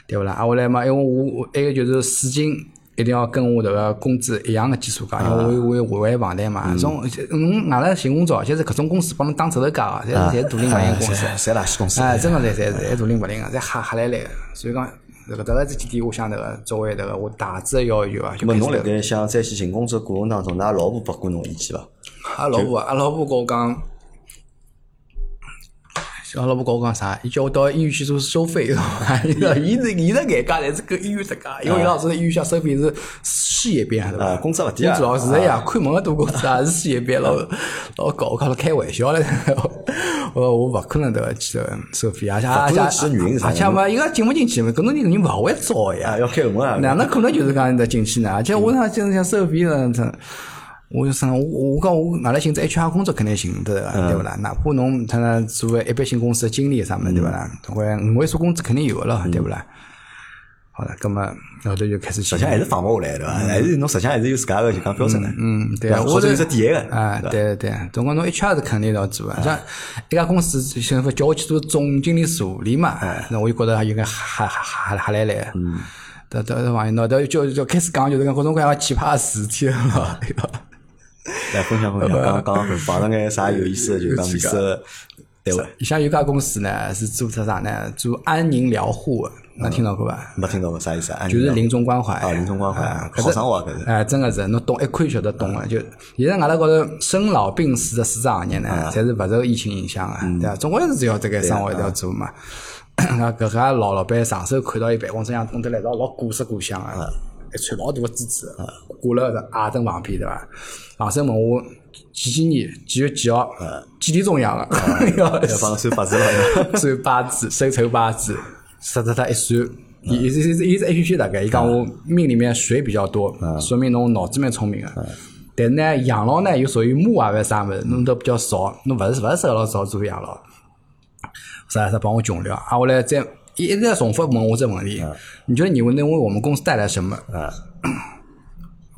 [SPEAKER 2] 对勿啦？啊，我来嘛，因为我我还有就是使劲一定要跟我迭个工资一样个基数讲，因为我有我还房贷嘛，种侬外头寻工作，就是搿种公司帮侬打折头价个，侪是侪啊 <laughs> 是大领导型公司。
[SPEAKER 1] 侪侪垃圾公司。
[SPEAKER 2] 哎，真个侪侪侪大领勿灵啊个，侪吓吓来来个。所以讲，迭个迭个这几点，我想迭个作为迭个我大致的要求啊，就
[SPEAKER 1] 咁么
[SPEAKER 2] 开始
[SPEAKER 1] 侬
[SPEAKER 2] 迭
[SPEAKER 1] 辣
[SPEAKER 2] 个。
[SPEAKER 1] 盖想再去寻工作过程当中，㑚老婆拨过侬意见伐？
[SPEAKER 2] 阿拉老婆啊，阿拉老婆跟我讲。阿拉老婆跟我讲啥？伊叫我到医院去做收费，
[SPEAKER 1] <laughs>
[SPEAKER 2] 伊是伊是伊是眼界，侪是跟医院搭界，因为伊拉老早在医院想收费是事业编，对
[SPEAKER 1] 啊
[SPEAKER 2] 伐？
[SPEAKER 1] 工资勿低啊
[SPEAKER 2] 工资老是的呀，看门个多工资
[SPEAKER 1] <laughs>
[SPEAKER 2] 啊，是事业编，老老搞，我讲了 <laughs> 开玩笑嘞。我我勿可能对伐？去收费，而且而且
[SPEAKER 1] 勿可能去的原因是啥
[SPEAKER 2] 而且嘛，伊拉进勿进去嘛，搿种人人勿会招呀
[SPEAKER 1] 啊，。要开门
[SPEAKER 2] 哪
[SPEAKER 1] 啊！
[SPEAKER 2] 能可能就是讲得进去呢？而且我那就是像收费呢，这我就想我我讲我外头寻只 HR 工作肯定寻得的，对不啦？哪怕侬他那作为一般性公司的经理啥么子，对不啦？总归五位数工资肯定有的了，对不啦？好了，那么后头就开始
[SPEAKER 1] 实
[SPEAKER 2] 寻
[SPEAKER 1] 际上还是放勿下来对伐？还是侬实际上还是有自家个就讲标准的。
[SPEAKER 2] 嗯，对啊，
[SPEAKER 1] 吧
[SPEAKER 2] 我
[SPEAKER 1] 或者
[SPEAKER 2] 是
[SPEAKER 1] 有只第一个
[SPEAKER 2] 啊，对对对，总归侬 HR 是肯定要做啊。像一家公司想法叫我去做总经理助理嘛，那我就觉得还有点哈哈哈哈来来。哎嗯，到到到网友那到就就开始讲就是讲各种各样的奇葩的事体 <laughs> 了。对吧
[SPEAKER 1] 来分享分
[SPEAKER 2] <laughs>
[SPEAKER 1] 享，讲讲碰着眼啥有意思的，就讲面试的单位，
[SPEAKER 2] 以前有一家公司呢是做啥啥呢？做安宁疗护的，侬听到过伐？
[SPEAKER 1] 没听到过啥意思啊？
[SPEAKER 2] 就是
[SPEAKER 1] 安宁
[SPEAKER 2] 临终关怀
[SPEAKER 1] 啊临终关怀
[SPEAKER 2] 啊
[SPEAKER 1] 好生活啊搿是啊
[SPEAKER 2] 哎，真个是，侬懂一看晓得懂个。就现在阿拉高头生老病死的四只行业
[SPEAKER 1] 啊
[SPEAKER 2] 呢，侪是勿受疫情影响个，
[SPEAKER 1] 嗯
[SPEAKER 2] 对啊伐？总归是要这个生活一定要做嘛。 <laughs> 啊，搿家老老板上手看到伊办公室像弄得来老老古色古香
[SPEAKER 1] 啊
[SPEAKER 2] 个，啊一串老大个珠子，挂了个矮凳旁边对伐？上手问我几几年几月几号
[SPEAKER 1] 啊
[SPEAKER 2] 几点钟啊养个？ <laughs>
[SPEAKER 1] 要帮侬算八字了。
[SPEAKER 2] 算八字， <laughs> 手抽八字，实实他一算，伊伊伊伊是 A P P 大概，伊讲我命里面水比较多，说明侬脑子蛮聪明个。但是呢，养老呢又属于木啊，还是啥物事，侬都比较少，侬勿是勿是适合老早做养老。啥啥帮我穷聊，啊，我来再一一直在重复问我这问题，你觉得你能为我们公司带来什么？
[SPEAKER 1] 啊，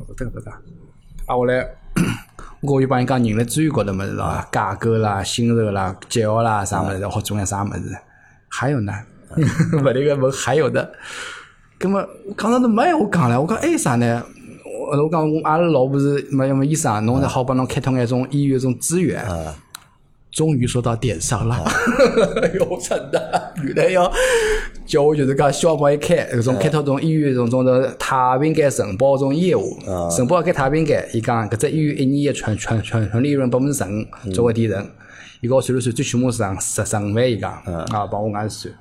[SPEAKER 2] 我这个不大。啊，我来， <clears throat> 我过去帮伊讲人力资源高头么子啦，架构啦、薪酬啦、绩效啦啥么子，或中间啥么子，还有呢， <laughs> 勿那个问还有的，葛么我讲到都没闲话讲了，我讲哎啥呢？我我讲我阿拉老婆是么要么医生，侬才好帮侬开通一种医院一种资源。终于说到点上 <laughs> 了，哎呦，我真的，原来要叫我就是讲希望帮伊开搿种开拓种医院种种的太平间承包种业务，承包给太平间，伊讲搿只医院一年的纯纯纯纯利润百分之十五作为提成，伊跟我算了算，最起码是十十十五万，伊讲啊，帮我按算。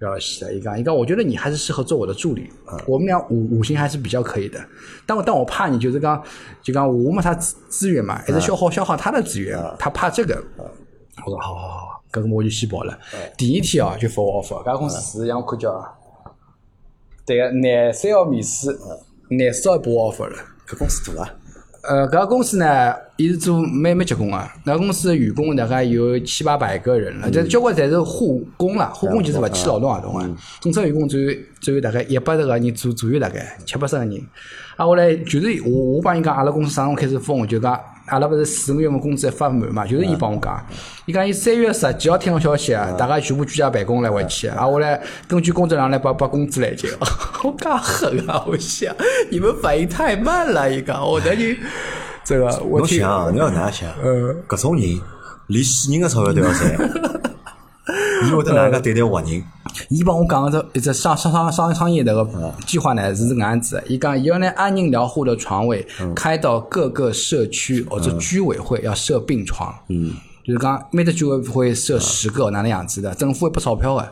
[SPEAKER 2] 然后是的，伊讲，伊讲，我觉得你还是适合做我的助理，我们俩五五行还是比较可以的。但我但我怕你就是讲，就讲我没啥资资源嘛，还是消耗消耗他的资源，他怕这个。我说好好好好，搿个我就先报了。第一天啊就发我 offer，搿家公司是让我看叫啊，嗯对个，廿三号面试，廿四号拨我 offer 了。
[SPEAKER 1] 搿公司大啊，
[SPEAKER 2] 呃，搿个公司呢，伊是做美美结工个，搿个公司的员工大概有七八百个人了，这交关侪是化工啦，嗯化工就是勿签劳动合同啊，正式员工只有只有大概一百十个人左左右，大概七八十个人。啊，后来就是我我帮伊讲，阿拉公司啥辰光开始封，就讲阿拉勿是四五月份工资还发满嘛，就是伊帮我讲，伊讲伊三月十几号听到消息啊，大家全部居家办公来回去，啊，后来根据工作量来把把工资来结， <laughs> 我介狠啊！我想你们反应太慢了，伊讲，我等你。 <laughs> 这个我
[SPEAKER 1] 侬
[SPEAKER 2] 听呃
[SPEAKER 1] 想啊，侬要哪想？搿种人连死人个钞票都要
[SPEAKER 2] <laughs>
[SPEAKER 1] 赚，伊会得哪能介对待活人？
[SPEAKER 2] 伊帮我讲个这一只商商商商商业的个计划呢是搿样子的，伊讲伊要拿安宁疗护的床位
[SPEAKER 1] 嗯
[SPEAKER 2] 开到各个社区或者居委会要设病床，嗯，就是讲每只居委会设十个哪能样子的，政府会拨钞票
[SPEAKER 1] 啊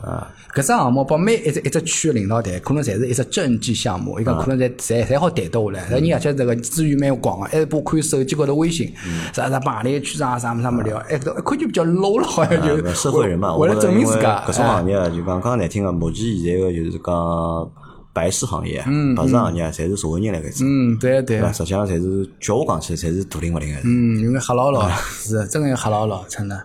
[SPEAKER 2] 个，搿只项目帮每一只一只区的领导谈，可能侪是一只政绩项
[SPEAKER 1] 啊
[SPEAKER 2] 目，伊讲可能侪侪侪好谈得
[SPEAKER 1] 嗯
[SPEAKER 2] 下来，然后人而且这个资源蛮广个，啊还不看手机高头微信，
[SPEAKER 1] 嗯
[SPEAKER 2] 啥啥帮何里个区长啥么啥么聊，哎，搿一看就比较 low 了，好像就
[SPEAKER 1] 啊 <laughs> 社会人嘛，我
[SPEAKER 2] 为了
[SPEAKER 1] 觉得
[SPEAKER 2] 证
[SPEAKER 1] 因为
[SPEAKER 2] 明自家，
[SPEAKER 1] 搿种
[SPEAKER 2] 哎
[SPEAKER 1] 行业啊就讲讲难听个，目前现在个就是讲白事行业啊、白事行业啊，侪是社会人来搿做，
[SPEAKER 2] 嗯，对对
[SPEAKER 1] 对伐？。实际上侪是叫我讲起来，侪是大灵勿灵个。
[SPEAKER 2] 嗯，因为吓牢牢，是真个要吓牢牢，真的。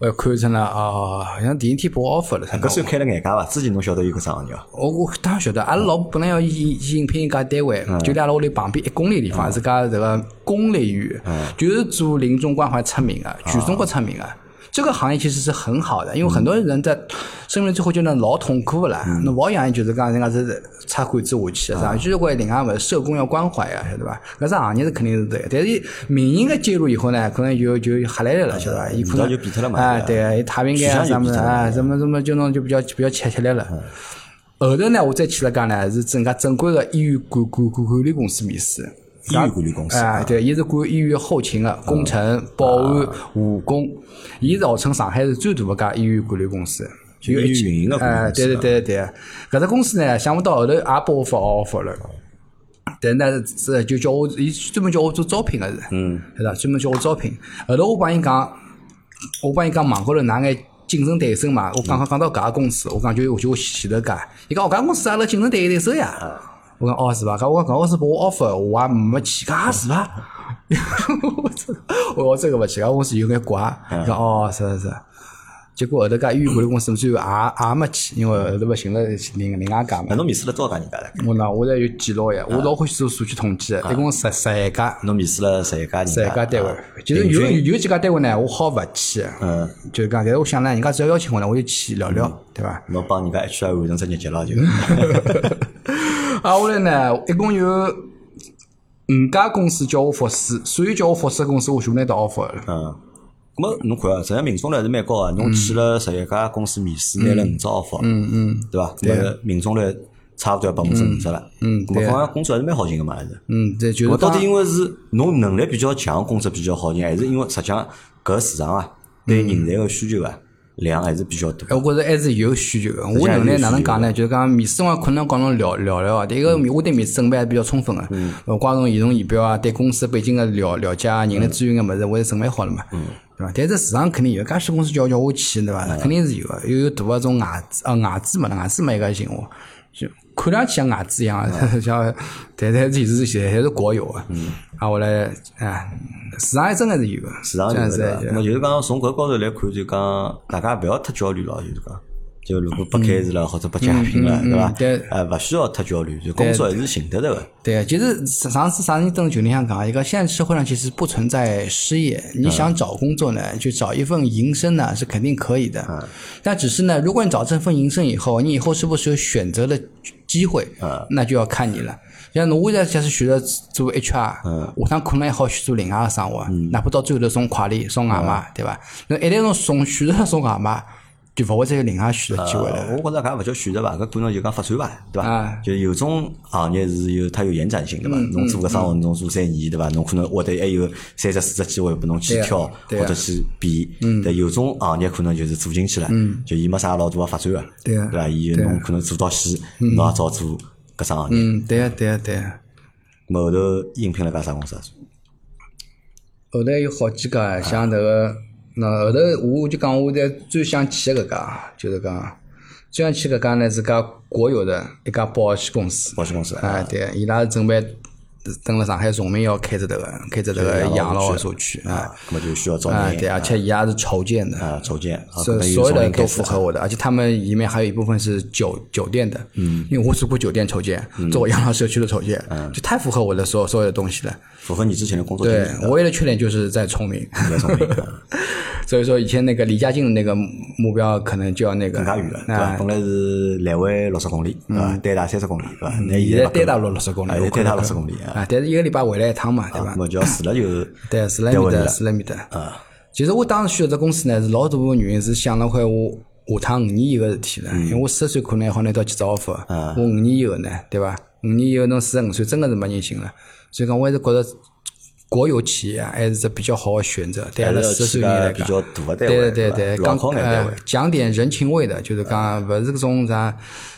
[SPEAKER 2] 我看真的哦，好像第一天报 offer 了，真的
[SPEAKER 1] 搿。算开了眼界伐？之前侬晓得有搿只行业伐？
[SPEAKER 2] 我我当然晓得，阿拉老婆本来要应应聘一家单位，
[SPEAKER 1] 嗯
[SPEAKER 2] 就辣阿拉屋里旁边一公里地方是家这个公立医院，
[SPEAKER 1] 嗯
[SPEAKER 2] 就是做临终关怀出名
[SPEAKER 1] 啊
[SPEAKER 2] 的，全中国出名的。这个行业其实是很好的，因为很多人在生命最后阶段老痛苦的啦。
[SPEAKER 1] 嗯
[SPEAKER 2] 啊那保养就是讲人家是插管子下去的，上去关另外么社工要关怀呀，晓得吧？搿只行业是肯定是对的，但是民营的介入以后呢，可能就就吓来来了，晓得吧？伊可
[SPEAKER 1] 道嗯
[SPEAKER 2] 能
[SPEAKER 1] 就变脱了嘛
[SPEAKER 2] 哎，
[SPEAKER 1] 对
[SPEAKER 2] 对啊，伊太平间啊
[SPEAKER 1] 取向就变
[SPEAKER 2] 啥么子
[SPEAKER 1] 脱了
[SPEAKER 2] 啊，什么什么就弄就比较比较吃吃力
[SPEAKER 1] 嗯
[SPEAKER 2] 了。后头呢，我再去了讲呢，是整个正规的医院管管管管理公司面试。
[SPEAKER 1] 医院管理公司
[SPEAKER 2] 啊，对，伊是管医院后勤的，工程、
[SPEAKER 1] 嗯
[SPEAKER 2] 保
[SPEAKER 1] 啊
[SPEAKER 2] 安、护工，伊是号称上海是最大的家医院管理公司。
[SPEAKER 1] 就
[SPEAKER 2] 有一
[SPEAKER 1] 医
[SPEAKER 2] 千
[SPEAKER 1] 院运营的管理
[SPEAKER 2] 哎
[SPEAKER 1] 公司啊
[SPEAKER 2] 对对对对，搿只公司呢，想勿到后头也拨我发 offer 了。但呢，这就叫我，伊专门叫我做招聘个是，嗯，对伐？专门叫我招聘。后头我帮伊讲，我帮伊讲网高头哪眼竞争对手嘛，我刚刚讲到搿家公司，我讲就我就我前头家，伊讲搿家公司阿拉竞争对手
[SPEAKER 1] 啊
[SPEAKER 2] 呀。我讲哦是伐？搿我讲搿公司拨我 offer，我也没去，搿也是伐？ <laughs> 我真的我真个勿去，搿公司有眼怪。
[SPEAKER 1] 嗯
[SPEAKER 2] 伊讲哦是是是。结果后头家医院管理公司最后也也没去，因为后头勿寻了另另外一家嘛
[SPEAKER 1] 那。侬面试了多少家人家了？
[SPEAKER 2] 我呢，我呢有记录呀，我老欢喜做数据统计的，
[SPEAKER 1] 嗯
[SPEAKER 2] 一共十十一家，
[SPEAKER 1] 侬面试了十一家人家，
[SPEAKER 2] 十一家单位
[SPEAKER 1] 啊。
[SPEAKER 2] 其实
[SPEAKER 1] 平
[SPEAKER 2] 有
[SPEAKER 1] 均
[SPEAKER 2] 有几家单位呢，我好勿去，
[SPEAKER 1] 嗯，
[SPEAKER 2] 就是讲，但是我想呢，人家只要邀请我呢，我就去聊聊，对伐？
[SPEAKER 1] 侬帮人家 HR 完成只业绩
[SPEAKER 2] <laughs>
[SPEAKER 1] 了就。
[SPEAKER 2] 啊，后来呢，一共有五家公司叫我复试，所有叫我复试的公司，我全部拿到 offer 了。
[SPEAKER 1] 嗯，咁么侬看啊，实际上命中率还是蛮高个，啊侬去了十一家公司面试，拿了五只 offer，嗯嗯，对伐？对，么命中率差勿多要百分之五十了。嗯，咁么
[SPEAKER 2] 啊对啊
[SPEAKER 1] 好像工作还是蛮好寻个嘛，还是。
[SPEAKER 2] 嗯，对，就
[SPEAKER 1] 我
[SPEAKER 2] 是
[SPEAKER 1] 到
[SPEAKER 2] 当
[SPEAKER 1] 底因为是侬能力比较强，工作比较好寻，还是因为实际上搿市场啊，对
[SPEAKER 2] 嗯
[SPEAKER 1] 人才个需求啊量还是比较大
[SPEAKER 2] 哎。我觉着还是啊有需求个。我能力哪能讲呢？就是讲面试我可能跟侬聊聊聊啊。第一个，我对面试准备还是比较充分呃个，包括从仪容仪表啊，对公司背景个了了解啊，人力资源个物事，我是准备好了嘛，对伐？但是市场肯定有，介许多公司叫叫我去，对伐？肯定是有个，啊有有大个种外资啊，外资嘛，外资嘛一个情况。就看上去像外资一样， <laughs> 像，但但其实现在还是国有啊。啊，我来，哎，市场还真的是有个，
[SPEAKER 1] 市场
[SPEAKER 2] 真的
[SPEAKER 1] 就是是
[SPEAKER 2] 有
[SPEAKER 1] 的
[SPEAKER 2] 个，
[SPEAKER 1] 那么就是讲从搿高头来看，就讲大家勿要太焦虑了，就是讲，就如果被开除了或者被解聘了，
[SPEAKER 2] 嗯
[SPEAKER 1] 对
[SPEAKER 2] 对
[SPEAKER 1] 伐？呃，勿需要太焦虑，就工作还是寻得着个。
[SPEAKER 2] 对，啊其实上上次上次邓九林想讲，一个现在社会上其实不存在失业，你想找工作呢，就找一份营生呢是肯定可以的。但只是呢，如果你找这份营生以后，你以后是不是有选择的机会，那就要看你了。像侬现在假使选择做 HR，下趟可能还好去做另外的生活，哪啊怕到最后头送快递、送外卖，对吧？那一旦侬送选择了送外卖，就勿会再有另外选择机会了。
[SPEAKER 1] 呃我觉着搿也勿叫选择吧，搿可能就讲发展吧，对伐
[SPEAKER 2] 啊？嗯
[SPEAKER 1] 就有种行业是有它有延展性的嘛，侬做个生活，侬做三年，对伐？侬可能或者还有三只四只机会拨侬去
[SPEAKER 2] 对啊
[SPEAKER 1] 挑
[SPEAKER 2] 对
[SPEAKER 1] 或
[SPEAKER 2] 啊嗯
[SPEAKER 1] 者去比。但有种行业可能就是做进去了，就伊没啥老大个发展个，
[SPEAKER 2] 对啊
[SPEAKER 1] 对伐？伊就侬可能做到死，侬也早做搿只行业。
[SPEAKER 2] 嗯，对呀、对呀、对呀、
[SPEAKER 1] 咁后头应聘了家啥公司啊？
[SPEAKER 2] 后头有好几
[SPEAKER 1] 啊
[SPEAKER 2] 家，像迭个，那后头我就讲，我在最想去的搿家，就是讲最想去搿家呢是家国有的一家保险公司。哎
[SPEAKER 1] 保险公司啊。
[SPEAKER 2] 啊，对，伊拉是准备登了上海崇明要开着迭个开着迭个养老社区啊
[SPEAKER 1] 啊，那么就需要招
[SPEAKER 2] 啊，
[SPEAKER 1] 人
[SPEAKER 2] 对，而且伊也是筹建的，
[SPEAKER 1] 啊，筹建啊，
[SPEAKER 2] 所
[SPEAKER 1] 搿
[SPEAKER 2] 所有
[SPEAKER 1] 有
[SPEAKER 2] 的都
[SPEAKER 1] 开
[SPEAKER 2] 符
[SPEAKER 1] 始
[SPEAKER 2] 合我的，而且他们里面还有一部分是酒酒店的，嗯，因为我只顾酒店筹建，
[SPEAKER 1] 嗯
[SPEAKER 2] 做我养老社区的筹建，就太符合我的所有所有的东西了。
[SPEAKER 1] 符合你之前的工作经
[SPEAKER 2] 对
[SPEAKER 1] 验，
[SPEAKER 2] 我唯一的缺点就是在聪明，
[SPEAKER 1] 来从明啊
[SPEAKER 2] 所以说以前那个离家近的那个目标可能就要那个
[SPEAKER 1] 更加远了，对伐？本来是来回六十公里，对伐？单打三十公里，对伐？那
[SPEAKER 2] 嗯现
[SPEAKER 1] 现
[SPEAKER 2] 在
[SPEAKER 1] 在
[SPEAKER 2] 单打了六十公里，
[SPEAKER 1] 啊，现
[SPEAKER 2] 我
[SPEAKER 1] 在
[SPEAKER 2] 可
[SPEAKER 1] 单打
[SPEAKER 2] 能
[SPEAKER 1] 六十公里啊，
[SPEAKER 2] 啊，但是一个礼拜回来一趟嘛，对吧
[SPEAKER 1] 那？么就要住了
[SPEAKER 2] <laughs>
[SPEAKER 1] 就是
[SPEAKER 2] 对，是来
[SPEAKER 1] 单
[SPEAKER 2] 面
[SPEAKER 1] 位
[SPEAKER 2] 的，
[SPEAKER 1] 了
[SPEAKER 2] 是来面的。其实我当时选择公司呢，是老大部分原因是想了块我下趟五年以后的事体了，因为我四十岁可能还好拿到几只 offer，我五年以后呢，对吧？五年以后侬四十五岁真的是没人性了，所以讲我还是觉得国有企业啊还是只比较好的选择，对阿拉
[SPEAKER 1] 还是
[SPEAKER 2] 四十岁
[SPEAKER 1] 去个
[SPEAKER 2] 人来
[SPEAKER 1] 比
[SPEAKER 2] 讲。
[SPEAKER 1] 较大的单
[SPEAKER 2] 对
[SPEAKER 1] 位，
[SPEAKER 2] 对对，
[SPEAKER 1] 吧
[SPEAKER 2] 刚
[SPEAKER 1] 牢靠眼单
[SPEAKER 2] 呃
[SPEAKER 1] 位。
[SPEAKER 2] 讲点人情味的，就是
[SPEAKER 1] 啊
[SPEAKER 2] 讲勿是搿种啥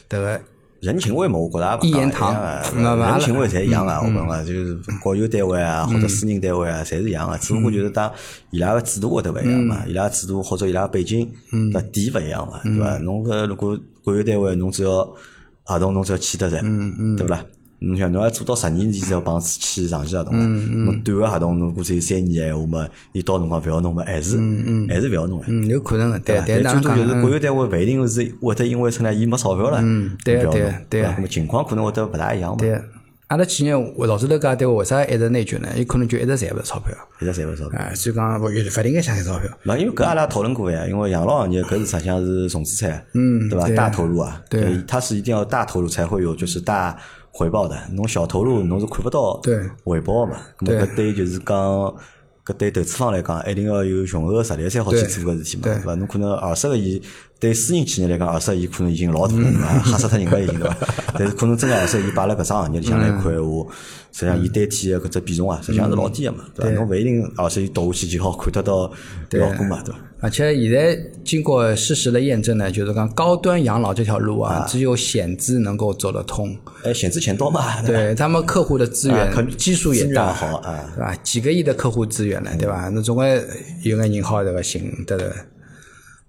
[SPEAKER 2] 迭个
[SPEAKER 1] 人情味嘛，我觉着也勿
[SPEAKER 2] 一言
[SPEAKER 1] 一
[SPEAKER 2] 堂
[SPEAKER 1] 样啊
[SPEAKER 2] 嗯那么阿拉
[SPEAKER 1] 人情味侪一样啊，
[SPEAKER 2] 嗯
[SPEAKER 1] 我讲啊，就是国有单位啊，或者私人单位啊，侪是一样
[SPEAKER 2] 嗯
[SPEAKER 1] 啊，只不过就是当伊拉个制度会得勿一样嘛，伊拉制度或者伊拉背景
[SPEAKER 2] 嗯
[SPEAKER 1] 那点勿一样嘛，对伐？侬搿如果国有单位，侬只要合同侬只要签得
[SPEAKER 2] 嗯
[SPEAKER 1] 侪，对勿啦？侬想侬要做到十年，你才要帮签长期合同啊。
[SPEAKER 2] 嗯
[SPEAKER 1] 侬短个合同，侬估计有三年闲话嘛，伊到辰光勿要弄嘛，还是还是勿要弄哎。
[SPEAKER 2] 嗯有可能的，对，
[SPEAKER 1] 但
[SPEAKER 2] 但哪能
[SPEAKER 1] 最多
[SPEAKER 2] 讲嗯
[SPEAKER 1] 就是
[SPEAKER 2] 呢？
[SPEAKER 1] 国有单位，勿一定是会得因为出来伊没钞票了，嗯
[SPEAKER 2] 对啊对啊对
[SPEAKER 1] 对
[SPEAKER 2] 啊
[SPEAKER 1] 吧，那么情况可能会得勿大一样嘛，
[SPEAKER 2] 对，啊阿拉企业我老早头讲对，为啥一直内卷呢？伊可能就一直赚勿到钞票
[SPEAKER 1] 现在侪勿少。
[SPEAKER 2] 啊，所以讲勿勿应该想赚钞票。
[SPEAKER 1] 那因为搿阿拉讨论过呀，因为养老行业搿是实际上是重资产，嗯，对吧？大投入啊，
[SPEAKER 2] 对
[SPEAKER 1] 呃，它是一定要大投入才会有就是大回报的，侬小投入侬是看不到
[SPEAKER 2] 对
[SPEAKER 1] 回报嘛。那么搿对就是讲搿对投资方来讲，一定要有雄厚的实力才好去
[SPEAKER 2] 对
[SPEAKER 1] 做搿事体嘛，
[SPEAKER 2] 对
[SPEAKER 1] 对伐？侬可能二十个亿，对私人企业来讲，二十个亿可能已经老大了，对伐吓死脱人家已经对 <laughs> 伐？但是可能真个二十个亿摆辣搿只行业里向来看闲话，实际上伊对体的搿只比重啊，实际上是老低个嘛，嗯对伐？侬勿一定二十亿投下去就好看得到效果嘛，对伐？
[SPEAKER 2] 而且现在经过事实的验证呢，就是讲高端养老这条路啊，只有险资能够走得通。
[SPEAKER 1] 哎，险资钱多嘛，吧
[SPEAKER 2] 对他们客户的资
[SPEAKER 1] 啊啊可
[SPEAKER 2] 源基数也
[SPEAKER 1] 资源
[SPEAKER 2] 大，
[SPEAKER 1] 好啊嗯
[SPEAKER 2] 对吧？几个亿的客户资源了，对吧？那总归有眼人好这个行得的。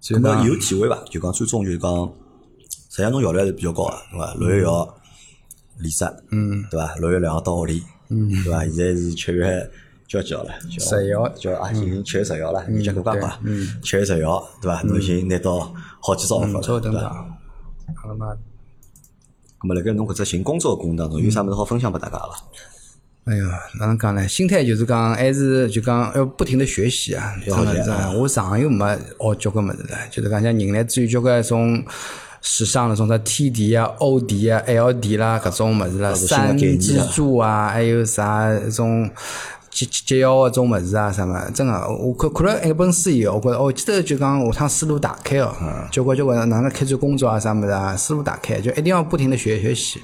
[SPEAKER 2] 所以
[SPEAKER 1] 那
[SPEAKER 2] 呢，
[SPEAKER 1] 有体会伐？就讲最终就是讲，实际上侬效率还是比较高个，对伐？六一幺离职，嗯，对伐？六一两到屋里，嗯，对伐？现在是七月几号几号了？七号
[SPEAKER 2] 十一号嗯
[SPEAKER 1] 就啊，已经七月十一号了，已经过关吧？嗯，七月十一号，对
[SPEAKER 2] 嗯
[SPEAKER 1] 伐？侬已经拿到好几张 offer
[SPEAKER 2] 稍
[SPEAKER 1] 了，
[SPEAKER 2] 等
[SPEAKER 1] 对
[SPEAKER 2] 等
[SPEAKER 1] 伐？
[SPEAKER 2] 啊，好了吗？
[SPEAKER 1] 那么辣盖侬搿只寻工作个过程当中，有啥物事好分享拨大家伐？
[SPEAKER 2] 哎哟，哪能讲呢？心态就是讲，还是就讲要不停的学习啊，真
[SPEAKER 1] 要学习
[SPEAKER 2] 的是啊。我上又没学哦交关物事了，就是讲像人类最交关种时尚的种啥 T D 啊、O D 啊、L D 啦，搿种物事啦，
[SPEAKER 1] 搿种新的
[SPEAKER 2] 三
[SPEAKER 1] 概念啊
[SPEAKER 2] 支柱啊，还有啥种。节节腰啊，种物事啊，啥么，真个，我看看了一本书以后，我觉着，哦，记得就讲下趟思路打开哦，
[SPEAKER 1] 嗯
[SPEAKER 2] 交关交关，哪能开展工作啊，啥么子啊，思路打开，就一定要不停的学学习。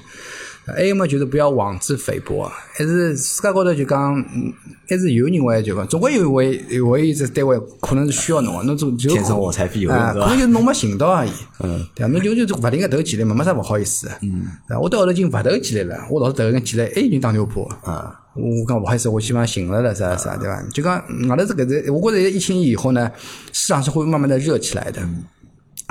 [SPEAKER 2] 还有嘛，就是不要妄自菲薄，还是世界高头就讲，嗯还是有人会就讲，总归有会有会一只单位可能是需要侬的，侬总就
[SPEAKER 1] 天生我材必有
[SPEAKER 2] 啊，
[SPEAKER 1] 用，对
[SPEAKER 2] 可能
[SPEAKER 1] 伐？
[SPEAKER 2] 就是侬没寻到而已。嗯，对啊，侬就就勿停个投简历嘛，没啥勿好意思。嗯，我到后头已经勿投简历了，我老是投个简历，还有哎人打电话拨我。
[SPEAKER 1] 啊，
[SPEAKER 2] 我我讲勿好意思，我基本上寻了了啥啥，对伐？就讲嗯外头这个这，我觉着疫情以后呢，市场是会慢慢的热起来的。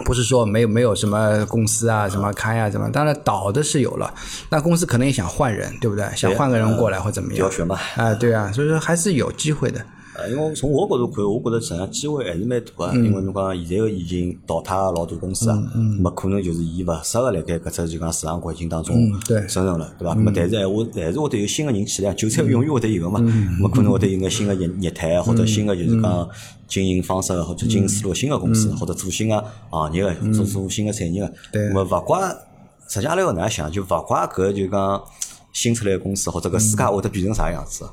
[SPEAKER 2] 不是说没有没有什么公司啊，什么开啊，什么，当然倒的是有了，那公司可能也想换人，对不啊对？想换个人过来或怎么
[SPEAKER 1] 教
[SPEAKER 2] 样？
[SPEAKER 1] 学嘛。
[SPEAKER 2] 啊，对啊，所以说还是有机会的。
[SPEAKER 1] 呃，因为从我角度看，我觉着实际上机会还是蛮大
[SPEAKER 2] 嗯
[SPEAKER 1] 个，因为侬讲现在个已经淘汰个老大公司啊，没可能就是伊勿适合辣盖搿只就讲市场环境当中
[SPEAKER 2] 嗯对
[SPEAKER 1] 生存了，对伐？那么但是闲话还是会得有新个人起来，韭菜永远会得有个嘛，没可能会得有眼新个业业态或者新个就是
[SPEAKER 2] 嗯
[SPEAKER 1] 讲经营方式或者经营思路，新个公司或者做新个行业个，做做新个产业个，
[SPEAKER 2] 嗯对
[SPEAKER 1] 那么勿怪，实际上阿拉要哪想，就勿怪搿就讲新出来个公司或者搿世界会得变成啥样子，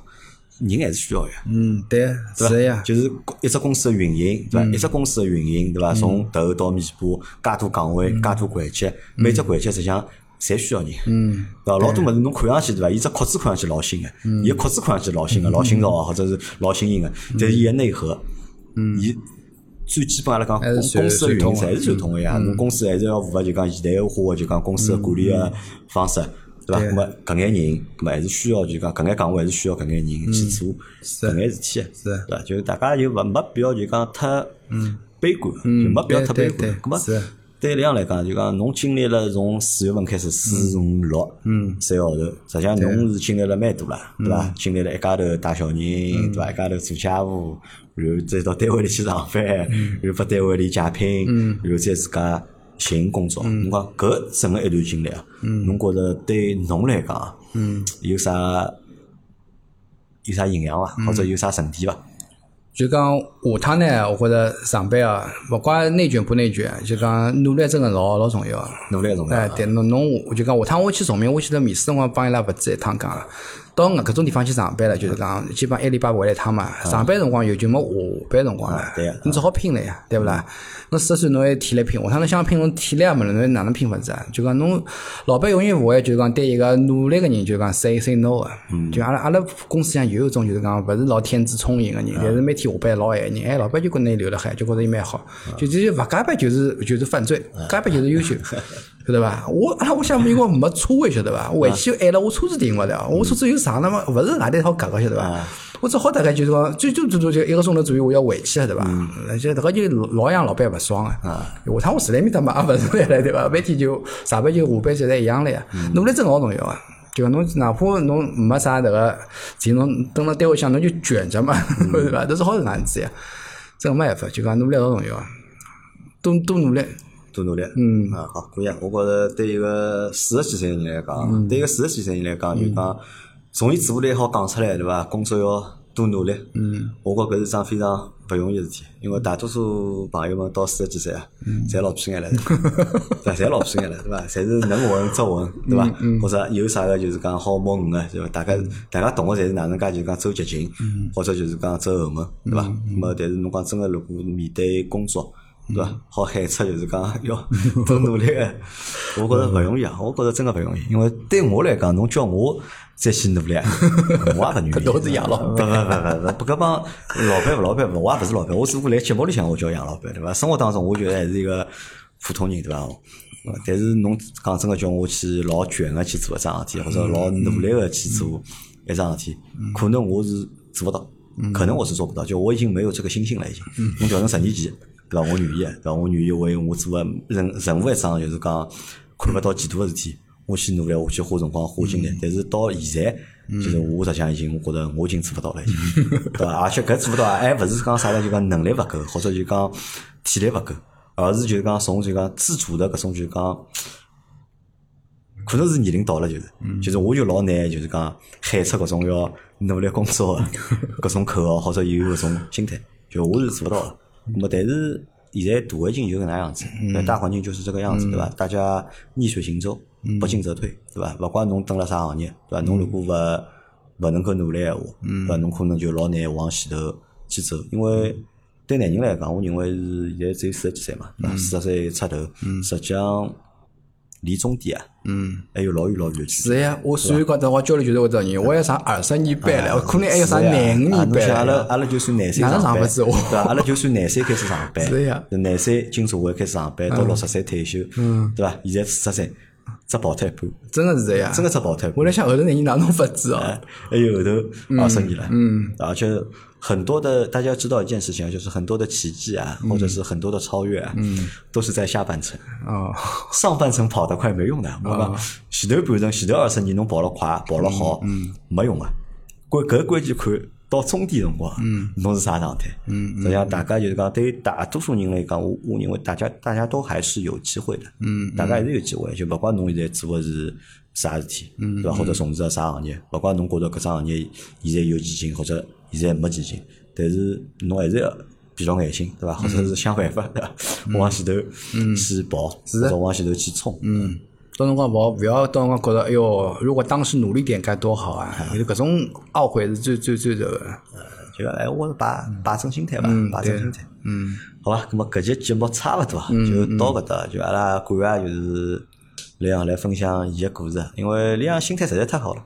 [SPEAKER 1] 人还是需要个。
[SPEAKER 2] 嗯，对，是
[SPEAKER 1] 对
[SPEAKER 2] 呀嗯
[SPEAKER 1] 伐？，就是一只公司的运营，对伐？一只公司的运营，对伐？从头到尾巴，介多岗位，
[SPEAKER 2] 嗯
[SPEAKER 1] 介多环节，每只环节实际上侪需要人，嗯，对伐？老多物事侬看上去对伐？伊只壳子看上去老新个，
[SPEAKER 2] 嗯
[SPEAKER 1] 伊个壳子看上去老新个，老新潮啊或者是老新颖个，但是伊个内核，嗯，伊。最基本阿拉讲，
[SPEAKER 2] 还
[SPEAKER 1] 公公
[SPEAKER 2] 是传
[SPEAKER 1] 司的运营
[SPEAKER 2] 传统
[SPEAKER 1] 侪
[SPEAKER 2] 的
[SPEAKER 1] 是传统个呀，
[SPEAKER 2] 嗯
[SPEAKER 1] 侬公司还是要符合就讲现代化的就讲公司的管理个方式，对伐？
[SPEAKER 2] 对
[SPEAKER 1] 那么搿眼人，那么还是需要就讲搿眼岗位还是需要搿眼人去做搿眼事体的，
[SPEAKER 2] 嗯是嗯
[SPEAKER 1] 对伐？就是大家就勿没必要就讲太悲观，就没必要太悲
[SPEAKER 2] 对对
[SPEAKER 1] 观
[SPEAKER 2] 对。
[SPEAKER 1] 咁么
[SPEAKER 2] 是
[SPEAKER 1] 对力量来讲，就讲侬经历了从四月份开始，四五六，嗯，三个号头，实际上侬是经历了蛮多啦，对
[SPEAKER 2] 嗯
[SPEAKER 1] 伐？经历了一家头带小人，对伐？一家头做家务，然后再到单位里去上班，
[SPEAKER 2] 嗯
[SPEAKER 1] 然后拨单位里解聘，然后再自家寻工作。
[SPEAKER 2] 嗯
[SPEAKER 1] 侬讲搿整个一段经历啊，侬觉着对侬来讲啊，
[SPEAKER 2] 嗯
[SPEAKER 1] 有啥有啥营养伐？啊或者有啥沉淀伐？
[SPEAKER 2] 嗯就讲下趟呢，我觉着上班啊，勿怪内卷不内卷，就讲努力真个老老重要。
[SPEAKER 1] 努力重要
[SPEAKER 2] 哎，
[SPEAKER 1] 啊，
[SPEAKER 2] 对，侬侬我就讲下趟我去崇明，我去了面试辰光帮伊拉勿止一趟讲了。到搿搿种地方去上班了，就是讲基本上一礼拜回来一趟嘛。上班辰光有就没下班辰光了
[SPEAKER 1] 啊啊，对嗯啊
[SPEAKER 2] 侬只好拼了呀，对勿啦？侬四十岁侬还体力拼，下趟侬想拼侬体力也没了，侬哪能拼法子啊？就讲侬老板永远勿会就是讲对一个努力个人就讲 say say no 个，
[SPEAKER 1] 嗯
[SPEAKER 2] 就阿拉阿拉公司像有一种就是讲勿是老天资聪颖个
[SPEAKER 1] 啊
[SPEAKER 2] 人，但是每天下班老闲个人，哎，老板就觉得伊留辣海，就觉得伊蛮好，
[SPEAKER 1] 啊
[SPEAKER 2] 就就就勿加班就是就是犯罪，加班就是
[SPEAKER 1] <laughs>
[SPEAKER 2] 优秀。晓得伐？我阿拉屋里向没有没车位，晓得伐？回去晚了，我车子停勿了，我车子有上了嘛，勿是哪里好夹个，晓得伐？我只好大概就是讲，最最最多就一个钟头左右，我要回去，晓得伐？就迭个就老让老板勿爽个。下趟我住辣埃面搭嘛，也勿是来了，对伐？每天就上班就下班，侪在一样了呀。努力真老重要啊！就讲侬哪怕侬没啥迭个钱，侬蹲辣单位向侬就卷着嘛， <laughs> 对伐？都是好是哪能子呀？真没办法，就讲努力老重要啊，多多努力。
[SPEAKER 1] 多努力。嗯啊，好，可以啊。我觉着对一个四十几岁人来讲，对一个四十几岁人来讲，就讲从伊嘴巴里好讲出来，对伐？工作要多努力。嗯，我觉搿是桩非常勿容易个事体，因为大多数朋友们到四十几岁啊，侪老屁眼了， <laughs> 对伐？侪老屁眼了，对伐？侪是能混则混，对伐？或者有啥个就是讲好摸鱼个，对伐？大家大家懂个侪是哪能介，就是讲走捷径，或者就是讲走后门，对伐？那么但是侬讲真个，如果面对工作，对
[SPEAKER 2] 嗯
[SPEAKER 1] 伐？好海出就是讲 <laughs> 要多努力
[SPEAKER 2] <laughs>
[SPEAKER 1] 个，我觉着勿容易啊，我觉着真个勿容易，因为对我来讲，侬叫我再去努力，啊
[SPEAKER 2] <laughs>
[SPEAKER 1] 我也勿愿意。
[SPEAKER 2] 都是养老
[SPEAKER 1] 板，勿勿勿勿，不搿帮老板勿老板，我也勿是老板，我只不过来节目里向我叫杨老板，对伐？生活当中我觉得还是一个普通人，对伐？呃但是侬讲真个叫我去老卷个去做一桩事体，或者老努力个去做一桩事体，
[SPEAKER 2] 嗯
[SPEAKER 1] 可能我是做勿到，可能我是做不到，就我已经没有这个心性了，已经。
[SPEAKER 2] 嗯
[SPEAKER 1] 侬调成十年前，对伐？我愿意，对伐？我愿意为我做个任任何一桩就是讲看勿到前途个事体，我去努力，我去花辰光、花精力。但是到现在，就是我实际上已经，我觉得我已经做勿到了，已经，对伐？而且搿做勿到啊，还勿是讲啥个，就讲能力勿够，或者就讲体力勿够，而是就是讲从就讲自主的搿种就讲。可能是年龄到了，就是，就是我就老难，就是讲喊出搿种要努力工作的搿种口号，或者有搿种心态，就我是做不到的。那么，但是现在大环境就搿能样子，那大环境就是这个样子，对伐？大家逆水行舟，不进则退，对伐？勿管侬蹲辣啥行业，对伐？侬如果勿勿能够努力闲话，对伐？侬可能就老难往前头去走，因为。对男人来讲，我认为是现在只有四十几岁嘛，对伐四十岁出头，实际上离终点啊，嗯，还有老远老远的距离。
[SPEAKER 2] 是呀，我所以讲，等我交流就是搿种人，我要上二十二班
[SPEAKER 1] 哎
[SPEAKER 2] 了，我可能还要上廿五
[SPEAKER 1] 啊
[SPEAKER 2] 年
[SPEAKER 1] 侬想
[SPEAKER 2] 班
[SPEAKER 1] 阿拉
[SPEAKER 2] 了。
[SPEAKER 1] 阿拉就算廿岁
[SPEAKER 2] 哪能
[SPEAKER 1] 上
[SPEAKER 2] 上
[SPEAKER 1] 班，
[SPEAKER 2] 勿知
[SPEAKER 1] 对
[SPEAKER 2] 我
[SPEAKER 1] 伐？阿拉就算廿岁开始上班，
[SPEAKER 2] <laughs> 是呀嗯
[SPEAKER 1] 廿岁进社会开始上班，到六十岁退休，对伐？现在四十岁，只跑脱一半，
[SPEAKER 2] 真的是这样。
[SPEAKER 1] 真个只哎跑脱一半
[SPEAKER 2] 我。在想后头那人哪能法子哦？
[SPEAKER 1] 还有后头二十年了，嗯，而且很多的大家要知道一件事情啊，就是很多的奇迹啊，
[SPEAKER 2] 嗯
[SPEAKER 1] 或者是很多的超越啊，嗯，都是在下半程，
[SPEAKER 2] 哦，
[SPEAKER 1] 上半程跑得快没用的，我讲前头半程、前头二十年侬跑了快、跑了好，没用啊。关搿关键看到终点辰光，侬是啥状态？实际上大家就是讲，对于大多数人来讲，我我认为大家大家都还是有机会的，大家还是有机会，就勿管侬现在做的是啥事体，对伐？或者从事个啥行业，勿管侬觉着搿桩行业现在有前景或者现在没前景，但是侬还是要。比较耐心，对伐？或者是想办法，对伐？往前头去跑，或者往前头去冲，嗯，
[SPEAKER 2] 到辰光勿好，勿要到辰光觉得，哎哟，如果当时努力点该多好啊！有搿种懊悔是最最最这个。
[SPEAKER 1] 就讲哎，我摆摆正心态吧，摆正心态。嗯，好吧，那么搿节节目差勿多啊，就到搿搭，就阿拉感谢就是李阳来分享伊个故事，因为李阳心态实在太好了。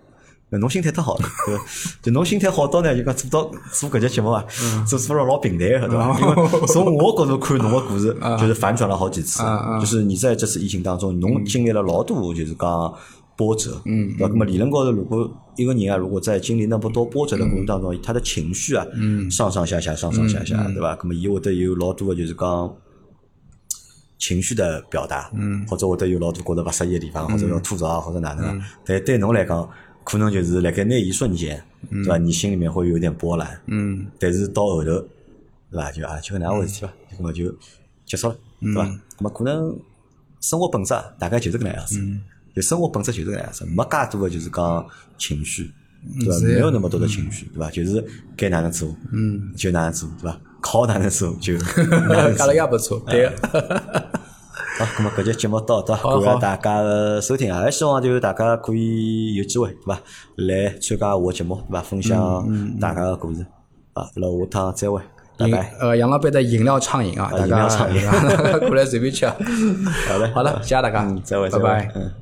[SPEAKER 1] 呃侬心态太好了，就就侬心态好到呢，就讲做到做搿节节目啊， <laughs> 做做了老平淡个，对伐？因为从我角度看侬个故事，就是反转了好几次，就是你在这次疫情当中，侬经历了老多，就是讲波折，嗯，对吧？那么理论高头，如果一个人啊，如果在经历那么多波折的过程当中，他的情绪啊，嗯嗯，上上下下，上上下下，对吧？那么伊会得有老多的，就是讲。情绪的表达，嗯，或者会得有老多觉得勿适意个地方，或者要吐槽或者哪能，啊但对侬来讲，可能就是辣盖那一瞬间，对伐？你心里面会有点波澜，嗯，但是到后头，对伐？就啊，就搿能回事体伐？就搿么就结束了，对伐？咾么可能生活本质啊大概就是搿能样子，就生活本质就是搿能样子，没介多个就是讲情绪。对吧？没有那么多的情绪，对吧？就是该哪能做，嗯，就哪能做，对吧？考哪能做 <laughs> 就哪能
[SPEAKER 2] 讲
[SPEAKER 1] 做
[SPEAKER 2] 了。也不错，
[SPEAKER 1] 哎
[SPEAKER 2] 对个。
[SPEAKER 1] 好，那么搿节节目到这，
[SPEAKER 2] 好
[SPEAKER 1] 感谢
[SPEAKER 2] 好
[SPEAKER 1] 大家的收听啊，还希望就是大家可以有机会，对吧？来参加我的节目，对吧？分
[SPEAKER 2] 嗯
[SPEAKER 1] 享大家的故事啊，阿拉下趟再会，拜
[SPEAKER 2] 饮
[SPEAKER 1] 拜，
[SPEAKER 2] 呃，杨老板的饮料畅饮啊，大
[SPEAKER 1] 饮料
[SPEAKER 2] 家
[SPEAKER 1] 畅饮
[SPEAKER 2] <laughs> 过来随便吃。
[SPEAKER 1] 好嘞，
[SPEAKER 2] 好了，谢谢大家
[SPEAKER 1] 嗯，再会，
[SPEAKER 2] 拜
[SPEAKER 1] 再会
[SPEAKER 2] 拜。
[SPEAKER 1] 嗯。